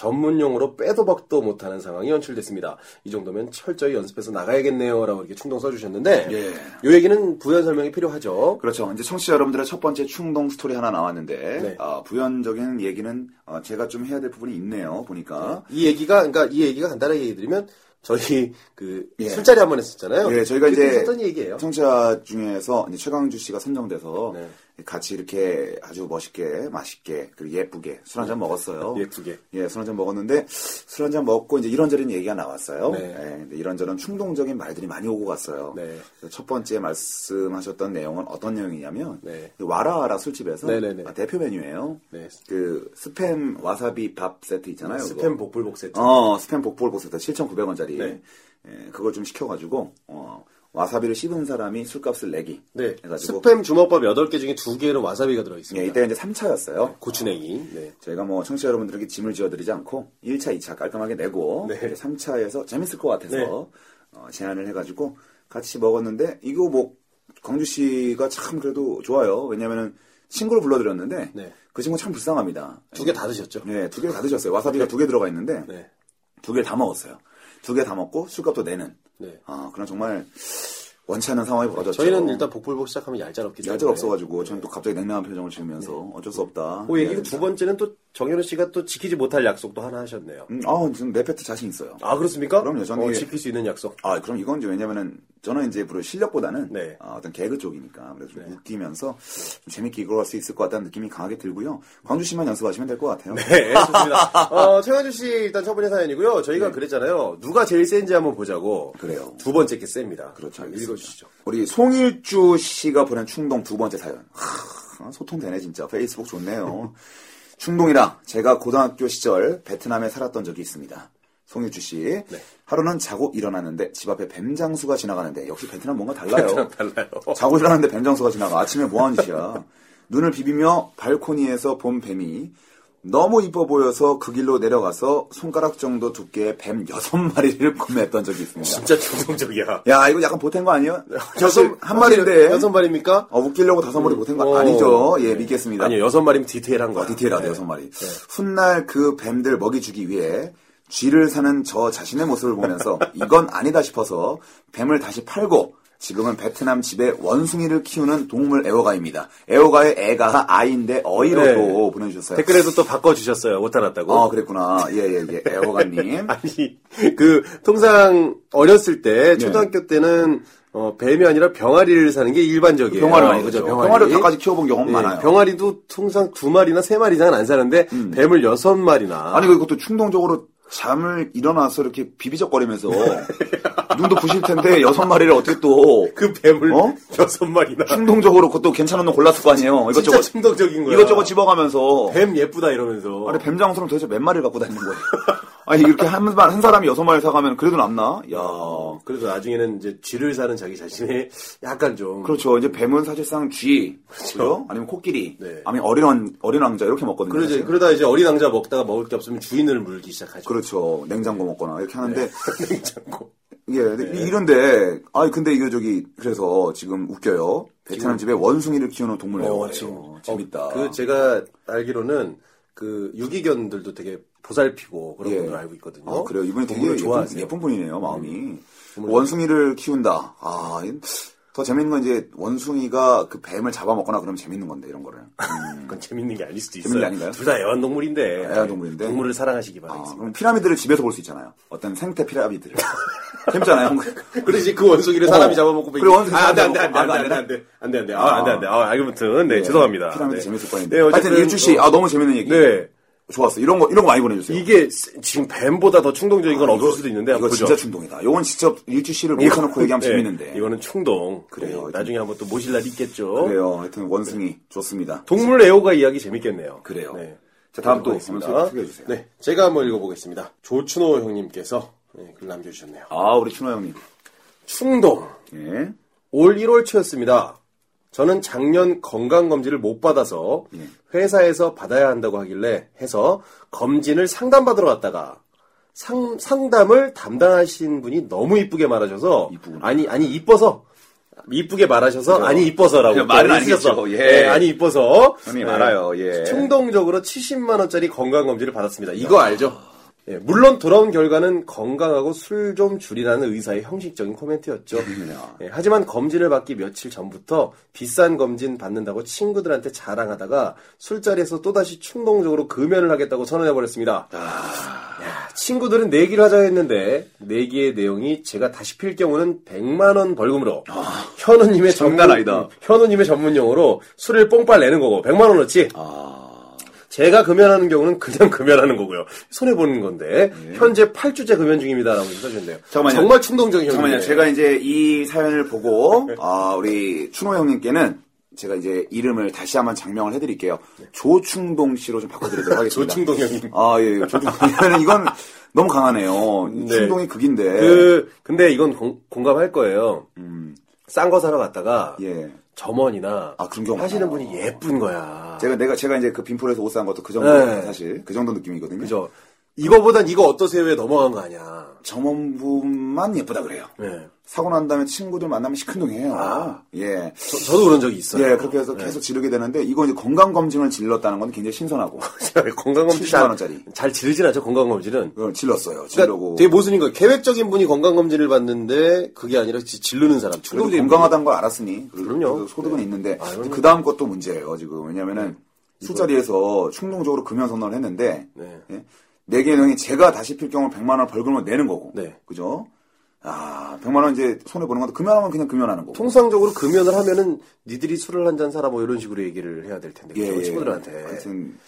전문용어로 빼도 박도 못하는 상황이 연출됐습니다. 이 정도면 철저히 연습해서 나가야겠네요. 라고 이렇게 충동 써주셨는데.
예.
요 얘기는 부연 설명이 필요하죠.
그렇죠. 이제 청취자 여러분들의 첫 번째 충동 스토리 하나 나왔는데
네.
아, 부연적인 얘기는 어, 제가 좀 해야 될 부분이 있네요. 보니까
이 얘기가 그러니까 이 얘기가 간단하게 얘기 드리면 저희 그
예.
술자리 한 번 했었잖아요.
예, 저희가
그때
이제
했던 얘기예요.
청취자 중에서 이제 최강주 씨가 선정돼서
네.
같이 이렇게 아주 멋있게, 맛있게, 그리고 예쁘게 술 한잔 먹었어요.
네. 예쁘게.
예, 술 한잔 먹었는데 술 한잔 먹고 이제 이런저런 얘기가 나왔어요.
네.
예, 근데 이런저런 충동적인 말들이 많이 오고 갔어요.
네.
그래서 첫 번째 말씀하셨던 내용은 어떤 내용이냐면 그
네.
와라와라 술집에서
네네네.
아, 대표 메뉴예요.
네.
그 스팸 와사비 밥 세트 있잖아요. 그거.
스팸 복불복 세트.
어, 스팸 복불 복세트 7,900원짜리. 예,
네.
그걸 좀 시켜가지고, 어, 와사비를 씹은 사람이 술값을 내기.
네.
해가지고.
스팸 주먹밥 8개 중에 2개는 와사비가 들어
예,
있습니다.
이때 이제 3차였어요.
고추냉이. 네.
저희가 뭐 청취자 여러분들에게 짐을 지어드리지 않고 1차, 2차 깔끔하게 내고
네.
3차에서 재밌을 것 같아서
네.
어, 제안을 해가지고 같이 먹었는데 이거 뭐 광주 씨가 참 그래도 좋아요. 왜냐면은 친구를 불러드렸는데
네.
그 친구 참 불쌍합니다.
두 개 다 드셨죠?
네, 두 개를 다 드셨어요. 와사비가 두 개 들어가 있는데
네.
두 개를 다 먹었어요. 두 개 다 먹고 술값도 내는.
네.
아, 그런 정말 원치 않는 상황이 벌어졌죠.
저희는 일단 복불복 시작하면 얄짤없기 때문에.
야자가 없어가지고 저는 또 갑자기 냉랭한 표정을 지으면서 어쩔 수 없다.
그 얘기
예.
두 번째는 또 정현우 씨가 또 지키지 못할 약속도 하나 하셨네요.
음, 아, 지금 내패트 자신 있어요.
아 그렇습니까?
그럼요, 저는
어,
이게-
지킬 수 있는 약속.
아, 그럼 이건 이제 왜냐면은 저는 이제 물론 실력보다는
네.
아, 어떤 개그 쪽이니까 그래서 좀 웃기면서 좀 재밌게 이끌어갈 수 있을 것 같다는 느낌이 강하게 들고요. 광주 씨만 연습하시면 될 것 같아요.
네, 좋습니다. 어, 최현주 씨 일단 첫 번째 사연이고요. 저희가 그랬잖아요. 누가 제일 센지 한번 보자고.
네. 그래요.
두 번째 게 셉니다.
그렇죠. 알겠습니다.
읽어주시죠.
우리 송일주 씨가 보낸 충동 두 번째 사연. 하, 소통되네 진짜. 페이스북 좋네요. 충동이라 제가 고등학교 시절 베트남에 살았던 적이 있습니다. 송유주 씨. 하루는 자고 일어났는데 집 앞에 뱀장수가 지나가는데 역시 베트남 뭔가 달라요.
달라요.
자고 일어났는데 뱀장수가 지나가. 아침에 뭐하는 짓이야. 눈을 비비며 발코니에서 본 뱀이 너무 이뻐 보여서 그 길로 내려가서 손가락 정도 두께의 뱀 여섯 마리를 구매했던 적이 있습니다.
진짜 충동적이야.
야, 이거 약간 보탠 거 아니에요?
네. 사실-
네. 여섯, 한 마리인데.
여섯 마리입니까?
어, 웃기려고 다섯 마리 보탠 거
어.
아니죠? 예, 믿겠습니다. 어,
아니요, 여섯 마리면 네. 디테일한 거야.
디테일하다, 여섯 마리. 훗날 그 뱀들 먹이 주기 위해 쥐를 사는 저 자신의 모습을 보면서 이건 아니다 싶어서 뱀을 다시 팔고 지금은 베트남 집에 원숭이를 키우는 동물 애호가입니다. 애호가의 애가 아이인데 어이로
네.
또 보내주셨어요.
댓글에서 또 바꿔주셨어요. 못 알았다고.
어, 그랬구나. 예, 예, 예. 애호가님.
아니, 그, 통상 어렸을
네.
때, 초등학교 때는, 어, 뱀이 아니라 병아리를 사는 게 일반적이에요.
병아리 많이
그죠, 예,
그죠? 예. 어, 병아리를 다까지 키워본 경험 많아요. 음.
병아리도 통상 두 마리나 세 마리 이상은 안 사는데, 뱀을 여섯 마리나.
아니, 그것도 충동적으로 잠을 일어나서 이렇게 비비적거리면서 눈도 부실 텐데 여섯 마리를 어떻게 또
그 뱀을
어?
여섯 마리나.
충동적으로 그것도 괜찮은 놈 골랐을 거
진짜
아니에요. 이것저것
충동적인 거야.
이것저것 집어가면서
뱀 예쁘다 이러면서.
아니 뱀장어처럼 도대체 몇 마리를 갖고 다니는 거예요? 아니 이렇게 한, 마- 한 사람이 여섯 마리 사가면 그래도 남나? 야
아, 그래서 나중에는 이제 쥐를 사는 자기 자신의 약간 좀.
그렇죠. 이제 뱀은 사실상 쥐, 그죠? 아니면 코끼리,
그렇죠. 네.
아니면 어린 왕- 어린 왕자 이렇게 먹거든요.
그러지.
사실.
그러다 이제 어린 왕자 먹다가 먹을 게 없으면 주인을 물기 시작하죠.
그렇죠. 냉장고 먹거나 이렇게 하는데
네. 냉장고. 네.
예, 근데 이런데 아 근데 이거 저기 그래서 지금 웃겨요. 베트남 집에 원숭이를 키우는 동물 애호가예요. 재밌다.
어, 그 제가 알기로는 그 유기견들도 되게 보살피고 그런
예.
걸로 알고 있거든요.
아, 그래요. 이분이 되게
동물을
예쁜,
좋아하세요.
예쁜 분이네요, 마음이. 원숭이를 키운다. 아, 이- 더 재밌는 건 이제 원숭이가 그 뱀을 잡아먹거나 그러면 재밌는 건데, 이런 거를. 음.
그건 재밌는 게 아닐 수도
재밌는 게
있어요.
아닌가요?
둘 다 애완동물인데.
애완동물인데?
동물을 사랑하시기
아,
바라겠습니다.
그럼 피라미드를 집에서 볼 수 있잖아요. 어떤 생태 피라미드를. 재밌잖아요.
그러지 그 원숭이를 사람이
어.
잡아먹고
그래, 원숭이
아, 안돼
사람
안돼 안돼
잡아먹고.
안돼 안돼 안돼 안돼 안돼 안돼 아 아무튼 네
예,
죄송합니다
피라미드
네.
재밌을 거아닌데
네, 어쨌든
하여튼 일주씨,
어,
아, 너무 재밌는 얘기.
네
좋았어. 이런 거, 이런 거 많이 보내주세요.
이게 세- 지금 뱀보다 더 충동적인 건 없을 수도 있는데
아, 이거
한번 보죠.
진짜 충동이다. 요건 직접 일주씨를 모셔놓고 얘기하면
네,
재밌는데.
이거는 충동
그래요.
네, 나중에 한번 또 모실 날 있겠죠
그래요. 하여튼 원숭이 좋습니다.
동물 애호가 이야기 재밌겠네요
그래요.
네.
자, 다음 또
보겠습니다.
한번 소개해 주세요.
네, 제가 한번 읽어보겠습니다. 조춘호 형님께서 네, 글 남겨주셨네요.
아, 우리 춘호 형님.
충동.
예.
올 1월 초였습니다. 저는 작년 건강검진을 못 받아서
예.
회사에서 받아야 한다고 하길래 해서 검진을 상담받으러 갔다가 상, 상담을 담당하신 분이 너무 이쁘게 말하셔서
이쁘구나.
아니 아니 이뻐서 이쁘게 말하셔서 아니 이뻐서라고
그냥 말은
또 해주셨어.
아니겠죠. 예.
네, 아니 이뻐서 네.
형님 알아요. 예.
충동적으로 70만 원짜리 건강 검진을 받았습니다. 이거 알죠? 예, 물론 돌아온 결과는 건강하고 술 좀 줄이라는 의사의 형식적인 코멘트였죠. 예, 하지만 검진을 받기 며칠 전부터 비싼 검진 받는다고 친구들한테 자랑하다가 술자리에서 또다시 충동적으로 금연을 하겠다고 선언해버렸습니다.
아.
야, 친구들은 내기를 하자 했는데 내기의 내용이 제가 다시 필 경우는 100만 원 벌금으로 현우님의
아, 장난 아니다.
현우님의 전문 용어로 술을 뽕빨 내는 거고 100만 원어치.
아.
제가 금연하는 경우는 그냥 금연하는 거고요. 손해 보는 건데 현재 8주째 금연 중입니다라고 써주셨네요.
네. 잠깐만요.
정말 충동적인
잠깐만요.
형이네요.
제가 이제 이 사연을 보고 아, 우리 춘호 형님께는 제가 이제 이름을 다시 한번 장명을 해드릴게요. 조충동 씨로 좀 바꿔드리도록 하겠습니다.
네. 조충동 형님.
아 예, 조충동. 이건 너무 강하네요.
네.
충동이 극인데. 네.
그 근데 이건 공, 감할 거예요. 싼 거 사러 갔다가
음, 예.
점원이나
아, 그런 경우
하시는
많아요.
분이 예쁜 거야.
제가 내가 제가 이제 그 빈폴에서 옷 산 것도 그 정도
네.
사실 그 정도 느낌이거든요.
그죠? 이거보단 이거 어떠세요에 넘어간 거 아니야.
점원분만 예쁘다 그래요.
네.
사고 난 다음에 친구들 만나면 시큰둥해요. 예.
아. 저, 네. 도 그런 적이 있어요.
예, 그렇게 해서 계속 지르게 되는데 이거 이제 건강 검진을 질렀다는 건 굉장히 신선하고
건강검진
70만 원짜리.
잘 지르진 않죠 건강검진은.
그걸 질렀어요.
그러니까
질르고
되게 모순인 거예요. 계획적인 분이 건강검진을 받는데 그게 아니라 지- 지르는 사람.
그래도
충동적인
건강하다는 걸 알았으니 그-
그럼요.
그래도 소득은
네.
있는데
아, 그럼요.
그 다음 것도 문제예요 지금 왜냐면은 술자리에서 충동적으로 금연 선언을 했는데
네.
예? 내개명이 제가 다시 필 경우 100만 원 벌금을 내는 거고
네.
그죠? 아, 100만 원 이제 손해 보는 건데 금연하면 그냥 금연하는 거고.
통상적으로 금연을 하면은 니들이 술을 한 잔 사라 뭐 이런 식으로 얘기를 해야 될
예,
텐데 그죠? 친구들한테 네.
하여튼 지금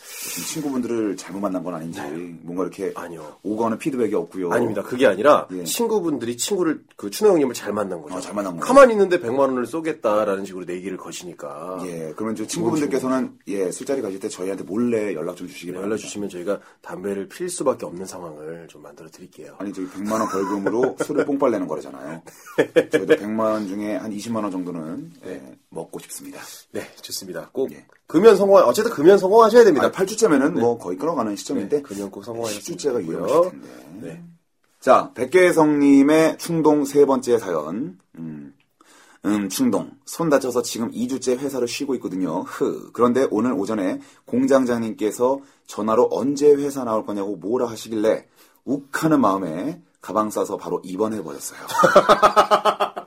친구분들을 잘못 만난 건 아닌지 뭔가 이렇게
아니요.
오가는 피드백이 없고요.
아닙니다. 그게 아니라
뭐. 예.
친구분들이 친구를 그 춘호 형님을 잘 만난 거죠.
아, 잘 만난 거죠.
가만히 있는데 100만 원을 쏘겠다라는 식으로 내기를 거시니까
예, 그러면 저 친구분들께서는 예 술자리 가실 때 저희한테 몰래 연락 좀 주시기 바랍니다.
네, 연락 주시면 저희가 담배를 필 수밖에 없는 상황을 좀 만들어 드릴게요.
아니 저기 100만 원 벌금으로 술을 뽕빨 내는 거잖아요. 저희도 100만 원 중에 한 20만 원 정도는 예, 먹고 싶습니다.
네, 좋습니다. 꼭
예.
금연 성공 어쨌든 금연 성공하셔야 됩니다.
아, 8주째면은 뭐 거의 끊어가는 시점인데
네, 금연 꼭 성공하셨으면
10주째가
좋겠고요.
유명하실 텐데.
네.
자, 백계성님의 충동 세 번째 사연. 음, 음, 충동. 손 다쳐서 지금 2주째 회사를 쉬고 있거든요. 흐. 그런데 오늘 오전에 공장장님께서 전화로 언제 회사 나올 거냐고 뭐라 하시길래 욱하는 마음에 가방 싸서 바로 입원해버렸어요.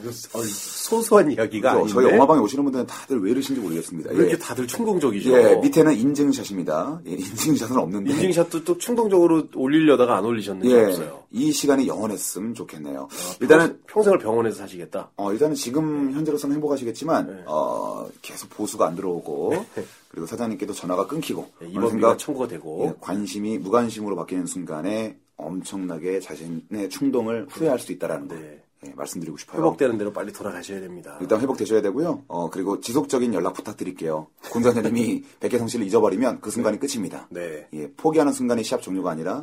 이거 소- 어, 소소한 이야기가
그래서
아닌데
저희 엄마방에 오시는 분들은 다들 왜 이러신지 모르겠습니다.
왜 이렇게
예.
다들 충동적이죠?
예, 밑에는 인증샷입니다. 예, 인증샷은 없는데.
인증샷도 또 충동적으로 올리려다가 안 올리셨는지
예,
없어요. 아,
이 시간이 영원했으면 좋겠네요. 일단은
평생을 병원에서 사시겠다.
어, 일단은 지금 현재로서는 행복하시겠지만,
네.
어, 계속 보수가 안 들어오고, 그리고 사장님께도 전화가 끊기고,
예,
어느
입원비가 청구가 되고.
예, 관심이 무관심으로 바뀌는 순간에 엄청나게 자신의 충동을 후회할 수 있다라는 거
네.
예, 말씀드리고 싶어요.
회복되는 대로 빨리 돌아가셔야 됩니다.
일단 회복되셔야 되고요. 어, 그리고 지속적인 연락 부탁드릴게요. 공장장님이 백혜성 씨를 잊어버리면 그 순간이 끝입니다.
네.
예, 포기하는 순간이 시합 종료가 아니라,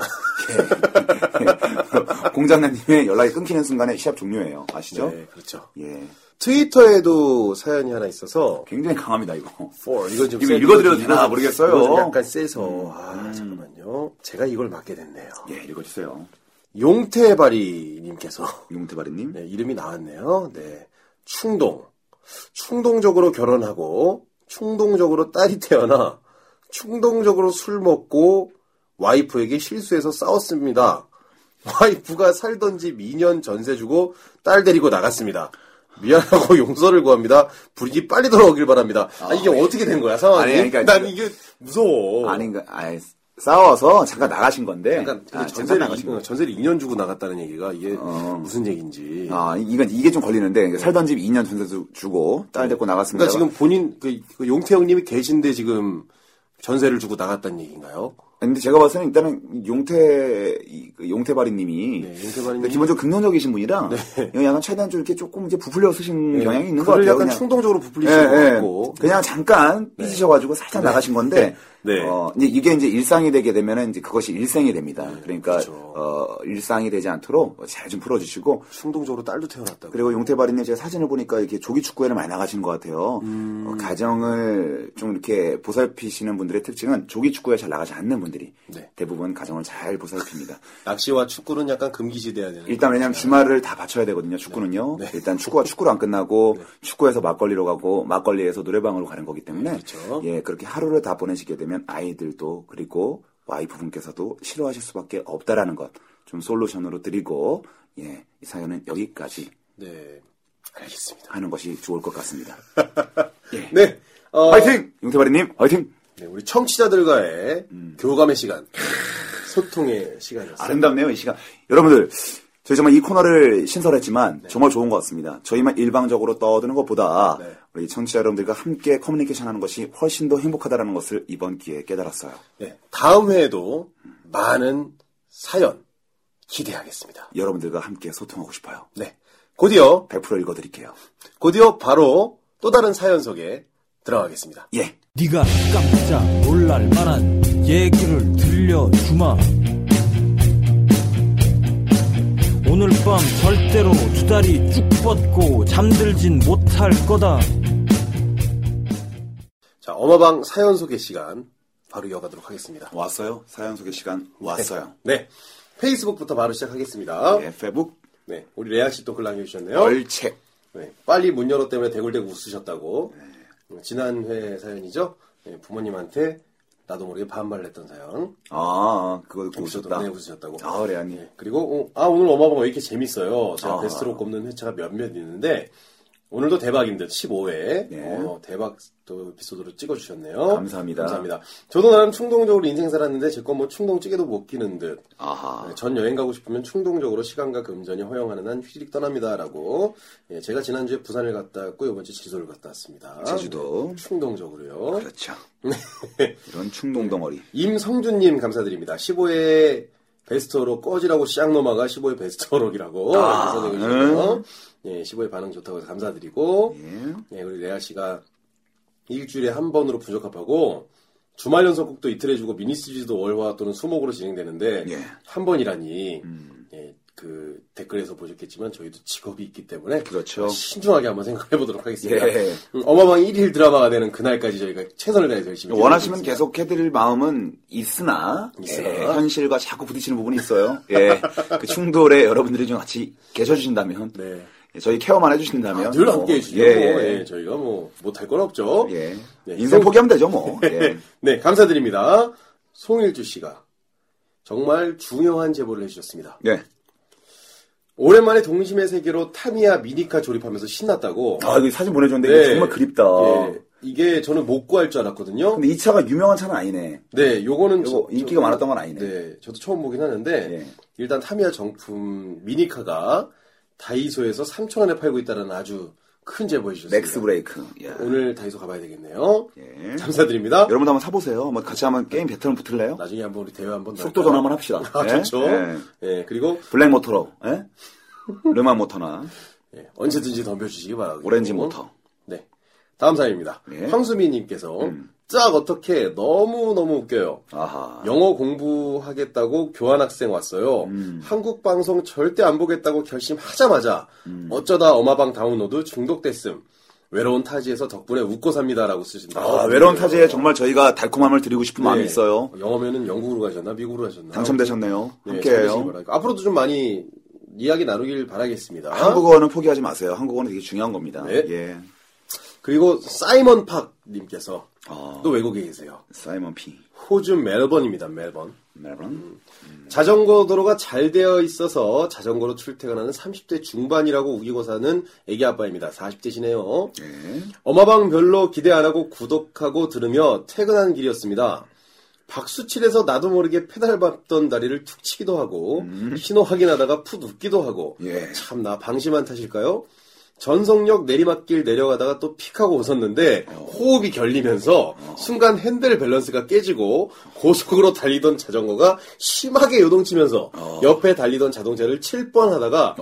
예. 공장장님의 연락이 끊기는 순간에 시합 종료예요. 아시죠?
네, 그렇죠.
예.
트위터에도 사연이 하나 있어서
굉장히 강합니다 이거.
for 이건 좀
이거
센
읽어드려도
거지.
되나
이거 좀-
모르겠어요. 음.
이거 좀 약간 세서 아 잠깐만요. 제가 이걸 맡게 됐네요.
예, 읽어주세요.
용태바리님께서
용태바리님.
네, 이름이 나왔네요. 네 충동 충동적으로 결혼하고 충동적으로 딸이 태어나 충동적으로 술 먹고 와이프에게 실수해서 싸웠습니다. 와이프가 살던 집 2년 전세 주고 딸 데리고 나갔습니다. 미안하고 용서를 구합니다. 불이 빨리 돌아오길 바랍니다. 아, 이게 어떻게 된 거야 상황이?
네. 아니, 그러니까
난
지금-
이게 무서워.
아닌가? 아 싸워서 잠깐 나가신 건데.
약간 근데
아, 잠깐
전세를,
나가신
그러니까
어.
이-
거.
전세를 2년 주고 나갔다는 얘기가 이게 무슨 얘기인지.
아, 이- 이건 이게 좀 걸리는데 그러니까 살던 집 2년 전세 주- 주고 딸 데리고 나갔습니다.
네. 그러니까 지금 본인 그, 그 용태형님이 계신데 지금 전세를 주고 나갔다는 얘기인가요?
근데 제가 봤을 때는 일단은 용태 이- 그 용태바리님이
네, 용태바리님이-
근데 기본적으로 긍정적이신 분이라 약간 최대한 좀 이렇게 조금 이제 부풀려 쓰신 경향이 있는 것
글을
같아요.
네. 약간
그냥.
충동적으로 부풀리신
예,
것
예.
같고.
그냥 잠깐 삐지셔가지고 살짝 나가신 건데,
네.
어, 이제 이게 이제 일상이 되게 되면은 이제 그것이 일생이 됩니다. 그러니까,
그렇죠.
어, 일상이 되지 않도록 잘 좀 풀어주시고,
충동적으로 딸도 태어났다고.
그리고 용태바리님 제가 사진을 보니까 이렇게 조기 축구회를 많이 나가신 것 같아요.
음.
어, 가정을 좀 이렇게 보살피시는 분들의 특징은 조기 축구회 잘 나가지 않는 분들이
네.
대부분 가정을 잘 보살핍니다.
낚시와 축구는 약간 금기시돼야 되는.
일단 왜냐면 주말을 다 바쳐야 되거든요. 축구는요.
네.
일단 축구가 축구로 안 끝나고 축구에서 막걸리로 가고 막걸리에서 노래방으로 가는 거기 때문에
그렇죠.
예 그렇게 하루를 다 보내시게 되면 아이들도 그리고 와이프분께서도 싫어하실 수밖에 없다라는 것 좀 솔루션으로 드리고 예 이 사연은 여기까지
네. 알겠습니다.
하는 것이 좋을 것 같습니다.
네. 어,
화이팅 용태바리님 화이팅
네, 우리 청취자들과의 교감의 시간. 소통의 시간이었어요.
음. 아름답네요 이 시간 여러분들. 저희 정말 이 코너를 신설했지만 정말 좋은 것 같습니다. 저희만 일방적으로 떠드는 것보다
네.
우리 청취자 여러분들과 함께 커뮤니케이션 하는 것이 훨씬 더 행복하다라는 것을 이번 기회에 깨달았어요.
네. 다음 회에도 많은 사연 기대하겠습니다.
여러분들과 함께 소통하고 싶어요.
네. 곧이어,
100% 읽어드릴게요.
곧이어 바로 또 다른 사연 속에 들어가겠습니다.
예.
네가 깜짝 놀랄 만한 얘기를 들려주마 오늘 밤 절대로 두 다리 쭉 뻗고 잠들진 못할 거다
자, 어마방 사연 소개 시간 바로 이어가도록 하겠습니다.
왔어요. 사연 소개 시간 왔어요.
네. 페이스북부터 바로 시작하겠습니다.
예, 페북
네. 우리 레아 씨도 글
어?
남겨주셨네요.
얼책.
네. 빨리 문 열어 때문에 대굴대굴 웃으셨다고. 음, 지난 회 사연이죠. 네, 부모님한테 나도 모르게 반말을 했던 사연.
아, 그거 듣고
웃으셨다.
오셨다.
네, 웃으셨다고.
아, 그래, 아니.
네, 그리고, 어, 아, 오늘 어마어마왜 이렇게 재밌어요. 제가
아.
베스트로 꼽는 회차가 몇몇 있는데, 오늘도 대박입니다. 15회.
네.
어, 대박 또 에피소드로 찍어주셨네요.
감사합니다.
감사합니다. 저도 나름 충동적으로 인생 살았는데 제 건 뭐 충동 찌개도 못 끼는 듯.
아하.
네, 전 여행 가고 싶으면 충동적으로 시간과 금전이 허용하는 한 휘리릭 떠납니다라고. 예, 제가 지난주에 부산을 갔다 왔고 이번 주 제주도를 갔다 왔습니다.
제주도.
충동적으로요.
그렇죠. 이런 충동 덩어리.
임성준님 감사드립니다. 15회 베스트어록 꺼지라고 쌍놈아가 15회 베스트어록이라고
아,
감사드리고요. 예, 15회 반응 좋다고 해서 감사드리고
예.
예, 우리 레아 씨가 일주일에 한 번으로 부적합하고 주말 연속곡도 이틀 해주고 미니시리즈도 월화 또는 수목으로 진행되는데
예. 음.
한 번이라니 예, 그 댓글에서 보셨겠지만 저희도 직업이 있기 때문에
그렇죠.
신중하게 한번 생각해 보도록 하겠습니다.
예.
음, 어마방 1일 드라마가 되는 그날까지 저희가 최선을 다해서 열심히
원하시면
진행하겠습니다.
계속 해드릴 마음은 있으나,
있으나.
예, 현실과 자꾸 부딪히는 부분이 있어요. 예, 그 충돌에 여러분들이 좀 같이 계셔주신다면,
네.
예, 저희 케어만 해주신다면,
늘
뭐,
함께 해주죠.
예,
예,
예,
저희가 뭐 못할 건 없죠.
예.
네,
인생
송-
포기하면 되죠, 뭐. 예.
네, 감사드립니다. 송일주 씨가 정말 중요한 제보를 해주셨습니다.
예.
오랜만에 동심의 세계로 타미야 미니카 조립하면서 신났다고. 네.
아, 이거 사진 보내줬는데 이거 정말 그립다.
예, 이게 저는 못 구할 줄 알았거든요.
근데 이 차가 유명한 차는 아니네.
네, 요거는
요거
저-
인기가
저-
많았던 건 아니네.
네, 저도 처음 보긴 하는데
예.
일단 타미야 정품 미니카가 다이소에서 3천 원에 팔고 있다는 아주 큰 제보 해주셨습니다.
맥스 브레이크. 야.
오늘 다이소 가봐야 되겠네요.
예.
감사드립니다.
여러분도 한번 사보세요. 뭐 같이 한번 게임 배틀 붙을래요?
나중에 한번 우리 대화 한번
속도
나올까요?
전화 한번 합시다.
아,
예?
좋죠.
예.
예. 그리고
블랙 모터로, 예? 르마 모터나,
예, 언제든지 덤벼주시기 바라고요.
오렌지 모터.
네. 다음 사연입니다.
예. 음.
황수미님께서 짝 어떻게 너무 너무 웃겨요.
아하.
영어 공부하겠다고 교환학생 왔어요.
음.
한국 방송 절대 안 보겠다고 결심하자마자
음.
어쩌다 어마방 다운로드 중독됐음. 외로운 타지에서 덕분에 웃고 삽니다라고 쓰신다.
아, 외로운 타지에 정말 저희가 달콤함을 드리고 싶은 마음이
네.
있어요.
영어면은 영국으로 가셨나 미국으로 가셨나.
당첨되셨네요.
네, 참여하시기
함께해요.
바라고. 앞으로도 좀 많이 이야기 나누길 바라겠습니다.
한국어는 포기하지 마세요. 한국어는 되게 중요한 겁니다.
네.
예.
그리고 사이먼 팍 님께서
아.
또 외국에 계세요.
사이먼 피.
호주 멜번입니다. 멜번.
멜번.
자전거 도로가 잘 되어 있어서 자전거로 출퇴근하는 30대 중반이라고 우기고 사는 애기 아빠입니다. 40대시네요.
예.
엄마방 별로 기대 안 하고 구독하고 들으며 퇴근하는 길이었습니다. 박수칠에서 나도 모르게 페달 밟던 다리를 툭 치기도 하고 신호 확인하다가 풋 웃기도 하고
음. 예.
참 나 방심한 탓일까요? 전성역 내리막길 내려가다가 또 픽하고 웃었는데 호흡이 결리면서 순간 핸들 밸런스가 깨지고 고속으로 달리던 자전거가 심하게 요동치면서
어.
옆에 달리던 자동차를 칠 뻔하다가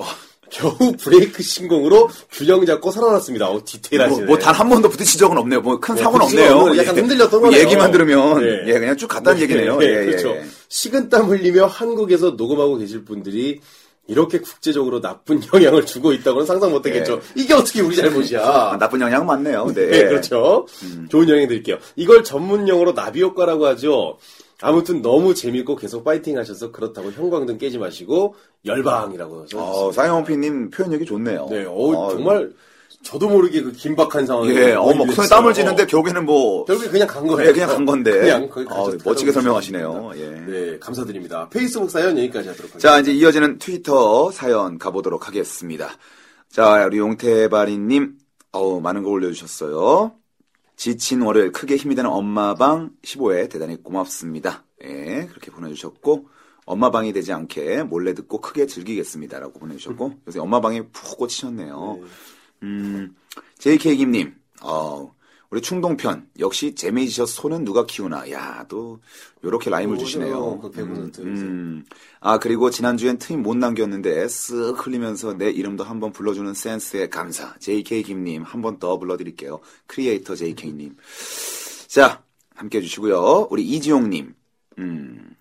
겨우 브레이크 신공으로 균형 잡고 살아났습니다. 어, 디테일하시네.
뭐 단 한 번도 부딪힌 적은 없네요. 뭐 큰
네,
사고는
부딪힌 건
없네요.
없는데 약간
예.
흔들렸던
뭐
거네요.
얘기만 들으면
네.
예 그냥 쭉 갔다는 얘기네요.
네,
예, 예,
그렇죠.
예.
식은땀 흘리며 한국에서 녹음하고 계실 분들이 이렇게 국제적으로 나쁜 영향을 주고 있다고는 상상 못했겠죠. 이게 어떻게 우리
아,
잘못이야.
나쁜 영향 많네요. 네.
네, 그렇죠.
음.
좋은 영향 드릴게요. 이걸 전문용어로 나비효과라고 하죠. 아무튼 너무 재밌고 계속 파이팅 하셔서 그렇다고 형광등 깨지 마시고 열방이라고 하죠.
어, 사이먼 피님 표현력이 좋네요.
네, 어우,
어,
정말 저도 모르게 그 긴박한 상황에
예, 어, 뭐,
몰입했어요.
손에 땀을 지는데
어,
결국에는 뭐,
결국에 그냥 간 거예요.
예, 그냥 간 건데.
그냥 거기
어,
가셔서 타라고
멋지게 설명하시네요. 예.
네, 감사드립니다. 페이스북 사연 여기까지 하도록 하겠습니다.
자, 이제 이어지는 트위터 사연 가보도록 하겠습니다. 자, 우리 용태바리님, 어우, 많은 거 올려주셨어요. 지친 월요일 크게 힘이 되는 엄마방 15회 대단히 고맙습니다. 예, 그렇게 보내주셨고, 엄마방이 되지 않게 몰래 듣고 크게 즐기겠습니다라고 보내주셨고, 요새 엄마방에 푹 꽂히셨네요. 음, JK김님, 어, 우리 충동편, 역시 재미지셔 소는 누가 키우나. 야, 또, 요렇게 라임을 주시네요.
그100%
음. 아, 그리고 지난주엔 트임 못 남겼는데, 쓱 흘리면서 내 이름도 한번 불러주는 센스에 감사. JK 김님, 한 번 더 불러드릴게요. 크리에이터 JK님. 자, 함께 해주시고요. 우리 이지용님. 음.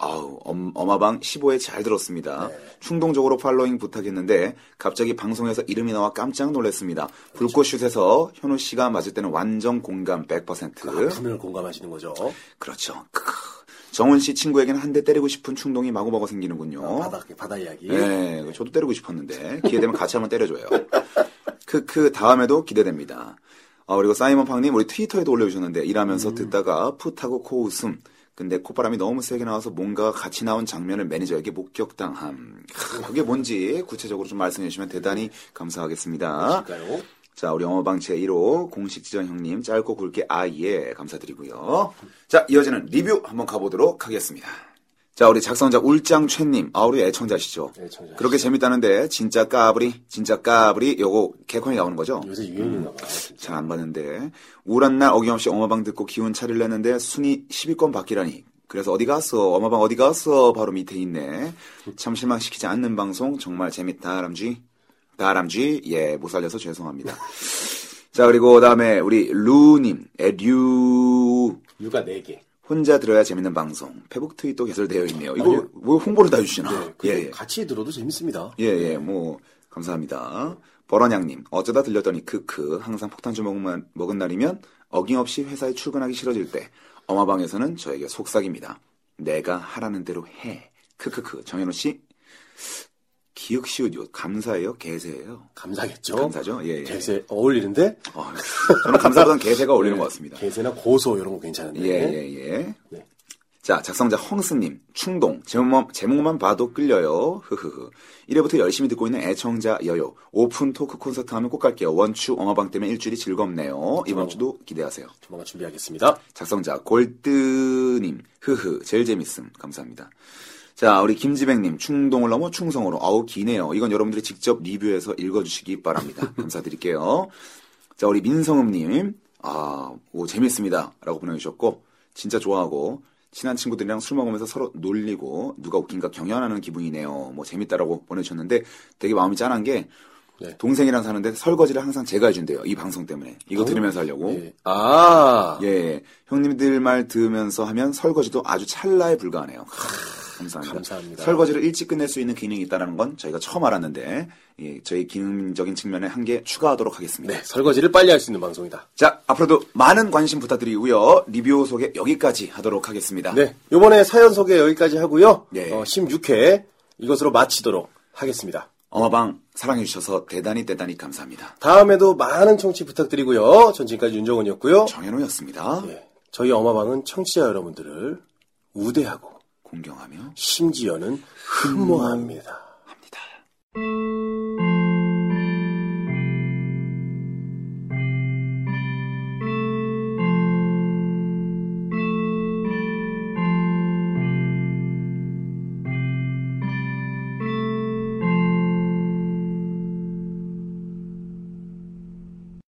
아우, 엄, 어마방 15회 잘 들었습니다. 충동적으로 팔로잉 부탁했는데, 갑자기 방송에서 이름이 나와 깜짝 놀랐습니다. 불꽃슛에서 현우 씨가 맞을 때는 완전 공감 100%.
아, 카메라 공감하시는 거죠.
그렇죠. 크크. 정훈 씨 친구에게는 한 대 때리고 싶은 충동이 마구마구 생기는군요.
아, 바다, 바다 이야기.
예, 저도 때리고 싶었는데 기회 되면 같이 한번 때려줘요. 크크 다음에도 기대됩니다. 아, 그리고 사이먼 팡님 우리 트위터에도 올려주셨는데
음.
일하면서 듣다가 풋하고 코웃음. 근데 콧바람이 너무 세게 나와서 뭔가 같이 나온 장면을 매니저에게 목격당함. 크, 그게 뭔지 구체적으로 좀 말씀해 주시면 대단히 감사하겠습니다.
그러니까요.
자, 우리 영어방 제1호 공식 지정 형님 짧고 굵게 아예 감사드리고요. 자, 이어지는 리뷰 한번 가보도록 하겠습니다. 자, 우리 작성자 울장 최님, 아 우리 애청자시죠.
네, 애청자시죠.
그렇게 재밌다는데 진짜 까불이, 진짜 까불이 요거 개콘이 나오는 거죠?
요새 유행인가 봐.
잘 안 봤는데 우울한 날 어김없이 어마방 듣고 기운 차리려는데 순위 10위권 받기라니 그래서 어디 갔어 어마방 어디 갔어 바로 밑에 있네 참 실망시키지 않는 방송 정말 재밌다 다람쥐 다람쥐 예 못 살려서 죄송합니다 자 그리고 다음에 우리 루님 에듀
유가 4개.
혼자 들어야 재밌는 방송 페북 트윗도 개설되어 있네요 이거
아니요.
왜 홍보를 다 해주시나
네, 그
예, 예.
같이 들어도 재밌습니다.
예, 예, 뭐, 감사합니다. 버런양님, 어쩌다 들렸더니 크크, 항상 폭탄주 먹은, 먹은 날이면 어김없이 회사에 출근하기 싫어질 때, 엄마방에서는 저에게 속삭입니다. 내가 하라는 대로 해. 크크크, 정현우 씨, 기억시옷, 요 감사해요? 개새예요?
감사겠죠?
감사죠? 예, 예.
개세 어울리는데
어, 저는 감사보단 개새가 어울리는 것 같습니다.
개세나 고소 이런 거 괜찮은데.
예, 예, 예.
네.
자, 작성자 헝스님, 충동, 제목만, 제목만 봐도 끌려요. 흐흐흐. 1회부터 열심히 듣고 있는 애청자 여요. 오픈 토크 콘서트 하면 꼭 갈게요. 원추 어마방 때문에 일주일이 즐겁네요. 이번 주도 기대하세요.
조만간 준비하겠습니다.
작성자 골드님, 흐흐. 제일 재밌음. 감사합니다. 자, 우리 김지백님, 충동을 넘어 충성으로. 아우, 기네요. 이건 여러분들이 직접 리뷰해서 읽어주시기 바랍니다. 감사드릴게요. 자, 우리 민성음님, 아, 오, 재밌습니다. 라고 보내주셨고, 진짜 좋아하고, 친한 친구들이랑 술 먹으면서 서로 놀리고, 누가 웃긴가 경연하는 기분이네요. 뭐, 재밌다라고 보내주셨는데, 되게 마음이 짠한 게,
네.
동생이랑 사는데 설거지를 항상 제가 해준대요. 이 방송 때문에. 이거 들으면서 하려고.
예. 아,
예, 예. 형님들 말 들으면서 하면 설거지도 아주 찰나에 불과하네요. 감사합니다.
감사합니다.
설거지를 일찍 끝낼 수 있는 기능이 있다는 건 저희가 처음 알았는데, 예, 저희 기능적인 측면에 한 개 추가하도록 하겠습니다.
네 설거지를 빨리 할 수 있는 방송이다.
자, 앞으로도 많은 관심 부탁드리고요. 리뷰 소개 여기까지 하도록 하겠습니다.
네, 요번에 사연 소개 여기까지 하고요.
네.
어, 16회 이것으로 마치도록 하겠습니다.
어마방 사랑해주셔서 대단히 대단히 감사합니다.
다음에도 많은 청취 부탁드리고요. 전 지금까지 윤정은이었고요.
정현우였습니다.
예, 저희 엄마방은 청취자 여러분들을 우대하고
공경하며
심지어는 흠모합니다.
합니다.